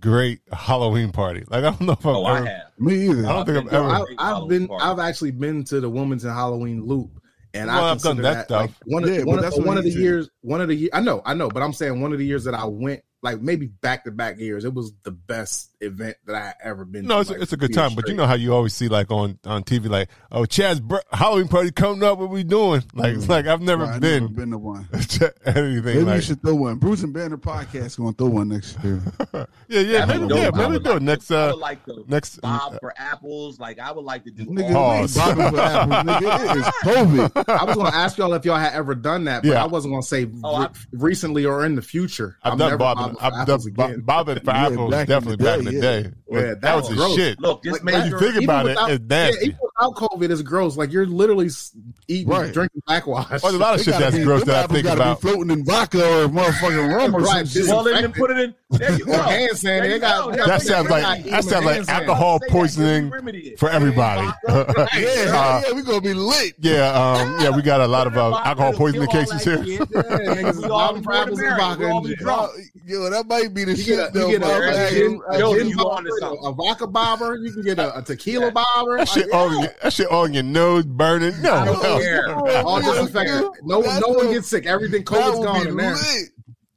great Halloween party. Like I don't know if I've
oh
ever.
i have
Me either.
I don't think
I've been
I've
to
ever.
a
I,
great
I've
Halloween
been,
party.
I've actually been to the Women's and Halloween Loop, and
Well,
I
I've done
consider
that
that, like,
stuff.
one of
Yeah, but
one,
that's
of,
what
one of
he
the
did.
years. One of the year, I know, I know, but I'm saying one of the years that I went, like maybe back to back years, it was the best event that I ever been.
No,
to,
it's,
like,
it's a good
years
time, but you
straight.
know how you always see like on on TV, like oh Chad's br- Halloween party coming up. What we doing? Like it's like I've never
I've never
been
been to one.
to anything
Mm. Maybe we
like.
should throw one. Bruce and Banner podcast going to throw one next year.
yeah, yeah,
That'd
maybe,
be
yeah,
dope. I
maybe
would
do
like
it
to-
next.
I
Uh,
would like to
next-
bob for apples like i would like to do
Nigga,
all
we ain't
Pause.
bobbing for apples, nigga. It is COVID.
I was going to ask y'all if y'all had ever done that, but
Yeah.
I wasn't going to say
Oh,
re-
I-
recently or in the future.
I've
I'm
done
never
bobbing.
for
I've done
apples
bo-
again.
bobbing for
Yeah,
apples.
back in the
Definitely
day,
back in the
yeah.
day.
Yeah,
that,
that
was,
was
the
gross.
shit.
look
Like,
just
man,
make
you
sure
think
even
about it,
without-
it's nasty.
Yeah, even without COVID, it's gross. Like you're literally s- eating,
Right.
drinking backwash.
Oh, there's a lot of
They
shit
gotta
that's
be-
gross
them
that I
apples
think
gotta be
about.
floating in vodka or motherfucking rum or something.
Right, just-
well and then put it in there you go
Or hand
There
sanitizer.
you
They got-
go.
they got-
That
They
sounds
got
like
it.
that sounds like
Hands down.
Say
alcohol
that, give me
poisoning
remedy.
for everybody.
Yeah,
Uh,
yeah, we gonna be lit.
yeah, um, yeah, we got a lot of uh, alcohol poisoning
Kill all that
cases here.
shit.
Yeah, niggas
We all be going
bobbing for
to
apples and
marry.
vodka
We all
and
be
gin.
drunk.
Yo, that might be the
You
shit
get a,
though.
you get a,
motherfucker.
Eric,
a, gin- a,
Yo,
gin
you
bobber,
onto something.
a vodka bobber. You can get a, a tequila bobber.
That shit on your, that shit on your nose burning. No,
I don't
no.
care.
all
Yo,
disinfected.
dude,
No,
that's
no
a-
one gets sick. Everything
That
COVID's
would
gone
be
in there.
lit.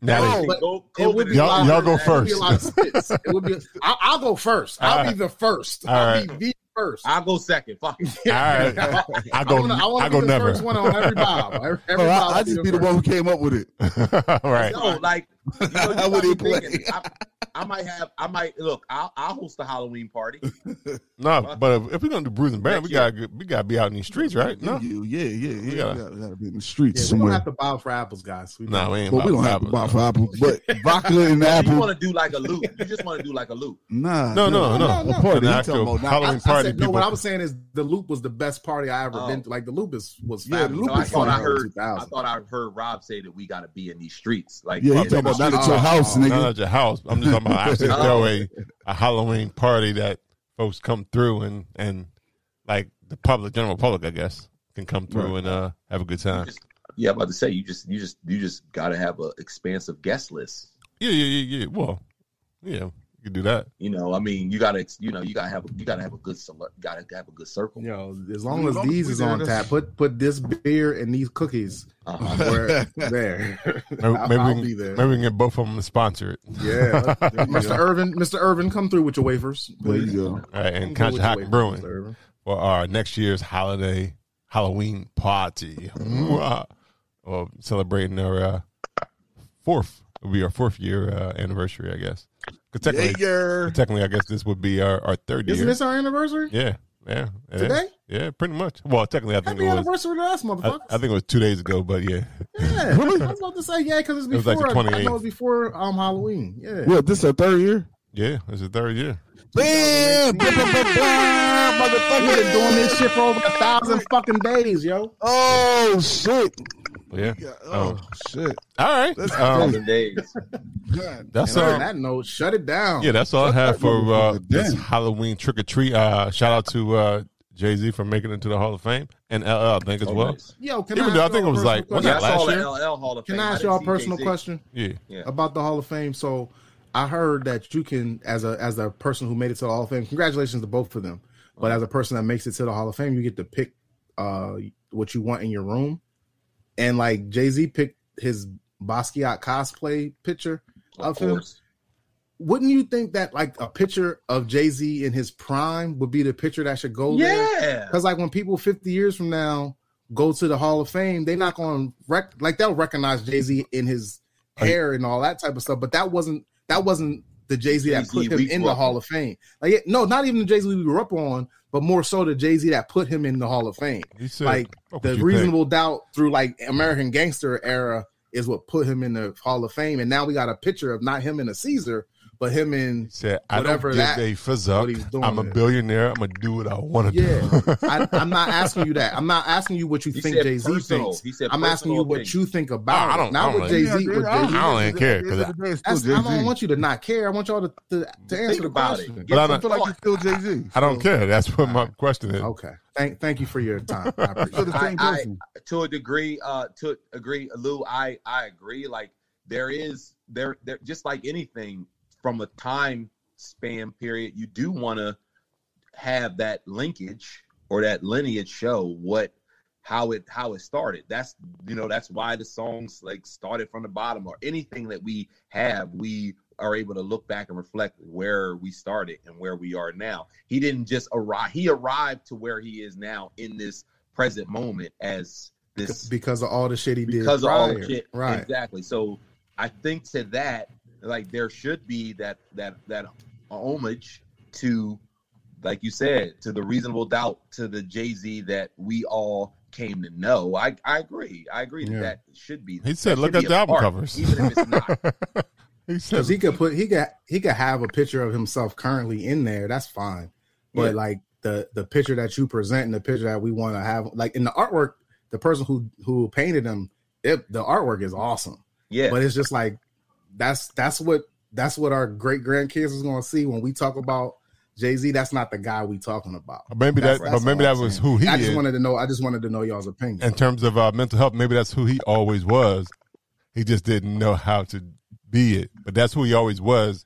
Now
But
Go-
it would be a
Y'all-
lot of-
y'all go
it would be a
first.
lot of spits. It would be. I'll, I'll go first. I'll
All
be the first.
All
I'll
right.
be the first.
I'll go second. Fuck. it.
they, all right, I go, I,
I wanna- I wanna
go
be
never.
the first one on every bob. Every, every
Bro, Oh,
bob
I, I
I'll
just
the
be the
first.
one who came up with it.
all right,
No, like you know, you
I
got me
wouldn't play.
thinking. I, I might have. I might look. I'll, I'll host a Halloween party.
no. But if, if we're gonna do bruising baron, we
Next
got to we got to be out in these streets, right? No,
You, yeah, yeah, yeah.
We gotta-
we gotta, gotta be in the streets
Yeah, we don't
somewhere.
have to bob for apples, guys. We
no, we ain't.
But we
about
don't have to
apples,
buy
no.
for apples. But vodka and
You
apple,
want to do like a loop. You just want to do like a loop.
nah.
No, no, no.
A party.
An
He talking
actual
about not-
I,
Halloween
I
party.
said, no,
People,
what I was saying is the loop was the best party I ever
Oh.
been to. Like the loop is was
Yeah, the
fabulous.
loop
No, I
is
thought I
fire.
heard. I
2000.
thought I heard Rob say that we got to be in these streets. Like
Yeah, he
fuck,
talking about not at your
Oh,
house,
oh,
not
nigga.
at your house. I'm just talking about I actually throw a, a Halloween party that folks come through and and like the public, general public, I guess, can come through and uh have a good time.
just- yeah, I'm about to say you just you just you just got to have a expansive guest list.
Yeah, yeah, yeah, yeah. Well, yeah, you could do that.
You know, I mean, you gotta you know you gotta have you gotta have a good select, gotta have a good circle.
You know, as long
As
as
long as
these
we
is
there,
on
that's-
tap, put put this beer and these cookies
Uh-huh.
were there.
Maybe,
I'll,
maybe, we
I'll
can,
be there.
maybe we can get both of them to sponsor it.
Yeah,
There you go.
Mr. Irvin, Mr. Irvin, come through with your wafers,
There
please.
you go.
All right, and
Come
Conscious
through with
Hot
your wafers,
Brewing
Mr. Irvin.
for our next year's holiday Halloween party.
Mm-hmm.
Mwah. well, celebrating our uh, fourth, it'll be our fourth year uh, anniversary, I guess. 'Cause Technically,
Jaeger.
technically, I guess this would be our, our third
Isn't
year.
this our anniversary?
yeah, yeah. it is.
Today?
Yeah, pretty much. Well, technically, I think
Happy
it was.
anniversary to us,
I,
motherfuckers.
I think it was two days ago, but yeah.
yeah, I was about to say yeah because it's
It was like the
before. I
28th.
know it's before um Halloween. Yeah.
What, this our third year?
Yeah, it's the third year.
Bam! Blah, blah, blah, blah,
We've been doing
Motherfucker.
this shit for over a thousand fucking days, yo.
Oh, shit.
Yeah.
oh,
shit.
All
Oh,
right.
That's
Um,
crazy.
That's
and
all-
On that note, shut it down.
Yeah, that's all I have for uh, this
Damn.
Halloween trick or treat. Uh, shout out to uh, Jay Z for making it to the Hall of Fame and LL, I think,
Oh,
as well.
Yo, can
Even
I
though I
ask
think it
y'all a
was
personal
like, was
question?
that last
uh,
year?
LL Hall of
Can
Fame.
I
I
ask
didn't
y'all a
see
personal
Jay-Z.
question?
Yeah.
Yeah.
About the Hall of Fame. So I heard that you can, as a as a person who made it to the Hall of Fame, congratulations to both of them. But as a person that makes it to the Hall of Fame, you get to pick uh what you want in your room. And like Jay Z picked his Basquiat cosplay picture of,
Of
him.
course.
Wouldn't you think that like a picture of Jay Z in his prime would be the picture that should go
Yeah.
Because like when people 50 years from now go to the Hall of Fame, they're not going to rec- like they'll recognize Jay Z in his hair and all that type of stuff. But that wasn't that wasn't the Jay Z that
Jay-Z
put
we
him in
grew
the
up
Hall of Fame. Like yeah, no, not even the Jay Z we grew up on, but more so the Jay Z that put him in the Hall of Fame.
You said-
Like
Fuck
the
what you
reasonable doubt through like American Gangster era is what put him in the Hall of Fame, and now we got a picture of not him in a Caesar, but him in
Said, I don't
whatever
give
that
a fuck.
what he's doing
I'm a
there.
billionaire. I'm going to do what I want to
Yeah,
do.
I, I'm not asking you that. I'm not asking you what you
He
think
said
Jay Z
personal.
thinks.
He said
I'm asking you
personal
what
things.
you think about.
Oh, I
I
don't-
don't,
I
not
don't like-
what Jay Z.
Yeah, I don't- I don't even care, 'cause I-
I don't want you to not care. I want y'all to, to, to answer the
about it.
question.
But I don't- I feel like
you're still Jay Z.
I don't care. That's what my question is.
Okay. Thank thank you for your time. I appreciate
I-
it.
I- to a degree, uh, to agree, Lou, I I agree. Like there is there there just like anything from a time span period, you do want to have that linkage or that lineage show what how it how it started. That's you know that's why the songs like started from the bottom or anything that we have we are able to look back and reflect where we started and where we are now. He didn't just arrive; he arrived to where he is now in this present moment as this
because of all the shit he did.
because of all the
prior.
shit.
Right.
Exactly. So I think to that, like there should be that that that homage to, like you said, to the reasonable doubt, to the Jay Z that we all came to know. I I agree. I agree
Yeah.
that that should be.
He said,
that
look
should
at
be
the
a
album
part,
covers.
even if it's not.
he
Because he could put he could he could have a picture of himself currently in there. That's fine. But
Yeah.
like the the picture that you present and the picture that we want to have, like in the artwork, the person who who painted him, it, the artwork is awesome.
Yeah.
But it's just like that's that's what that's what our great grandkids is going to see when we talk about Jay Z. That's not the guy we talking about.
Maybe
That's-
that- but
that's
maybe
all I'm
that was
saying.
who he
I just
is.
wanted to know. I just wanted to know y'all's opinion.
in terms of uh, mental health, maybe that's who he always was. He just didn't know how to be it, but that's who he always was.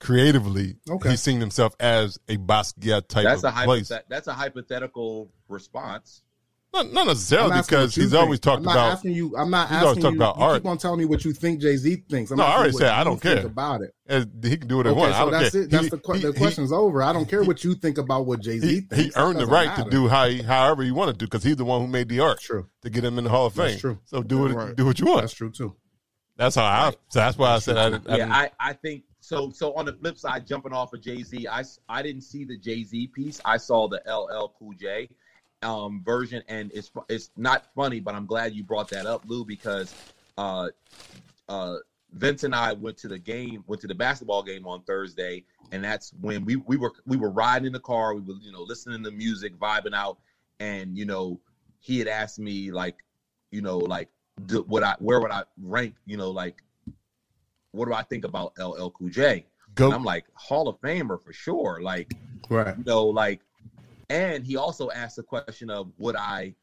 Creatively,
Okay.
he's seen himself as a Basquiat type
That's a
of place.
hypothet- that's a hypothetical response.
Not, not necessarily
I'm asking
because
what you
he's always
think.
talked
I'm not
about.
Asking you, I'm not
he's
asking
always talked
you.
about
you
art.
Keep on telling me what you think Jay Z thinks. I'm
No, I
asking
already
what
said I
you
don't
think
care.
about it.
As- he can do what he
Okay,
wants. I
so
don't
that's
care.
it. That's
He-
the, que-
he-
the
he-
question's over. I don't care what you think about what Jay Z
he,
thinks.
he
That
earned the
doesn't
right
matter.
to do how he, however he wanted to because he's the one who made the art to get him in the Hall of Fame.
That's true.
So do what
Right.
do what you want.
That's true too.
That's how I. So that's why I said I didn't. I
yeah,
didn't
I, I think so. So on the flip side, jumping off of Jay Z, I s- I didn't see the Jay Z piece. I saw the LL Cool J um, version, and it's fu- it's not funny, but I'm glad you brought that up, Lou, because uh, uh, Vince and I went to the game, went to the basketball game on Thursday, and that's when we we were we were riding in the car, we were you know listening to music, vibing out, and you know he had asked me like, you know like. d- Would I where would I rank? You know, like what do I think about LL Cool J?
Go.
And I'm like Hall of Famer for sure. Like
Right.
you know, like, and he also asked the question of would I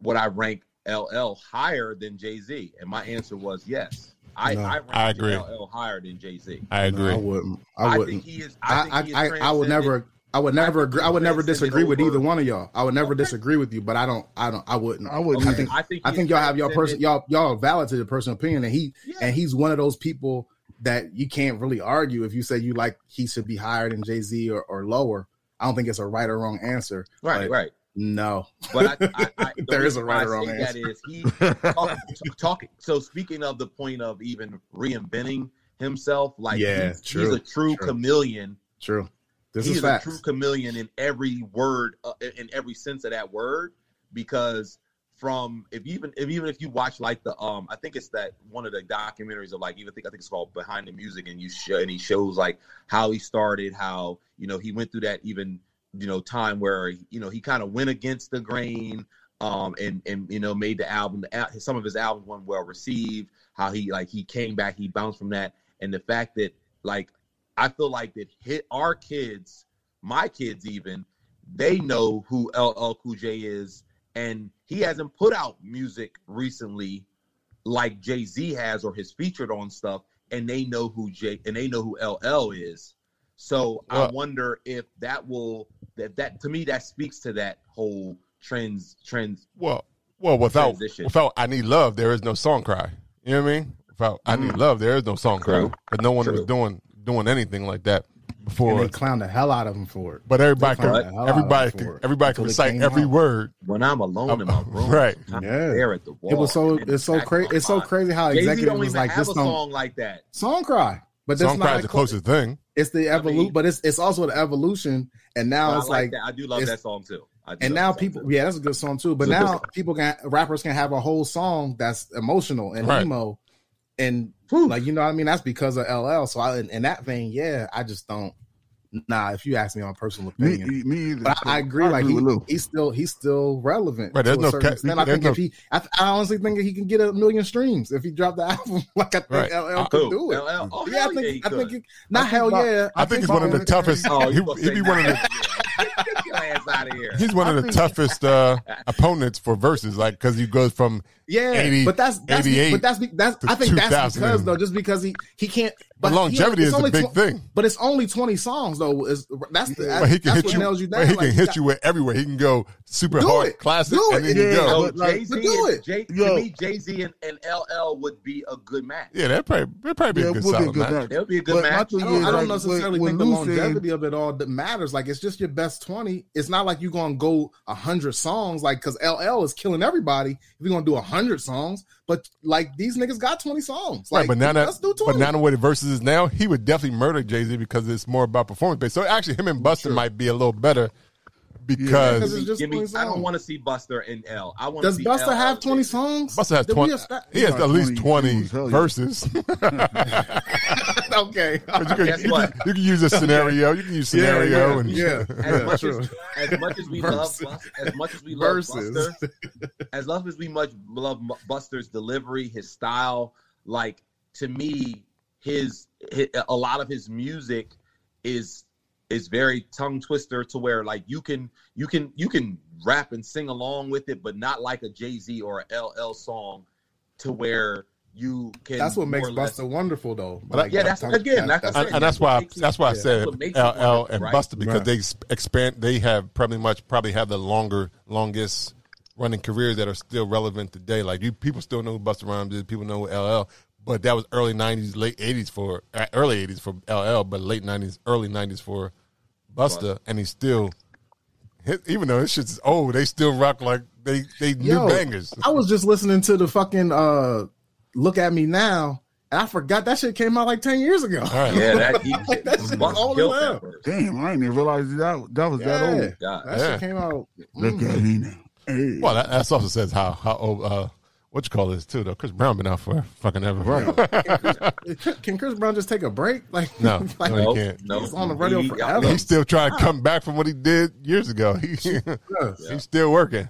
would I rank LL higher than Jay Z? And my answer was yes. I
No,
I, ranked
I agree.
LL higher than Jay Z.
I agree.
I wouldn't.
I
I
think
wouldn't.
he is- I
I
think he is
I, I, I would never. I would never agree. I would never disagree with either one of y'all. I would never disagree with you, but I don't. I don't. I wouldn't. I
wouldn't
I
either.
think.
I
I
think
think,
he
y'all have y'all person.
transcended-
Y'all y'all are valid to the personal opinion, and he and he's one of those people that you can't really argue if you say you like he should be higher than Jay Z or, or lower. I don't think it's a right or wrong answer.
Right,
but
right.
No,
But I, I, I, the
there is a right
reason why I
or wrong
say
answer.
That is he talking. talking- so speaking of the point of even reinventing himself, like
Yeah,
he's,
true,
he's a true,
true.
chameleon.
True. This
he's
is
a
facts.
true chameleon in every word, uh, in- in every sense of that word, because from if even if even if you watch like the um I think it's that one of the documentaries of like even think I think it's called Behind the Music and you show and he shows like how he started how you know he went through that even you know time where you know he kind of went against the grain
um, and and you know made the album. the al- Some of his albums weren't well received. How he like he came back, he bounced from that, and the fact that like I feel like that hit our kids, my kids even, they know who LL Cool J is, and he hasn't put out music recently like Jay Z has or has featured on stuff, and they know who Jay and they know who LL is. So I wonder if that will that that to me that speaks to that whole trends trends.
Well, well, without
Transition.
without I need love, there is no song cry. You know what I mean? Without I
Mm.
need love, there is no song
True.
cry. But no one was
True.
doing doing anything like that
And
before.
they clown the hell out of him for it.
But everybody
They clowned
could-
the hell out of
everybody
him
could-
for it
everybody
until
could
it
recite
came
every
out.
word.
When I'm alone in my room,
right?
I'm
Yeah,
there at the
it
wall.
was so it's so crazy. It's so crazy how
Jay-Z
executive
don't
was
even
like
have
this
a
song,
song like that.
song cry, but that's
Song
not
Cry
a
is the
clo-
closest thing.
It's the evolution, but it's it's also the evolution. And now
But I
it's
like
like,
that. I do love
it's-
that song too. I do love
And now
that song.
people, yeah, that's a good song too. But
It's a good
now
song.
people can rappers can have a whole song that's emotional and
Right.
emo, and like you know what I mean. That's because of LL. So I, in, in that vein, yeah, I just don't. Nah, if you ask me on personal
Me-
opinion,
me either.
But I, I agree.
I
like
agree
he,
with Lou.
he's still he's still relevant.
Right,
to
there's
a
no
certain
ca-
extent. I
there's
think
no-
if he, I, I honestly think he can get a million streams if he dropped the album. Like I think
Right.
LL
Uh,
could
who?
do it.
LL?
Oh,
yeah, I
hell
think
yeah, he
I think
could.
you, not
I
hell
think Bob-
yeah.
I think it's one of the toughest.
Oh,
he,
you supposed to
he'd
say
be one of the
Get your ass out of here.
He's one of the toughest uh, opponents for verses, like because he goes from
Yeah,
80,
but that's that's
88
but that's be- that's
to
I think that's
2000
because
and-
though, just because he he can't.
But
he-
longevity
it's
is a
only
big thing.
But it's only twenty songs though. Is that's the
but he can
that's
hit
what
you.
nails you down.
but he
Like,
can hit
got-
you with everywhere. He can go super
Do
hard,
it.
classic,
Do
and
it.
then you
Yeah,
go.
but, like,
Jay Z,
but do it.
Jay, to
Yo.
me, Jay Z and, and LL would be a good match.
Yeah, that'd probably, that'd probably be
Yeah,
a good
it would be a
solid
good
match.
match. That would be a good
But
match.
my thing is, I don't necessarily
when
think the
Lou
longevity of it all that matters. Like it's just your best twenty. It's not like you're gonna go hundred songs. Like because LL is killing everybody. If you're gonna do hundred songs, but like these niggas got twenty songs. Like
right, but now
let's
that
do
but
twenty.
now the way the verses is now, he would definitely murder Jay Z because it's more about performance based. So actually, him and Buster might be a little better because
Give me- give me- I don't want to see Buster and L. I want to
Does
see
Buster
LL.
have twenty songs?
Buster has
Did we
twenty.
esta-
He has
Yeah,
at least
20.
twenty verses.
okay.
You can,
Guess
you,
what?
can, you can use a scenario. You can use
Yeah,
scenario
yeah,
and
yeah.
as much
true.
as, as much as we
Versus.
love Bus- as much as we love
Versus.
Buster, as love as we much love M- Buster's delivery, his style, like to me, his, hi- a lot of his music is is very tongue twister to where like you can you can you can rap and sing along with it, but not like a Jay Z or a LL song to where you can.
That's what
more
makes
or less-
Buster wonderful, though.
But I-
yeah, that's again. Like I
and,
said,
and that's why that's why I
yeah,
said
what makes it
LL
wonderful,
and
right?
Buster because
Right.
they s- expand. They have probably much probably have the longer longest running careers that are still relevant today. Like you, people still know who Buster Rhymes is. People know who LL, but that was early '90s, late '80s for uh, early '80s for LL, but late '90s, early '90s for Buster, and he's still. hit- Even though this shit's old, they still rock like they they
Yo,
new bangers.
I was just listening to the fucking uh, "Look at Me Now," and I forgot that shit came out like ten years ago.
right.
Yeah, that he
Like, that shit was all
killed that
around.
verse.
Damn, I didn't even realize that that was that
Yeah,
old.
God.
that
Yeah. Mm-hmm.
shit came out. mm.
Look at me now. Hey.
Well, that, that also says how how old uh, what you call this too though. Chris Brown been out for fucking ever.
Can Chris Brown just take a break? Like
No,
like,
no, he can't.
No,
He's on the radio
He-
forever.
He's still trying to come back from what he did years ago. He,
Yes.
He's still working.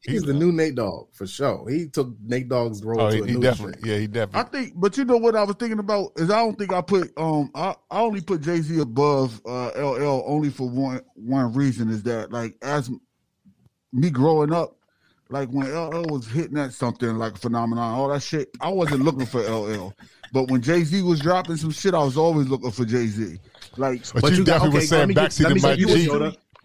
He's the new Nate Dogg for sure. He took Nate Dogg's role
Oh,
to
he,
a
he
new
definitely.
shit.
Yeah, he
I
definitely.
think, but you know what I was thinking about is I don't think I put um I, I only put Jay Z above uh, LL only for one one reason is that like as me growing up, like when LL was hitting at something like a phenomenon, all that shit, I wasn't looking for LL. But when Jay Z was dropping some shit, I was always looking for Jay Z. Like,
But, you, definitely were saying backseat of my G.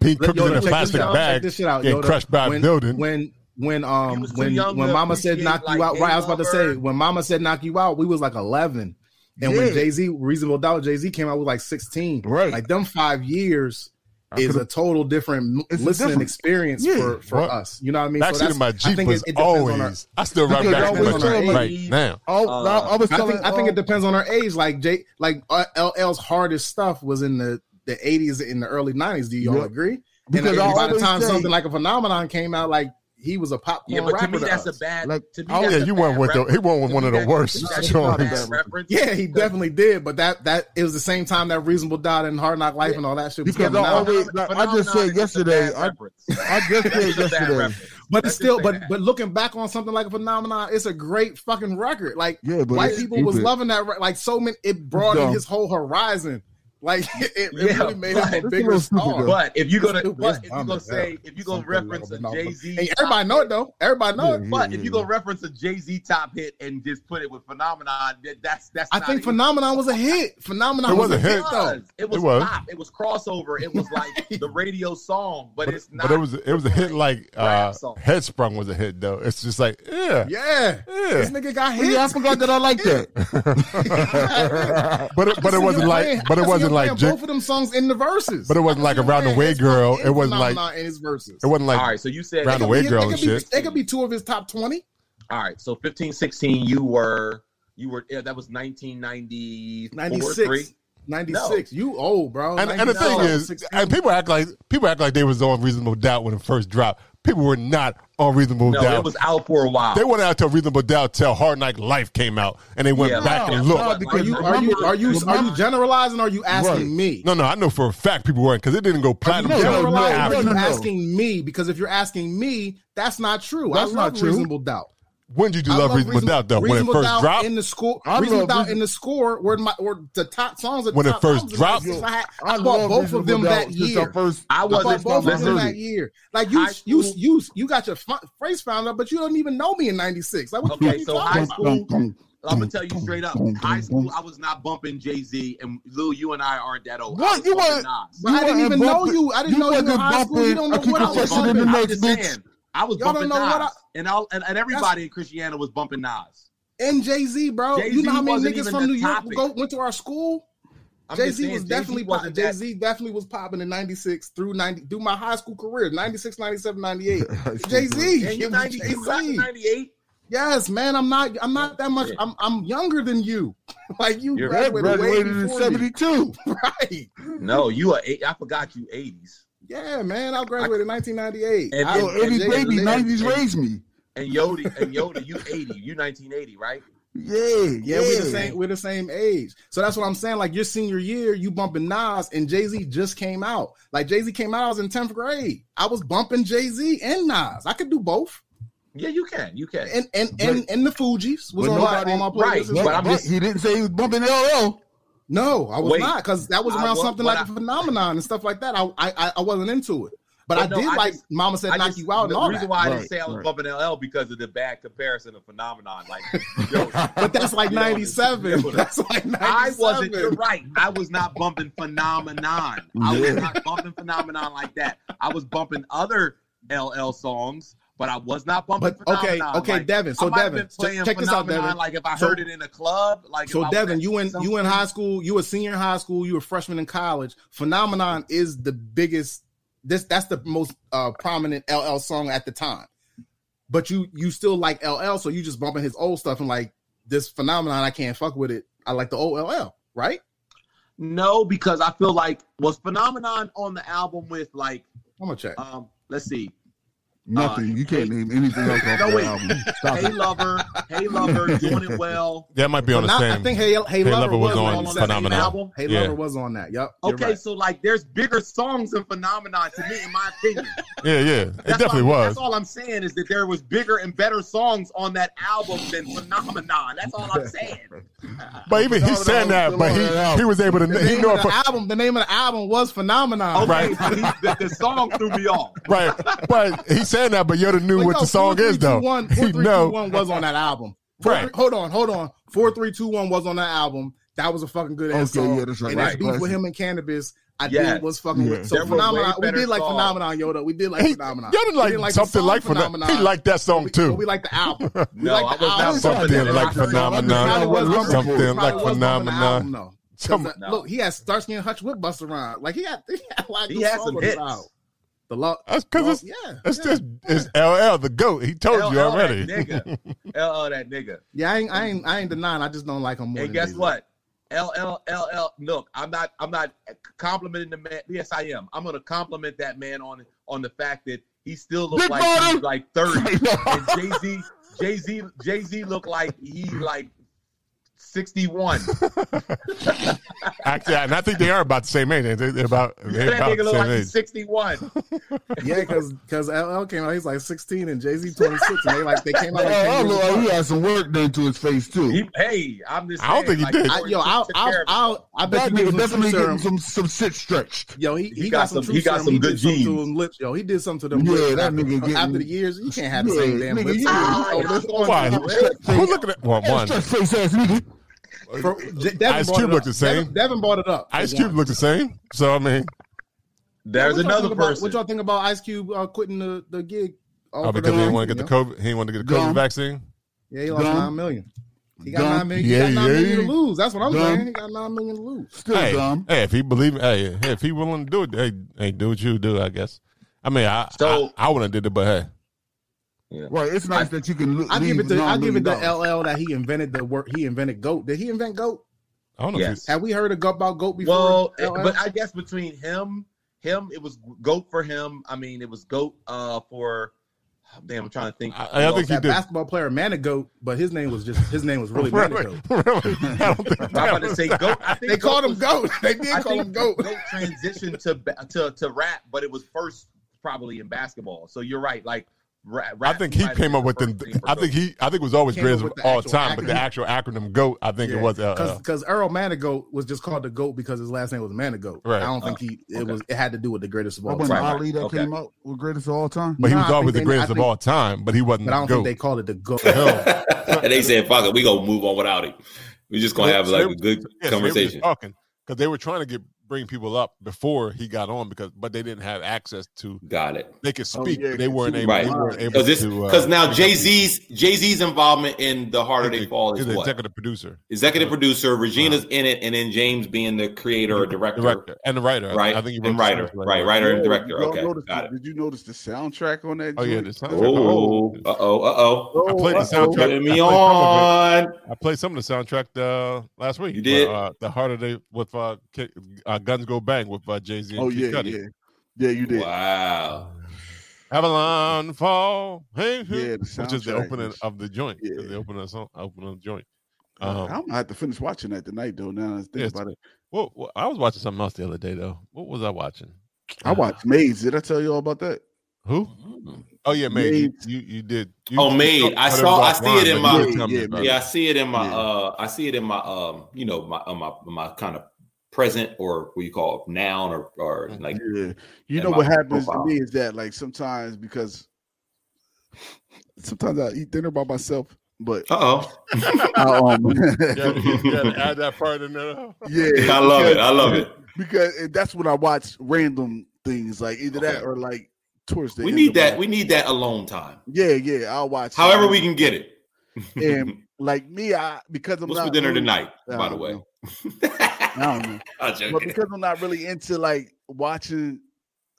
Pete
Let-
Cooked in
Yoda,
a
check this
plastic
out. Check
bag,
this shit out,
getting
Yoda.
crushed by
when,
a building.
When when
You
um
was too
when
young
when
to
Mama said
appreciate,
knock you
like,
out, right? I was about to
A-Lover.
say when Mama said knock you out, we was like eleven, and when
Yeah.
Jay Z Reasonable Doubt, Jay Z came out with like sixteen.
Right.
like them five years.
I
Is a
could've-
total different
It's
m-
a
listening
different-
experience
Yeah.
for, for
What?
us. You know what I mean?
Backseat
that's-
of my Jeep
think it-
was
it depends on
always.
our-
I still ride
Because I
backseat
always
of my
tell
Jeep
my-
right now.
oh,
Uh,
I, I was
I
telling,
think I think
um,
it depends on our age. Like Jay, like uh, LL's hardest stuff was in the the eighties and the early nineties. Do y'all
Yep.
agree?
Because
and,
I
and by the
always
time
say-
something like a phenomenon came out, like he was a popcorn
Yeah, but to
rapper.
me
to
that's a
us.
bad.
Like,
to me,
oh,
that's
yeah,
a
you went
bad
with the-
reference.
he went with
To
one
me,
of the
that's-
worst
That's
songs.
a bad reference.
yeah, he definitely did, but that that it was the same time that Reasonable Doubt and Hard Knock Life and all that shit was
Because
coming
I
out.
always- Wait, like, I just said
Phenomenon is a
yesterday,
bad
I-
reference.
I just
That's
said
a bad
yesterday.
reference.
But it's still, but but looking back on something like a phenomenon, it's a great fucking record. Like
Yeah, but
white
it's
people was
stupid.
loving that. re- Like so many, it broadened
dumb.
his whole horizon. Like it, it
Yeah,
really made him
but-
a bigger star.
But if you go to,
It's stupid.
but
It's
if you
dumb
gonna
as hell.
say, if you gonna reference a Jay Z,
Hey, everybody know it though. Everybody know it.
But if you gonna reference a Jay Z top hit and just put it with Phenomenon, that, that's that's.
I
not
think
even-
Phenomenon was a hit. Phenomenon
It
was, a hit,
It
though.
was. It was,
It was.
pop. It was crossover. It was like the radio song, but, it's not.
But it was it was a hit like uh,
rap song.
Headsprung was a hit though. It's just like yeah,
Yeah. This nigga got hit.
Yeah, I forgot that I like that.
but it, but it wasn't like but it wasn't like
both
Jig-
of them songs in the verses.
but it wasn't like around the way girl. It wasn't like
Phenomenon in his verses.
it wasn't like
All right, so you said-
around the way girl and
It could be-
shit.
It could be two of his top twenty.
All right, so 15, 16, you were you were yeah, that was 1994,
96. 96. You old, bro.
And, and the thing
96.
is, and people act like people act like they was on reasonable doubt when it first dropped. People were not on reasonable
No,
doubt.
it was out for a while.
They went out to reasonable doubt till Hard Knock Life came out, and they went
Yeah,
back
no,
and
no,
looked.
are you are you are you are you generalizing? Or are you asking
Right.
me?
No, no, I know for a fact people weren't because it didn't go platinum.
No,
till
no,
after.
You're asking me because if you're asking me, that's not true.
That's
I love
not true.
Reasonable doubt.
When did you
I
love, Reasonable
Reason-
Doubt though? When it
Reasonable
first
Doubt
dropped,
in the score,
I
reasonable
love
doubt
Reason-
in the score were my were the top songs. At
When it
the top
first
albums of
dropped?
the year. So I, had,
I
I,
love
bought both of
Reasonable
them
Doubt
that
since
year.
I first-
I wasn't-
bought both of them
listen.
that year. Like you,
High
you,
school-
you, you got your fu- face found up, but you don't even know me in '96. Like what the fuck
Okay,
you
so
talking
high
about?
school. I'm gonna tell you straight up, high school. I was not bumping Jay Z, and Lou, you and I aren't that old. I
What?
was
You
bumping
weren't-
Nas.
But I didn't
wasn't
even know
bumping-
you. I didn't
you
know you in
wasn't
high school.
bumping
You don't know
a
what I was
confession in
bumping.
the
I'm
next
just
bitch.
saying, I was
Y'all
bumping
don't know
Nas,
what
and all and, and everybody in Christiana was bumping Nas.
And Jay Z, bro.
Jay-Z
you know how many
wasn't
niggas
even
from
the
New York
topic.
go, went to our school?
I'm
Jay
just
Z
saying,
was
Jay-Z
definitely pop-
wasn't
Jay
that-
Z definitely was popping in '96 through '90 through my high school career '96, '97, '98. Jay
And
Z,
you 90, you back in 98.
Yes, man. I'm not. I'm not that much. I'm. I'm younger than you. like you
You're-
graduated,
Graduated
way
in
before me.
'72.
right?
No, you are eight. I forgot you eighties.
Yeah, man. I graduated in 1998.
And-
I-
and-
Yo, any
Jay-Z
baby
lived.
'90s
and-
raised me.
And Yodi, and Yoda, you eighty. You nineteen eighty, right?
Yeah,
Yeah,
yeah.
we're the same. We're the same age. So that's what I'm saying. Like your senior year, you bumping Nas and Jay Z just came out. Like Jay Z came out. I was in tenth grade. I was bumping Jay Z and Nas. I could do both.
Yeah, you can. You can.
And and and, and the Fugees was
But
on,
nobody-
my, on my playlist.
right,
as
but
well.
I'm
But
just-
he didn't say he was bumping LL.
No, I was
Wait.
not because that was
I
around
wa-
something
what
like a
I-
phenomenon and stuff like that. I I, I- I wasn't into it, but
Well,
I
no,
did
I
like
just-
Mama said
I
knock
just-
you out and
the
all
reason
that.
why I
Right,
didn't say I was
right.
bumping LL because of the bad comparison of phenomenon. Like, yo,
But that's like
You know,
'97.
you know,
That's like '97.
I wasn't. You're right. I was not bumping phenomenon. I was not bumping phenomenon like that. I was bumping other LL songs, but I was not bumping.
But okay,
phenomenon.
okay,
Like,
Devin.
I
So
might have
Devin,
been playing
check this out,
Phenomenon,
Devin.
Like if I
So-
heard it in a club, like if I
So
was
Devin,
at
you in
some-
you in high school, you a senior in high school, you a freshman in college. Phenomenon is the biggest. This that's the most uh, prominent LL song at the time. But you you still like LL, so you just bumping his old stuff and like this phenomenon. I can't fuck with it. I like the old LL, right?
No, because I feel like was phenomenon on the album with like
I'm gonna check.
um. Let's see.
Nothing.
Uh,
you can't
hey-
name anything else off
No,
that
wait.
album. Stop
Hey
it.
lover, hey lover, doing it well.
that might be on the
Phenom-
same.
I think Hey, hey,
Hey
Lover, was,
on
on, that
Phenomenon.
album.
Hey
Yeah.
Lover was on that. Yep. you're
Okay,
right.
so like there's bigger songs than phenomenon to me, in my opinion.
yeah, yeah, it
That's
definitely
all,
was.
That's all I'm saying is that there was bigger and better songs on that album than Phenomenon. That's all I'm saying.
But even he
Phenomenon
said
was still
that,
on
but
that
he
album.
he was able to
the
he
name
knew
of
it
the
for,
album. The name of the album was Phenomenon.
Okay,
Right.
but he, the, the song threw me off.
right. But he said that, but Yoda knew
Wait,
what
no,
the song is though.
4321
He know
4321 was on that album.
Right.
Four- hold on, hold on. Four three two one was on that album. That was a fucking good ass
Okay,
song.
yeah, that's right.
And
Right.
that beef with him and cannabis, I
Yes.
did was fucking
Yeah.
with. So
There were
phenomenon,
way
we
better
did like
songs.
phenomenon, Yoda. We did like
He- Yoda
phenomenon. We
liked
didn't the
something
song
like phenomenon. He liked that song
but
too.
we like the album. We
No,
liked
I was not
the album.
bumping
Something
that.
like
It was
phenomenon.
Probably was bumping-
Something
probably
like
was bumping the album,
phenomenon.
though. 'Cause
Some-
that- Look, he had Starsky and Hutch with Busta Rhymes. Like he had, he had like
He had some hits.
The law,
That's because it's
yeah,
it's
yeah.
just it's LL the goat. He told
LL
you already.
That nigga. LL that nigga.
Yeah, I ain't, I ain't, I ain't denying. I just don't like him more.
And
than
guess
Jay-Z.
what? LLLL. Look, I'm not. I'm not complimenting the man. Yes, I am. I'm gonna compliment that man on on the fact that he still looks
Big
like he's
bottom.
like 30. and Jay Z, Jay Z, Jay Z looked like he like 61.
Actually, and I think they are about the same age. They- They're about, they're
that
about
nigga
the
look
same
like
age.
he's 61.
Yeah, because because LL came out, he's like 16 and Jay Z 26, and they like they came out. Like,
I don't
10 years
know. like,
apart.
He had some work done to his face too.
hey, I'm just.
I don't
saying,
think he
like,
did.
I, yo, I'll, I'll, I'll, I bet
that
you
nigga
he
definitely getting
serum.
some some shit stretched.
Yo, he,
He
he,
got
got, some.
some-
truth
he got
serum.
some good
did something
genes.
to them lips. Yo, he did something to them
Yeah,
lips.
that
after,
nigga getting-
after the years, you can't have the
Yeah,
same damn
nigga,
lips.
you-
Oh, this orange
Why?
is red.
Who's looking at well,
Yeah,
one?
stretched face ass nigga.
From- J- Devin
Ice
brought
Cube
it
looked
up.
the same.
Devin, Devin brought it up.
Ice
Like,
Cube looked the same. So I mean,
There's
what y'all
another
think about-
person.
what y'all think about Ice Cube uh, quitting the, the gig?
oh, because he didn't want to get the COVID. He didn't want to get the
Uh-huh.
COVID
Dumb.
vaccine.
Yeah, he lost
Dumb.
nine million. He got
Dumb.
nine million.
Yeah,
he got nine
yeah,
million
yeah.
to lose. That's what I'm
Dumb.
saying. He got nine million to lose.
Still
hey,
dumb.
hey, if he believe, hey, hey, if he willing to do it, hey, hey, do what you do. I guess. I mean, I,
So-
I, I wouldn't have did it, but hey,
Right. It's nice that you can. Lo-
I give
leave
it to I
nine
give it to
million dollars.
LL that he invented the work. He invented goat. Did he invent goat?
I don't know.
Yes.
Have we heard a goat about goat before?
Well, it-
LL?
but I guess between him, him, it was goat for him. I mean, it was goat uh for. Damn, I'm trying to
If
think.
you, I, I think he
that
did.
basketball player Manigoat, but his name was just his name was really
Really?
Manigoat.
Really? I don't think
I'm about to say goat. I think
They called him
was-
Goat. They did
I
call
think
him Goat.
goat transitioned to ba- to to rap, but it was first probably in basketball. So you're right. Like ra-
I
rap,
think he came up with the. I think he. I think it was always
Came
greatest
up
of
with the
all
actual
time, but the
acronym.
actual acronym GOAT. I think it was uh, LL.
because Earl Manigoat was just called the Goat because his last name was Manigoat.
Right.
I don't think he it
Uh, okay.
was it had to do with the greatest of
That
all
wasn't
time.
Right,
Ali that
okay.
came out with greatest of all time.
But he
Nah,
was
I
always
think
the
they-
greatest
I
of
think-
all time, but he wasn't
But I don't
the GOAT.
think they called it the Goat.
Hell.
and they said, "Fuck it, we gonna move on without it. We just gonna have
So
like
they-
a good
yeah, so they were just
conversation."
talking because they were trying to get bring people up before he got on because but they didn't have access to
Got it.
they could speak
yeah,
but they weren't able,
Right.
they weren't able
Because this,
to uh,
because now Jay Z's Jay Z's involvement in the harder they fall is
the
what
executive producer
executive producer Regina's in it, and then James being the creator or director,
director and the writer I-
right?
I think he wrote
and
the
writer,
script,
right? Writer and
Yeah,
director.
y'all
Okay,
noticed
got
it.
it.
Did you notice the soundtrack on that?
oh yeah
joint?
the
Oh,
soundtrack
uh oh, uh oh.
I played the soundtrack I
Putting
played
me
some of it.
on.
I played some of the soundtrack uh, last week
You did?
uh, the harder they with uh, Ki- uh, guns go bang with uh, Jay Z
Oh yeah, yeah, yeah. You did.
Wow.
Avalon fall hey, hey.
Yeah, the
which is the
soundtrack
opening
was-
of the joint.
Yeah.
The opening of song, opening of the joint.
I'm
Um,
gonna have to finish watching that tonight though. Now that I think
Yes.
about it.
well, well, I was watching something else the other day though. What was I watching?
I watched Maids. Did I tell you all about that?
Who? Oh yeah, Maid. You,
Maid.
you you did. You,
Oh,
you
Maid.
talked
I
about
saw- I
offline,
see it in
but
my-
you didn't tell me
Yeah,
about
Right.
Yeah, I see it in my
Yeah.
uh I see it in my um, you know, my uh, my my kind of present or what you call it, noun or or like
Yeah. You
And
know
my
what happens to
profile.
me is that like sometimes because sometimes I eat dinner by myself, but
uh
I, um,
it.
yeah,
You gotta- you gotta add that part in there.
oh. I love it. I love it.
because and that's when I watch random things like either that
Okay.
or like towards the
We
end
need
of my-
that we need that alone time.
yeah, yeah. I'll watch um,
However we
something.
can get it.
and like me, I because I'm
What's
not
for dinner
really-
tonight,
I
by the
don't
way?
know. I don't know.
I'm
but
joking.
because I'm not really into like watching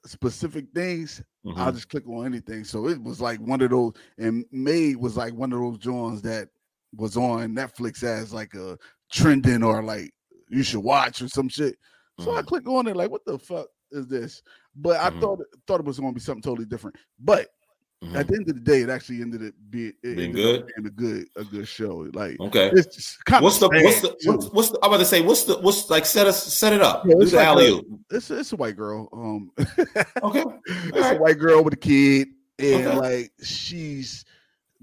specific things,
Mhm.
I'll just click on anything. So it was like one of those, and Made was like one of those joints that was on Netflix as like a trending or like you should watch or some shit. So I
Mhm.
click on it, like, what the fuck is this? But I
Mhm.
thought thought it was going to be something totally different. But at
Mhm.
the end of the day, it actually ended up being, it
Being
ended up being a good a good show. Like
Okay.
it's just kind
What's the
of
what's the what's, what's the I'm about to say what's the what's like set us set it up.
Yeah,
Do
it's
the
like a-
alley-oop.
it's it's a white girl. Um,
Okay.
it's
Alright.
a white girl with a kid, and
Okay.
like she's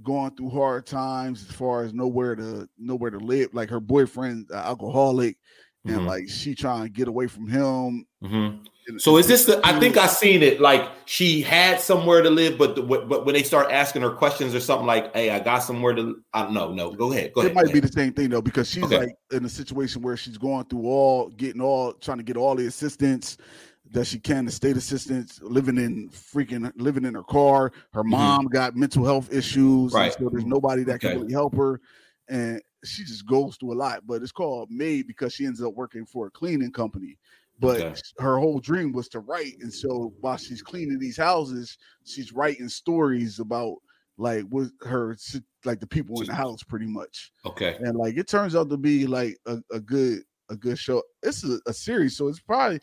going through hard times as far as nowhere to nowhere to live. Like her boyfriend, a alcoholic,
Mhm.
and like she trying to get away from him.
Mhm.
And
So is this the? I think I seen it. Like she had somewhere to live, but the, but but when they start asking her questions or something like, "Hey, I got somewhere to," I don't know. No, go ahead. Go
it
ahead.
might
go
be
ahead.
the same thing though, because she's
Okay.
like in a situation where she's going through all, getting all, trying to get all the assistance that she can, the state assistance, living in freaking, living in her car. Her mom got mental health issues, and
Mm-hmm. Right.
so there's nobody that
Okay.
can really help her, and she just goes through a lot. But it's called Maid because she ends up working for a cleaning company. But
Okay.
her whole dream was to write, and so while she's cleaning these houses, she's writing stories about like what her si- like the people in the house, pretty much
okay.
and like it turns out to be like a, a good a good show. It's a, a series, so it's probably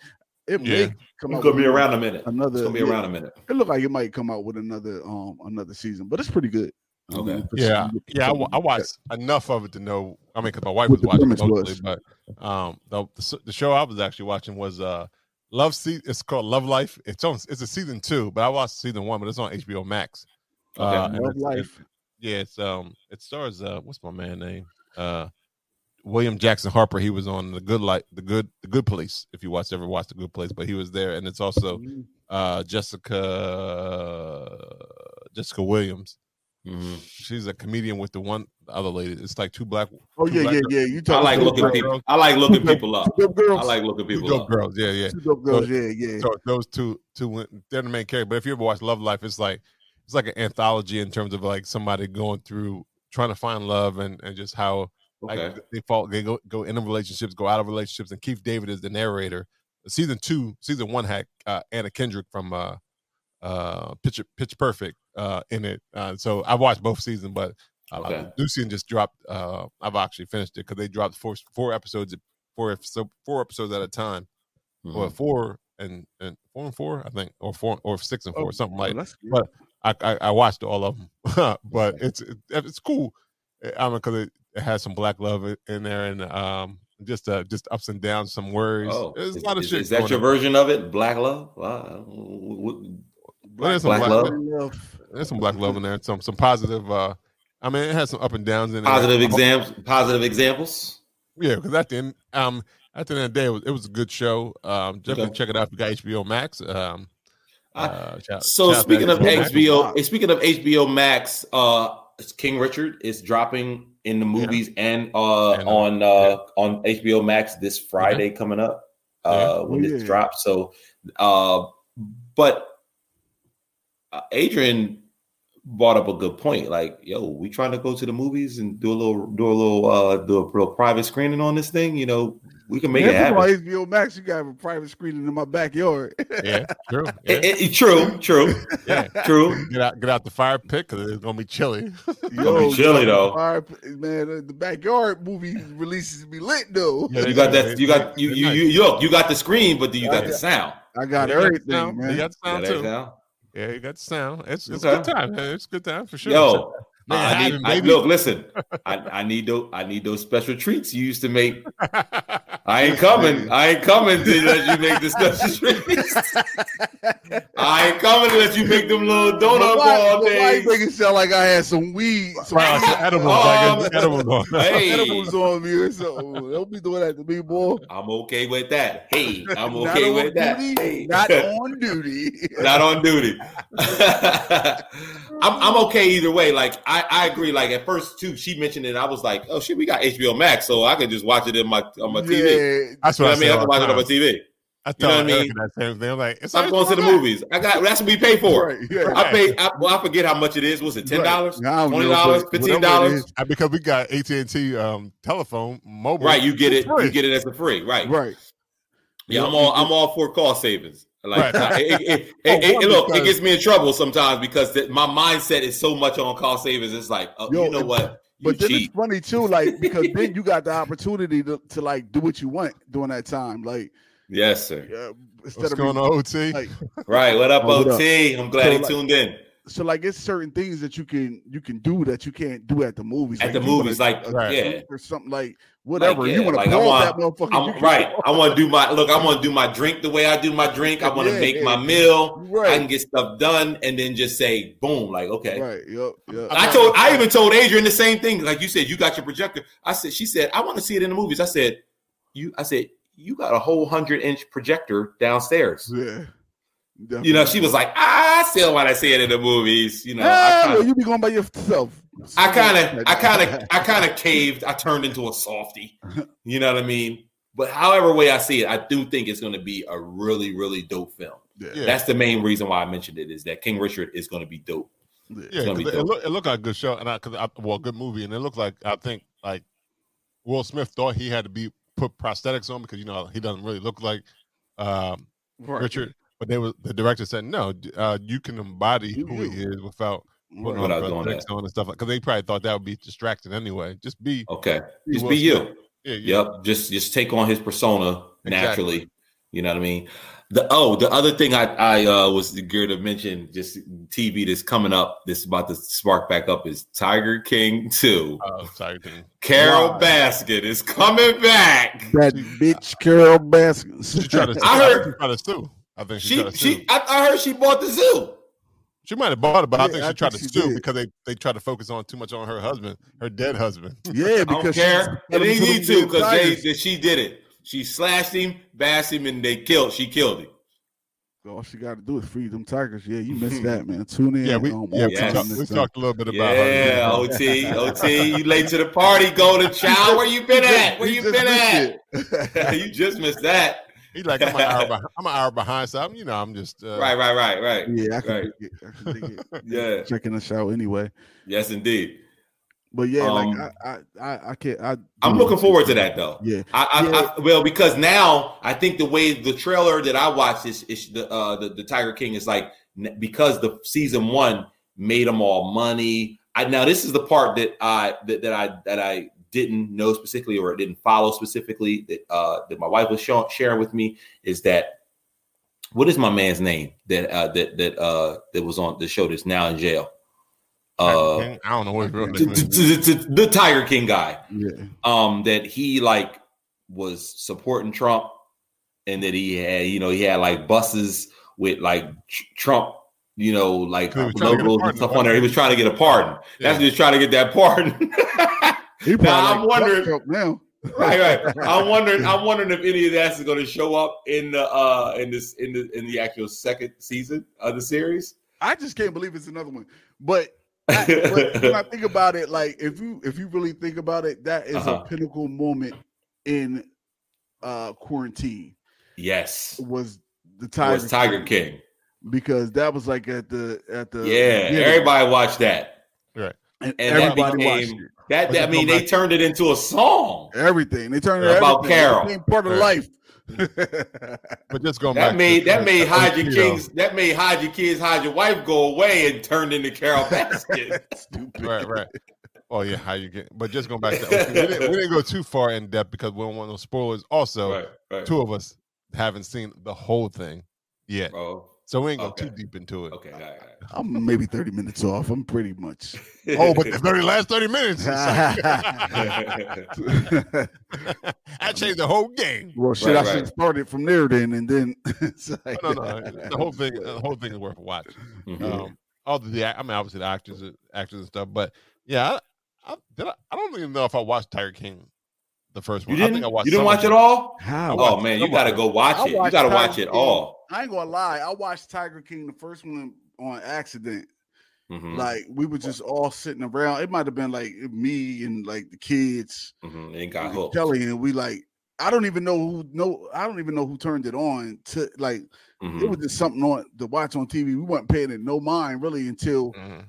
it may
Yeah.
come
It's
out
gonna be
with
around a minute. It's
another.
gonna be
yeah,
around a minute.
It looked like it might come out with another um another season, but it's pretty good. Okay.
Yeah, yeah. I, wa- I watched enough of it to know. I mean, because my wife
What
was
the
watching
premise
it mostly,
was.
but um, the, the s- the show I was actually watching was uh, Love. Se- it's called Love Life. It's on. It's a season two, but I watched season one, but it's on HBO Max. Uh,
Okay.
and
Love
it's- it-
Life.
yeah, it's um, it stars uh, what's my man name? Uh, William Jackson Harper. He was on the Good Life, the Good, the Good Place. If you watched ever watched the Good Place, but he was there, and it's also
Mm-hmm.
uh, Jessica Jessica Williams.
Mm-hmm.
She's a comedian with the one the other lady. It's like two black.
Oh,
two
yeah,
black
yeah,
girls.
yeah. You talking I like about looking black people- girls. I like looking people up. Two dope girls. I like looking
Two
people
dope
up.
girls. Yeah, yeah.
Two dope girls, yeah, yeah.
so those two, two, went- they're the main character. But if you ever watch Love Life, it's like it's like an anthology in terms of like somebody going through trying to find love and and just how like
Okay.
they fall, they go go into relationships, go out of relationships, and Keith David is the narrator. Season two, season one had uh, Anna Kendrick from uh, uh, Pitch Pitch Perfect uh, in it. Uh, so I watched both seasons, but uh,
Okay.
Lucian just dropped. Uh, I've actually finished it because they dropped four four episodes, four so four episodes at a time, or
Mhm.
four and and four and four, I think, or four or six and four,
Oh,
something
well,
like.
that's good.
But I, I I watched all of them, but it's it, it's cool. I mean, because it, it has some black love i- in there and um just uh just ups and downs, some worries.
Oh,
There's
is,
a lot of
is-
shit.
is that
going
your
on.
version of it? Black love? Wow. What-
Well,
Black,
there's some black,
love.
love. There's some black love in there. Some some positive. uh I mean, it has some up and downs in it.
Positive
I hope-
exams. Positive examples.
Yeah, because at the end, um, at the end of the day, it was, it was a good show. Um, definitely
Okay.
check it out if you got HBO Max. Um, uh, shout-
So
shout out to
speaking of
Max.
HBO, eh, speaking of HBO Max, uh, it's King Richard is dropping in the movies and uh on uh on HBO Max this Friday coming up uh when
Yeah.
this drops. So, uh, but uh, Adrian brought up a good point. Like, yo, we trying to go to the movies and do a little do a little uh do a little private screening on this thing. You know, we can make
Man,
it
if you
happen.
on HBO Max, you got have a private screening in my backyard.
yeah, true.
It- it- it- Eh, true, true, true.
Get out, get out the fire pit because it's gonna be chilly.
It's gonna be chilly though.
Fire- man, uh, the backyard movie releases be lit though.
you got that. You got you you, you look. You got the screen, but
Oh,
then you got the sound.
I got
Yeah,
everything,
sound.
man.
You got the sound
Yeah, that
too.
sound.
Yeah, you got the sound. It's, it's a
Okay.
good time. man. It's a good time for sure.
Yo,
Nigga,
I
hiding,
need, I,
baby.
look, listen. I, I need those. I need those special treats you used to make. I ain't coming. I ain't coming to let you make the special treats. I ain't coming to let you make them little donut ball
Why
things.
you making it sound like I had some weed, some
Wow, some edibles,
Um,
like, edibles on.
Uh, hey.
edibles on me or something? Don't be doing that to me, boy.
I'm okay with that. Hey, I'm
Not
okay
on
with that.
duty,
Hey.
Not on duty.
not on duty. I'm, I'm okay either way. Like I, I agree. Like at first too, she mentioned it. I was like, oh shit, we got HBO Max, so I could just watch it in my on my TV.
Yeah,
that's
You know
what I
mean.
say
I
all
can
the
watch it on my
time.
TV.
I
You know what I
tell
mean?
that same thing. I'm like, it's
I'm going to the movies. I got that's what we pay for.
Right, yeah.
I pay. I, well, I forget how much it is. Was it ten dollars, twenty dollars, fifteen dollars?
Uh, because we got AT and T um, telephone mobile.
Right, you get it.
It's free.
You get it as a free. Right,
right.
Yeah, I'm all. I'm all for cost savings. Like,
Right.
it, it- it-
Oh,
it-
one,
it- look, it
because-
gets me in trouble sometimes because that my mindset is so much on cost savings. It's like, oh,
Yo,
you know
and-
what? You
But then
cheat.
it's funny too, like because then you got the opportunity to, to like do what you want during that time, like
Yes, sir.
instead
What's
of
going on, OT?
Like,
Right. What up,
Oh, what
OT?
up?
I'm glad
So,
he
like-
tuned in.
so like it's certain things that you can you can do that you can't do at the movies.
At the
if you wanna
movies,
do
like,
a
right.
drink
yeah.
or something like whatever.
Like,
you
yeah,
want to
like, I
pause that
want-
motherfucker.
I'm-
you can-
right. I want to do my look. I want to do my drink the way I do my drink. I want to
Yeah,
make
yeah.
my meal.
Right.
I can get stuff done, and then just say, boom, like okay.
Right. Yep. Yep.
I told. I even told Adrian the same thing. Like you said, you got your projector. I said. She said, I want to see it in the movies. I said, you. I said, you got a whole hundred inch projector downstairs.
Yeah.
You know, she was like, I still want to see it in the movies. You know, I
Hell,
kinda-
you be going by yourself.
I kind of, I kind of, I kind of caved. I turned into a softy. You know what I mean? But however way I see it, I do think it's going to be a really, really dope film.
Yeah.
That's the main reason why I mentioned it is that King Richard is going to be dope. It's
Yeah,
gonna be
'cause it,
dope.
looked, it looked like a good show, and I, cause I well, good movie, and it looked like I think like Will Smith thought he had to be put prosthetics on because you know he doesn't really look like um,
Right.
Richard, but they was the director said no, d- uh, you can embody who he is without putting
Without
on
doing
prosthetics on and stuff like because they probably thought that would be distracting anyway. Just be
Okay, just
Will
be
Smith.
you.
Yeah, yeah.
Yep. Just just take on his persona naturally. You know what I mean? The oh, the other thing I I uh, was geared to mention, just TV that's coming up, that's about to spark back up, is Tiger King Two.
Oh, Tiger King.
Carol Basket is coming back.
That bitch Carol Baskins.
uh, She tried to.
I heard-
She tried to sue. I think she.
She
tried to sue.
she I, I heard she bought the zoo.
She might have bought it, but I
Yeah,
think
I
she
think
tried to
she
sue
did.
because they, they tried to focus on too much on her husband, her dead husband.
Yeah,
I don't
because
care. It
she's-
didn't need to because they
Tigers.
that she did it. She slashed him, bashed him, and they killed. She killed him.
All she got to do is free them tigers. Yeah, you missed that, man. Tune in.
Yeah, we,
um,
yeah,
all
we,
time
talked,
this
we
time.
talked a little bit about
Yeah, oh,
her.
OT, OT, you late to the party, golden child. Where you been at? Where
You
you
just
been
missed
at? you just missed that.
He's like, I'm an hour behind. I'm an hour behind, so I'm, you know, I'm just uh,
Right, right, right, right.
Yeah, I can
Right.
dig it. I can dig it.
Yeah.
Checking us out anyway.
Yes, indeed.
But yeah,
Um,
like I, I, I, I can't. I,
I'm looking forward to that though.
Yeah.
I, I,
Yeah.
I well because now I think the way the trailer that I watched is, is the, uh, the the Tiger King is like n- because the season one made them all money. I now this is the part that I that, that I that I didn't know specifically or didn't follow specifically that uh, that my wife was show, sharing with me is that what is my man's name that uh, that that uh, that was on the show that's now in jail. Uh,
I don't know what his real
t-
name
t-
is.
t- t- the Tiger King guy
Yeah.
um that he like was supporting Trump and that he had you know he had like buses with like Tr- Trump you know like
He was trying to get a
logos
pardon,
and stuff on there he was trying to get a pardon
Yeah.
that's what he was trying to get that pardon
He probably
Now, I'm
like, fuck
wondering-
Trump now.
right right I'm wondering I'm wondering if any of that's going to show up in the uh in this in the in the actual second season of the series
I just can't believe it's another one. But, I, but when I think about it, like if you if you really think about it, that is
Uh-huh.
a pinnacle moment in uh quarantine
yes
was the
Tiger
Tiger,
was Tiger King
because that was like at the at the
yeah
beginning,
everybody watched that
Right.
and
and
everybody
that
watched
became
it.
that,
Was
that I
it
mean they
comeback?
turned it into a song
everything. They turned it
About
everything. It
Carol.
became part of
Right.
life.
But just going back
That
to-
made that made
uh,
hide your
you know,
kids that made hide your kids hide your wife go away and turned into Carol Baskin.
Stupid.
Right, right. Oh yeah, how you get? But just going back to OT, we, didn't, we didn't go too far in depth because we don't want no spoilers. Also,
right, right.
two of us haven't seen the whole thing yet,
Bro.
so we ain't go too
Okay.
deep into it.
Oh, Okay. all right, all right.
I'm maybe 30 minutes off. I'm pretty much.
Oh, but the very last thirty minutes, I changed the whole game.
well, shit,
Right,
I should
right.
have started from there then, and then it's like,
No, no, no, the whole thing, the whole thing is worth a watch.
Mhm.
Um, all the, I mean, obviously the actors, and- actors and stuff, but yeah, I, I, did I, I don't even know if I watched Tiger King, the first
You
one. I
didn't
think I watched.
you didn't
some
watch
of
it all?
How?
watched
Oh man, you
some of
gotta
it.
go watch
I
it. You
watched
gotta
Tiger
watch it
King.
all.
I ain't gonna lie. I watched Tiger King the first one on accident.
Mhm,
Like we were just all sitting around. It might have been like me and like the kids,
mhm, It got
and
hooked.
Kelly, and we like. I don't even know who no. I don't even know who turned it on. To like,
Mhm.
it was just something on to watch on TV. We weren't paying it no mind really until
it. Mhm.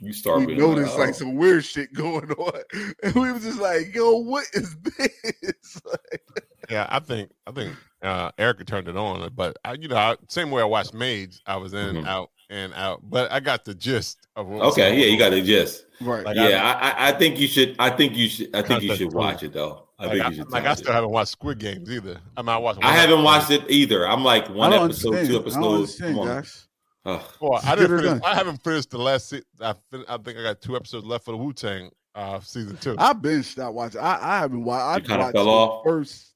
You start
we
being
noticed
oh.
like some weird shit going on, and we was just like, "Yo, what is this?"
Yeah, I think I think uh, Erica turned it on, but I, you know, I, same way I watched Maids, I was in
Mhm.
out and out, but I got the gist of what. was
Okay,
going
yeah, you
on.
gotta just
right.
Like,
yeah, I, I I think you should I think you should I think you
Concept
should
too.
watch it though. I
Like,
think
I,
you should
like, I
watch
still
it.
haven't watched Squid Games either. I mean, I watched.
I haven't watched it either. I'm like one
I don't
episode,
understand.
two
I don't
episodes.
understand,
Come on.
guys.
Ugh.
Well, I
Get
didn't.
her
Finish,
done.
I haven't finished the last. Se- I, fin- I think I got two episodes left for the Wu Tang uh, season two.
I've been stopped watching. I, I haven't watched.
kinda
I watched
fell
the
off?
first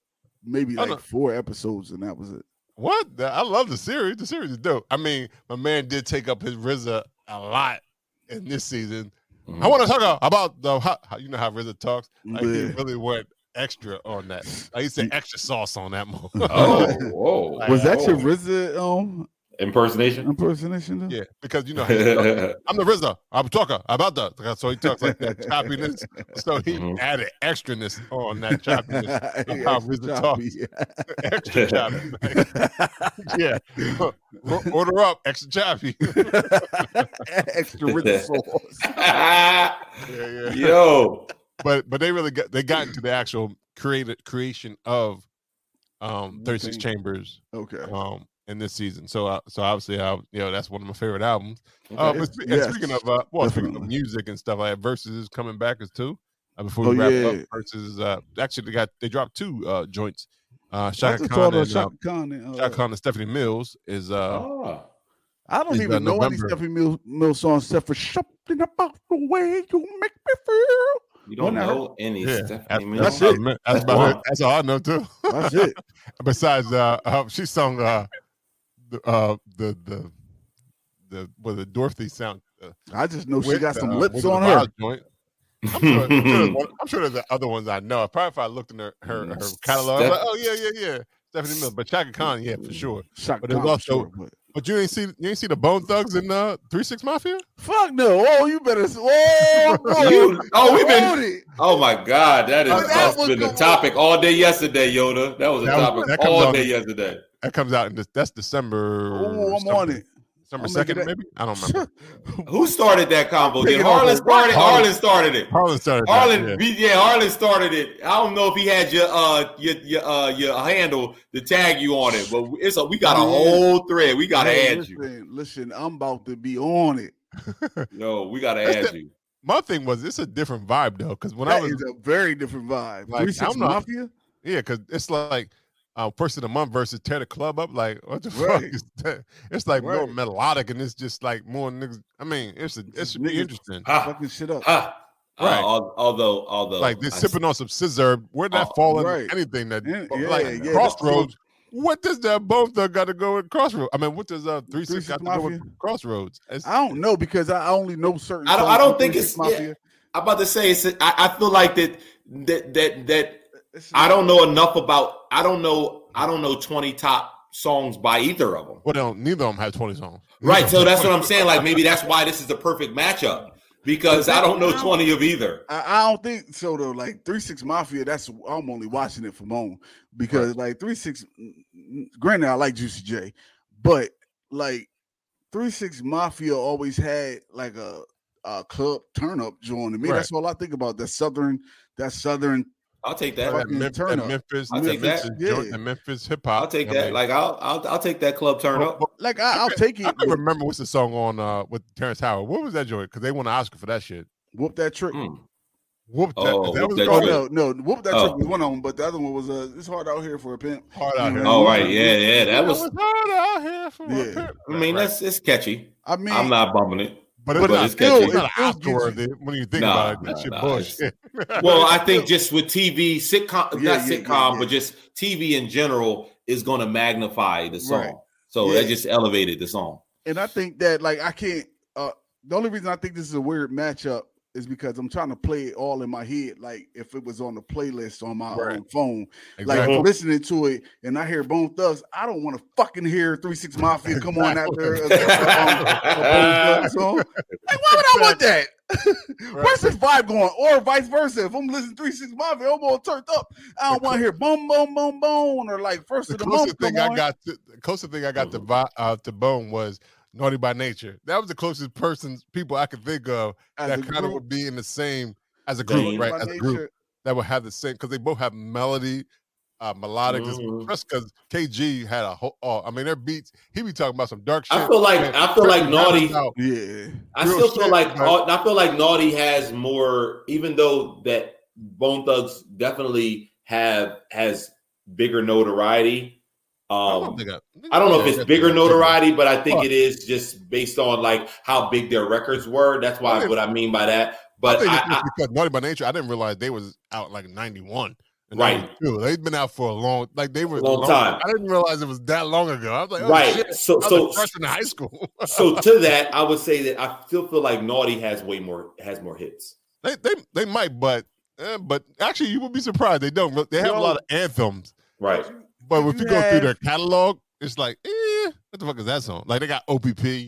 maybe
Oh,
like
no.
four episodes, and that was it.
What? The- I love the series. The series is dope. I mean, my man did take up his RZA a lot in this season.
Mhm.
I want to talk a- about the how, how- you know how RZA talks. Like he
Yeah.
really went extra on that. Like he said extra sauce on that move.
Oh, whoa.
Was that your
Oh.
RZA um,
impersonation?
impersonation? Though?
yeah, because you know how he talks.
Mhm.
I'm the RZA. I'm talking about that. So he talks like that choppiness. So he
Mhm.
added extraness on that choppiness.
Yeah,
how RZA
choppy.
extra choppy. Like, yeah. O- Order up, extra choppy.
Extra RZA sauce.
Yeah, yeah.
Yo.
but but they really got they got into the actual created creation of um 36
Okay.
chambers
Okay.
um in this season so uh, so obviously I, you know that's one of my favorite albums uh,
Okay.
but spe- and speaking
Yes,
of uh, well speaking of
definitely.
music and stuff like that, versus is coming back as two uh, before
Oh,
we wrap
yeah.
up versus uh actually they got they dropped two uh joints Uh,
Oh, I
Shaka
just
Khan
thought of
and, uh,
Shaka Oh. Khan and, uh,
Shaka Khan and Stephanie Mills is. Uh,
Ah.
I don't
is, uh,
even know any
November.
Stephanie Mills, Mills songs except for something about the way you make me feel.
You don't
Wasn't that
know
her?
any
Yeah,
Stephanie Mills.
that's,
songs?
it. That's, about it. that's all I know too.
That's it.
Besides, uh, uh, she sung uh, the, uh, the the the was it Dorothy sound? Uh,
I just know Oh, she
with,
got some
uh,
lips
Wizard
on
of
her.
Oz Joint. I'm sure, I'm, sure there's one- I'm sure there's the other ones I know. Probably if I looked in her her, her catalog, I'm
Steph-
like, oh yeah, yeah, yeah, Stephanie Miller. But Shaka Khan, yeah, for sure.
Shaka
but there's
Khan,
also,
sure, but-
but you ain't see you ain't see the Bone Thugs in uh, Three Six Mafia.
Fuck no! Oh, you better. Oh, boy.
You- oh, we've
Hold
been.
it.
Oh my God, that is
That
that's
was
been
the
a topic all day yesterday, Yoda. That was a
That was-
topic
that comes
all
on-
day yesterday.
That comes out in this, that's December.
Oh, I'm
something.
on it.
December
I'm making
second,
that-
maybe I don't remember.
Who started that combo? Did
Picking off
Harlan
the
start it?
rock.
Harlan started it.
Harlan started. that,
Harlan,
yeah.
yeah. yeah, Harlan started it. I don't know if he had your uh your your uh your handle to tag you on it, but it's a we got a
Man.
whole thread. We gotta
Hey,
add you.
listen, listen, I'm about to be on it.
No, we gotta
That's
add
the-
you.
My thing was it's a different vibe though, because when
That
I was
is a very different vibe.
Like,
Three Six
I'm not-
Mafia.
Yeah, because it's like uh, person of the month versus tear the club up. Like what the fuck
Right.
is that? It's like more
Right.
melodic and it's just like more niggas. I mean, it's a, it should
Niggas-
be interesting.
Ah,
Fucking shit up.
ah, ah,
Right.
al- although although
like they're
I-
sipping on some scissor. Where did that
Oh,
fall into
Oh, right.
anything that
Yeah, yeah,
like
yeah, that's
crossroads? What does that both thug got to go with crossroads? I mean, what does uh three
Three
six got
Six
to go
Mafia?
with crossroads? It's-
I don't know because I I only know certain.
I don't- I
songs
don't
from
think
Three
it's-
Six Mafia.
I'm about to say it's, I, I feel like that that that that
It's
I
not-
don't know enough about I don't know I don't know 20 top songs by either of them.
well, they don't neither of them have twenty songs.
Right. So that's what I'm saying. Like maybe that's why this is the perfect matchup because I don't know 20 of either.
I, I don't think so though. Like Three Six Mafia, that's I'm only watching it for Moan because like Three Six. mm, Granted, I like Juicy J, but like Three Six Mafia always had like a, a club turn up joint to me.
Right.
That's all I think about. That southern, that southern.
I'll take
That,
that.
fucking
Memphis,
turn
that
up.
Memphis,
I'll take
Memphis,
that.
joint,
Yeah.
the Memphis hip hop.
I'll take
I
that.
mean,
Like I'll I'll I'll take that club turn up.
Like I, I'll take
I
it.
can
with
remember what's the song on uh with Terrence Howard. What was that joint? Because they won an Oscar for that shit.
Whoop that trick.
Mm.
Whoop that,
Oh,
that
Whoop
was
That
Oh
called
Trick.
no, no, whoop that
Oh.
trick was one of them, but the other one was uh, it's hard out here for a pimp.
hard out here.
Oh,
All right. Yeah, yeah. That
It
was
hard out here for a
Yeah.
pimp.
I mean, that's it's catchy.
I mean,
I'm not bumping it.
but it's
but
not,
it's
it's
catchy.
not
It's
an
still
Oscar worthy when you think about
Nah,
it. That
nah,
shit
nah,
bullshit.
Well, I think just with TV sitcom,
Yeah,
not
yeah, yeah,
sitcom,
yeah.
but just TV in general is going to magnify the song.
Right.
So
Yeah.
that just elevated the song.
and I think that like I can't. Uh, the only reason I think this is a weird matchup is because I'm trying to play it all in my head, like if it was on the playlist on my
Right.
own phone. Like
exactly.
if I'm listening to it and I hear Bone Thugs, I don't want to fucking hear Three Six Mafia come on out there. as um, a- a Bone Thugs song. Like why would I want that? Where's this vibe going? Or vice versa. If I'm listening to Three Six Mafia, I'm all turned up. I don't want to hear boom, boom, boom, boom, or like first
the
of the month.
closest thing
come
I
on.
got, to, the closest thing I got
Mm.
to vi- uh, to bone was Naughty by Nature. That was the closest persons people I could think of
As a
that kind of
group.
would be in the same as a
Same.
group,
By
right? As a group.
nature,
that would have the same because they both have melody, uh, melodic. as-
Mhm.
Just because KG had a whole, oh, I mean, their beats. He be talking about some dark shit.
I feel like
and
I feel like
Christian rappers
Naughty.
out.
Yeah.
I
Real
still feel
shit,
like
but-
I feel like Naughty has more, even though that Bone Thugs definitely have has bigger notoriety.
I
Um,
don't, think I,
I don't know if it's bigger notoriety, but I think
Fuck.
it is just based on like how big their records were. That's
I
why
think-
what I mean by that.
I
But
think
I,
it's just because Naughty by Nature, I didn't realize they was out like '91.
Right.
They've been out for a long, like they were
Long time.
I didn't realize it was that long ago. I was like,
I-
oh,
right.
Shit.
So
I was so,
so
a freshman in high school.
so to that, I would say that I still feel like Naughty has way more has more hits.
they, they they might, but eh, but actually, you would be surprised. They don't. really- They have a
Yo.
lot of anthems.
Right.
But if
You
you go through
have-
their catalog, it's like, eh, what the fuck is that song? Like they got OPP, uh,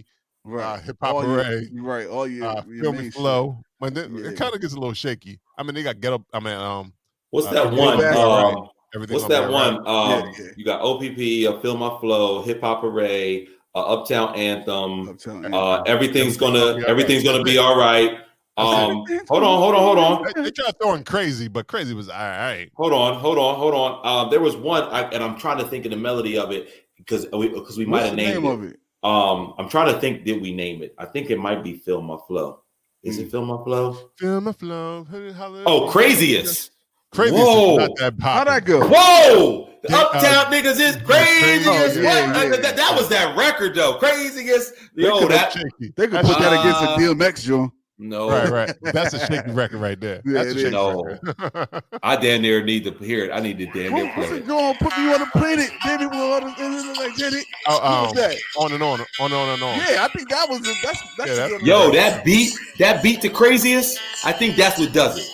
Right.
Hip Hop
All your-
Array,
right. All your,
uh,
your
Feel
main
Me
shit.
Flow. But then
Yeah.
it kind of gets a little shaky. I mean, they got Get Up. I mean, um,
What's
Uh,
that
Everything
one?
Gonna Be
Alright.
Um,
everything.
what's
Gonna Be
that
Alright.
one? Um,
Yeah, yeah.
You got OPP, uh, Feel My Flow, Hip Hop Array, uh, Uptown Anthem.
I'm telling you.
Uh, everything's
Be
gonna
Alright.
everything's gonna be all right. Um,
Everything's
hold
gonna
on, hold
be
on, hold
all
on.
They, they tried throwing crazy, but crazy was all right.
Hold on, hold on, hold on. Um, there was one, I, and I'm trying to think of the melody of it because we because we might
What's
have
the
named
name
it.
of it?
Um, I'm trying to think. Did we name it? I think it might be Feel My Flow. Is it Feel My Flow?
Feel my flow. hey, holla-
Oh, craziest!
Craziest is
Whoa.
not that
How'd
popular.
that go?
Whoa, The Uptown niggas is crazy
Oh,
as
yeah,
what?
yeah.
That- that, that was that record though. Craziest. Yo,
could
that
they could put that against
Uh,
a DMX joint.
No,
Right, right. That's a shaky record right there.
Yeah,
That's
it
a
is.
shaky
No, I damn near need to hear it. I need to damn near play it.
Go on, put me on the planet, Danny. Will on the planet, like Danny.
Oh,
What was
um,
that?
On and on, on and on and on.
Yeah, I think that was the, that's that's the good
Yo,
one.
that beat, that beat the craziest. I think that's what does it.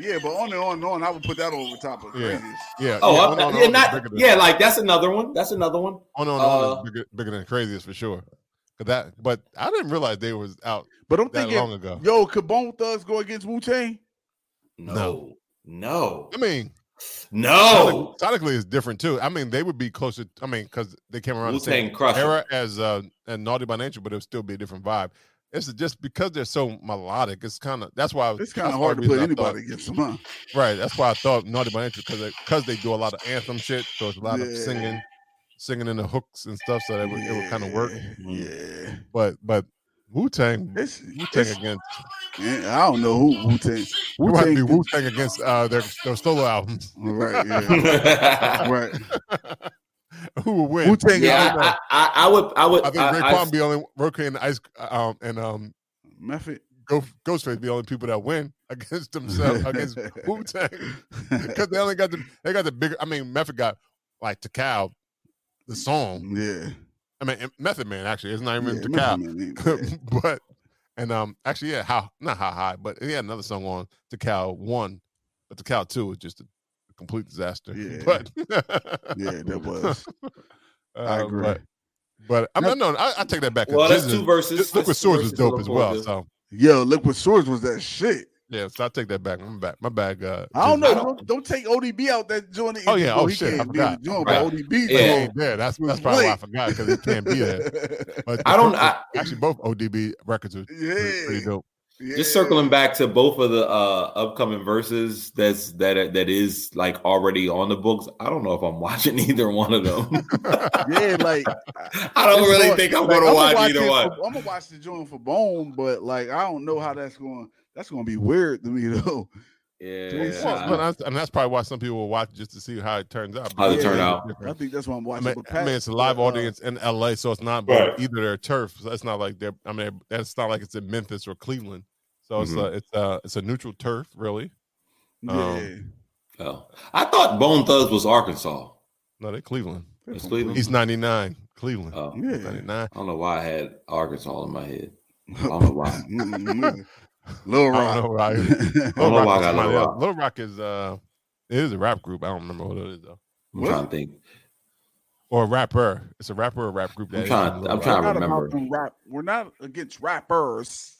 Yeah, but on and on and on, I would put that over top of
Yeah.
crazy.
Yeah.
Oh,
yeah,
I'm
on, on,
not- yeah,
on is
not-
bigger than-
yeah, like that's another one. That's another one.
On and on,
Uh,
on is bigger, bigger than craziest for sure. 'Cause that, but I didn't realize they was out.
But I'm
that
thinking,
long ago.
yo, could Bone Thugs go against Wu Tang?
No, no,
I mean,
no.
sonic- sonically it's different too. I mean, they would be closer. I mean, because they came around
Wu-Tang
the same
Crusher.
era as uh, and Naughty by Nature, but it would still be a different vibe. It's just because they're so melodic. It's kind of that's why I was-
It's kind
that's
of
one
hard to
reason
put
I thought-
anybody against them, huh?
Right. That's why I thought Naughty by Nature because because they do a lot of anthem shit, so it's a lot of
Yeah.
singing, singing in the hooks and stuff, so that it would, it would kind of work. Mm.
Yeah.
But but Wu Tang, Wu
It's-
Tang
it's-
against
Yeah, I don't know who Wu Tang.
Wu
Wu-Tang
Tang Wu Tang against uh, their their solo albums.
Right, yeah. right.
Who will win?
Wu-Tang
Yeah, I, I, I would, I would.
I think Ray Palm be only Roker and Ice um and um
Method.
Go- Ghostface be the only people that win against themselves against Wu Tang because they only got the they got the bigger. I mean, Method got like Takal, the song.
Yeah.
I mean, and Method Man actually. It's not even
Yeah, Method Man
Takal,
ain't bad.
but and um actually yeah, how not how high, but he had another song on Takal one, but Takal two was just a complete disaster.
Yeah.
But
Yeah, that was. I
Uh,
agree.
But, but I mean, no, I, I take that back. 'cause
Well, that's
Jizz's-
two verses.
Just Liquid
That's two
Swords is
verses on
dope as
Upload
well.
Bill.
So
Yo, Liquid Swords was that shit.
yeah, so I take that back. I'm back. My bag. Uh,
I don't
Jizz-
know. Don't, don't take ODB out that joint.
Oh yeah.
Well,
Oh
he
shit. I
can't be in the
forgot.
joint,
Right.
but ODB.
Yeah.
Yeah.
Yeah, that's that's probably why I forgot because it can't be there. But
I don't- I-
actually both ODB records are pretty-
Yeah.
pretty dope.
Just circling back to both of the uh, upcoming verses that's that that is like already on the books. I don't know if I'm watching either one of them.
Yeah, like
I don't really think I'm gonna watch either one.
I'm gonna watch the joint for Bone, but like I don't know how that's going. That's gonna be weird to me though.
Yeah,
Well,
I-
but that's- and that's probably why some people will watch just to see how it turns out.
How it
because
turn
it's
out.
different.
I think that's what I'm
I
watching.
mean,
but
I mean,
Pat-
it's a live
uh,
audience in LA, so it's not about
Right.
either their turf. So it's not like they're. I mean, that's not like it's in Memphis or Cleveland. So it's
Mhm.
a it's a it's a neutral turf, really.
Yeah.
Oh. I thought Bone Thugs was Arkansas.
No, they Cleveland.
It's Cleveland.
He's ninety nine. Cleveland.
Mm-hmm. Oh, I
Yeah.
Ninety nine.
don't know why I had Arkansas in my head. I don't know why.
Mm, mm. Little
I
Rock.
don't know where I
don't
Little
know why
Rock,
I
is
got
somebody
Lil
else.
Rock.
Lil Rock is uh, it is a rap group. I don't remember what it is though,
I'm
What?
trying to think.
or a rapper. It's a rapper or rap group.
I'm
that is
trying-
Lil
I'm
Rock.
We're
trying- I
not
remember.
about them rap. We're not against rappers.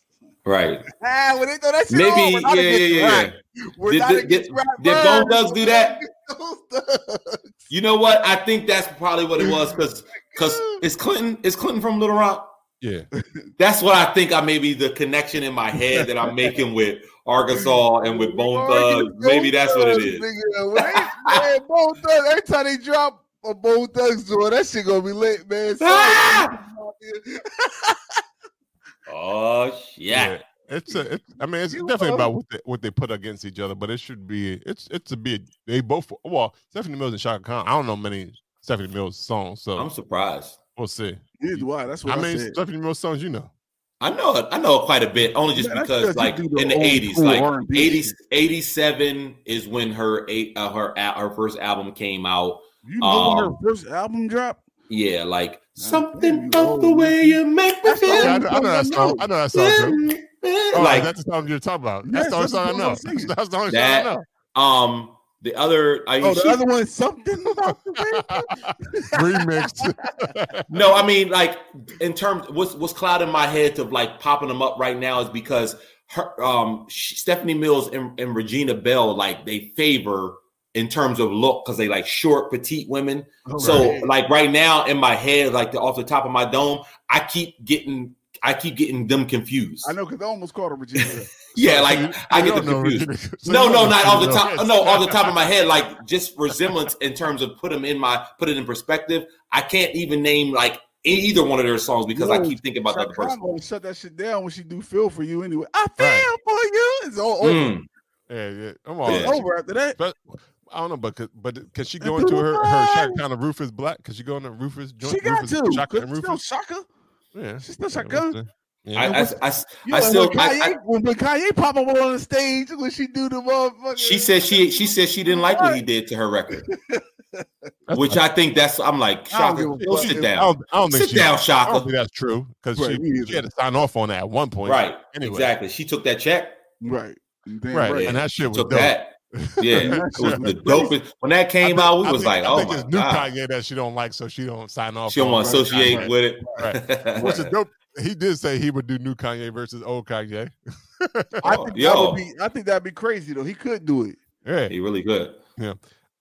Right.
Ah, when they throw that shit
Maybe-
on, we're not
yeah,
against
yeah, yeah.
rap. We're
Did-
not
did-
against
did-
rap.
did
birds.
Bone Thugs do that?
Bone Thugs.
You know what? I think that's probably what it was because because it's Clinton. It's Clinton from Little Rock.
Yeah,
That's what I think. I maybe the connection in my head that I'm making with Arkansas and with Bone
Arguing
Thugs. Maybe
Bone
that's what it
Thugs,
is.
nigga. When they- man, Bone Thugs, every time they drop a Bone Thugs joint, that shit gonna be lit, man. So-
Ah! Oh shit!
yeah. It's a. It's, I mean, it's
You
definitely
are-
about what they, what they put against each other, but it should be. It's it's a big. They both. Well, Stephanie Mills and Shaka Khan. I don't know many Stephanie Mills songs, so
I'm surprised.
we'll see.
Neither do I. That's
I
what I,
mean,
said.
Stephanie Mills songs, you know.
I know it. I know it quite a bit, only just
Yeah, that's
because,
'cause you
like
do the
in the
old
eighties,
school
like
R&B
80,
shit.
87 is when her eight uh, her a- her first album came out.
You know when
um,
her first album drop?
Yeah, like
you
something about the
old,
way you make me feel.
Yeah, I, know, I know that song. I know that song. Drew. Oh,
like
that's the song you're talking about.
Yes,
That's the
that's
only song I
the one
know.
I'm singing.
That's the only song I
That-
know.
um the other I
Oh,
she-
the other one, something about the way.
Remixed.
no, I mean like in terms what's what's clouding my head to like popping them up right now is because her um she, Stephanie Mills and, and Regina Bell like they favor in terms of look because they like short petite women. So
Right.
like right now in my head like the, off the top of my dome I keep getting I keep getting them confused.
I know because I almost called her Virginia.
Yeah, like I get them confused. no, no, not off the top. No, off the top of my head, like just resemblance in terms of put them in my put it in perspective. I can't even name like e-, either one of their songs because I
No,
keep thinking about the other
Shaka
person.
gonna shut that shit down when she do feel for you anyway. I feel
Right.
for you. It's all over.
Mm.
Yeah, yeah.
It's
I'm all
Yeah.
over after that.
But I don't know, but 'cause- but because she going to her her shot kind of Rufus Black because she going to Rufus joint.
She got
Rufus,
to.
Shaka and
She's still
Rufus.
Shaka.
Yeah,
She's still
yeah.
Shaka.
Yeah.
I, I, I,
You
I
know,
still.
when Kanye,
I, I,
when, when Kanye pop up on the stage, when she do the motherfucker.
she said she she said she didn't like what he did to her record, which I think that's. I'm like
I
Shaka,
don't give a
go
fuck.
sit
I
down.
don't, I don't think
sit
she,
down,
I don't
Shaka.
think that's true because
Right, me
she, she had to sign off on that at one point.
Right,
Anyway.
exactly. She took that check.
Right,
Right, and that shit was
took
dope.
that. Yeah,
That
it was
shit
the
was
dopest. When that came
I
out, we
think- I
was
think-
like,
I
"Oh
think
my
it's new
god!"
Kanye that she don't like, so she don't sign off.
She don't
on
wanna
it.
associate
Right.
with it.
Right. Which is dope. He did say he would do new Kanye versus old Kanye.
I think that
Yo.
would be. I think that'd be crazy though. He could do it.
Yeah,
he really good.
Yeah.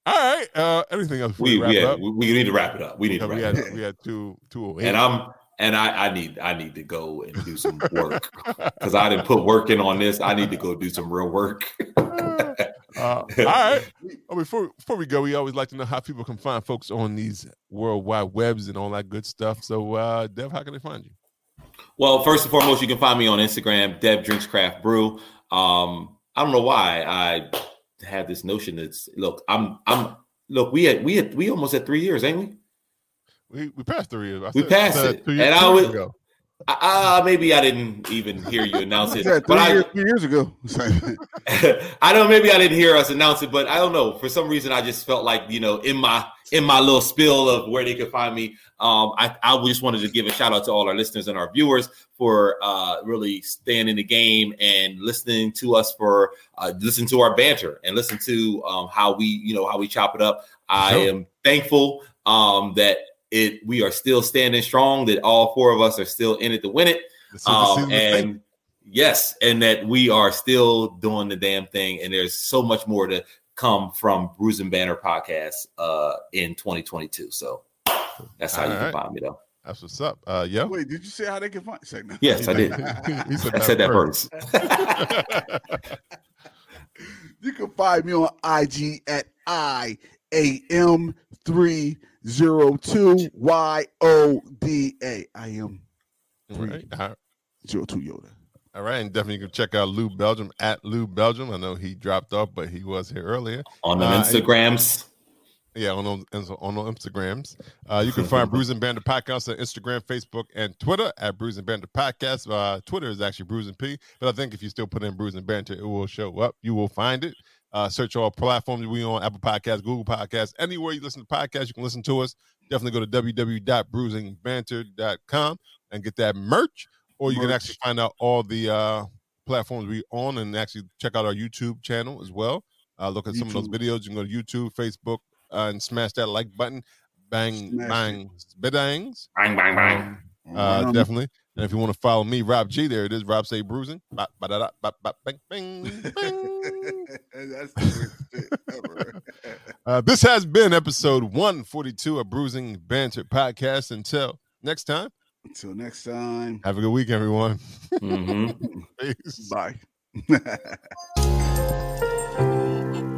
All right. Uh, anything else? before
We
wrap
we, had,
up?
we we need to wrap it up. We need to
Yeah,
wrap
we
it
had
up.
we had two two.
And I'm and I I need I need to go and do some work because I didn't put work in on this. I need to go do some real work.
Uh, all right. Oh, before before we go, we always like to know how people can find folks on these worldwide webs and all that good stuff. So, uh, Dev, how can they find you?
Well, first and foremost, you can find me on Instagram, Dev Drinks Craft Brew. Um, I don't know why I have this notion that's look, I'm I'm look, we had we had we almost had three years, ain't we?
We we passed three years. I
We
said-
passed
said
it.
two years-
And I
two years
would-
ago.
Ah, maybe I didn't even hear you announce it.
Yeah, three,
but I
years, three years ago.
I don't. Maybe I didn't hear us announce it, but I don't know. For some reason, I just felt like you know, in my in my little spill of where they could find me, um, I I just wanted to give a shout out to all our listeners and our viewers for uh, really staying in the game and listening to us for uh, listen to our banter and listen to um, how we you know how we chop it up. I
Sure.
am thankful um, that it we are still standing strong. That all four of us are still in it to win it.
This is the
Um,
season of
and Yes, and that we are still doing the damn thing, and there's so much more to come from Bruise and Banner podcast uh, in 2022. So that's how you
All
can
right.
find me, though.
That's what's up. Uh, yeah.
Wait, did you say how they can find? Say, no.
Yes, I did.
He said
I said
that
that first.
You can find me on IG at I A M three zero two Y O D A. I am
All right. All right.
zero two Yoda.
All right, and definitely you can check out Lou Belgium at Lou Belgium. I know he dropped off, but he was here earlier
On them
Uh,
Instagrams.
Yeah, on those, ins- on those Instagrams. Uh, you can find Bruising Bandit Podcast on Instagram, Facebook, and Twitter at Bruising Bandit Podcast. Uh, Twitter is actually Bruising P, but I think if you still put in Bruising Banter, it will show up. You will find it. Uh, search all platforms. We on Apple Podcasts, Google Podcasts, anywhere you listen to podcasts, you can listen to us. Definitely go to www.bruisingbanter.com and get that merch, or you can
Merch.
actually find out all the uh, platforms we on and actually check out our YouTube channel as well. Uh, look at some of those
YouTube.
videos. You can go to YouTube, Facebook, uh, and smash that like button. Bang,
Smash it.
bang, bedangs.
Bang, bang, bang.
Uh,
Um,
definitely. And if you want to follow me, Rob G, there it is. Rob say bruising. Ba, ba, da, da, ba, ba, bang, bang.
That's the worst shit ever.
Uh, this has been episode 142 of Bruising Banter Podcast. Until next time,
Until next time.
have a good week, everyone.
Mhm.
Peace.
Bye.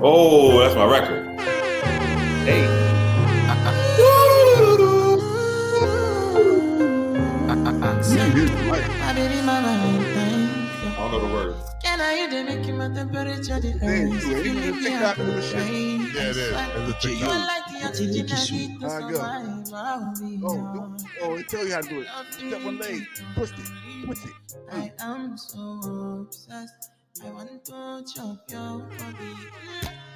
Oh, that's my record. Hey.
Habibi mama,
I don't know the words.
can I hear the making my temperature the
Damn, you ain't even checked out the machine.
Yeah, it is. It's a
You
TikTok.
are like the oxygen I need to
How it go?
survive. I'll be
Oh,
yours.
oh, it tell you how to do it. Step one leg, twist it, twist it.
I am so obsessed. Mm. I want to chop your body.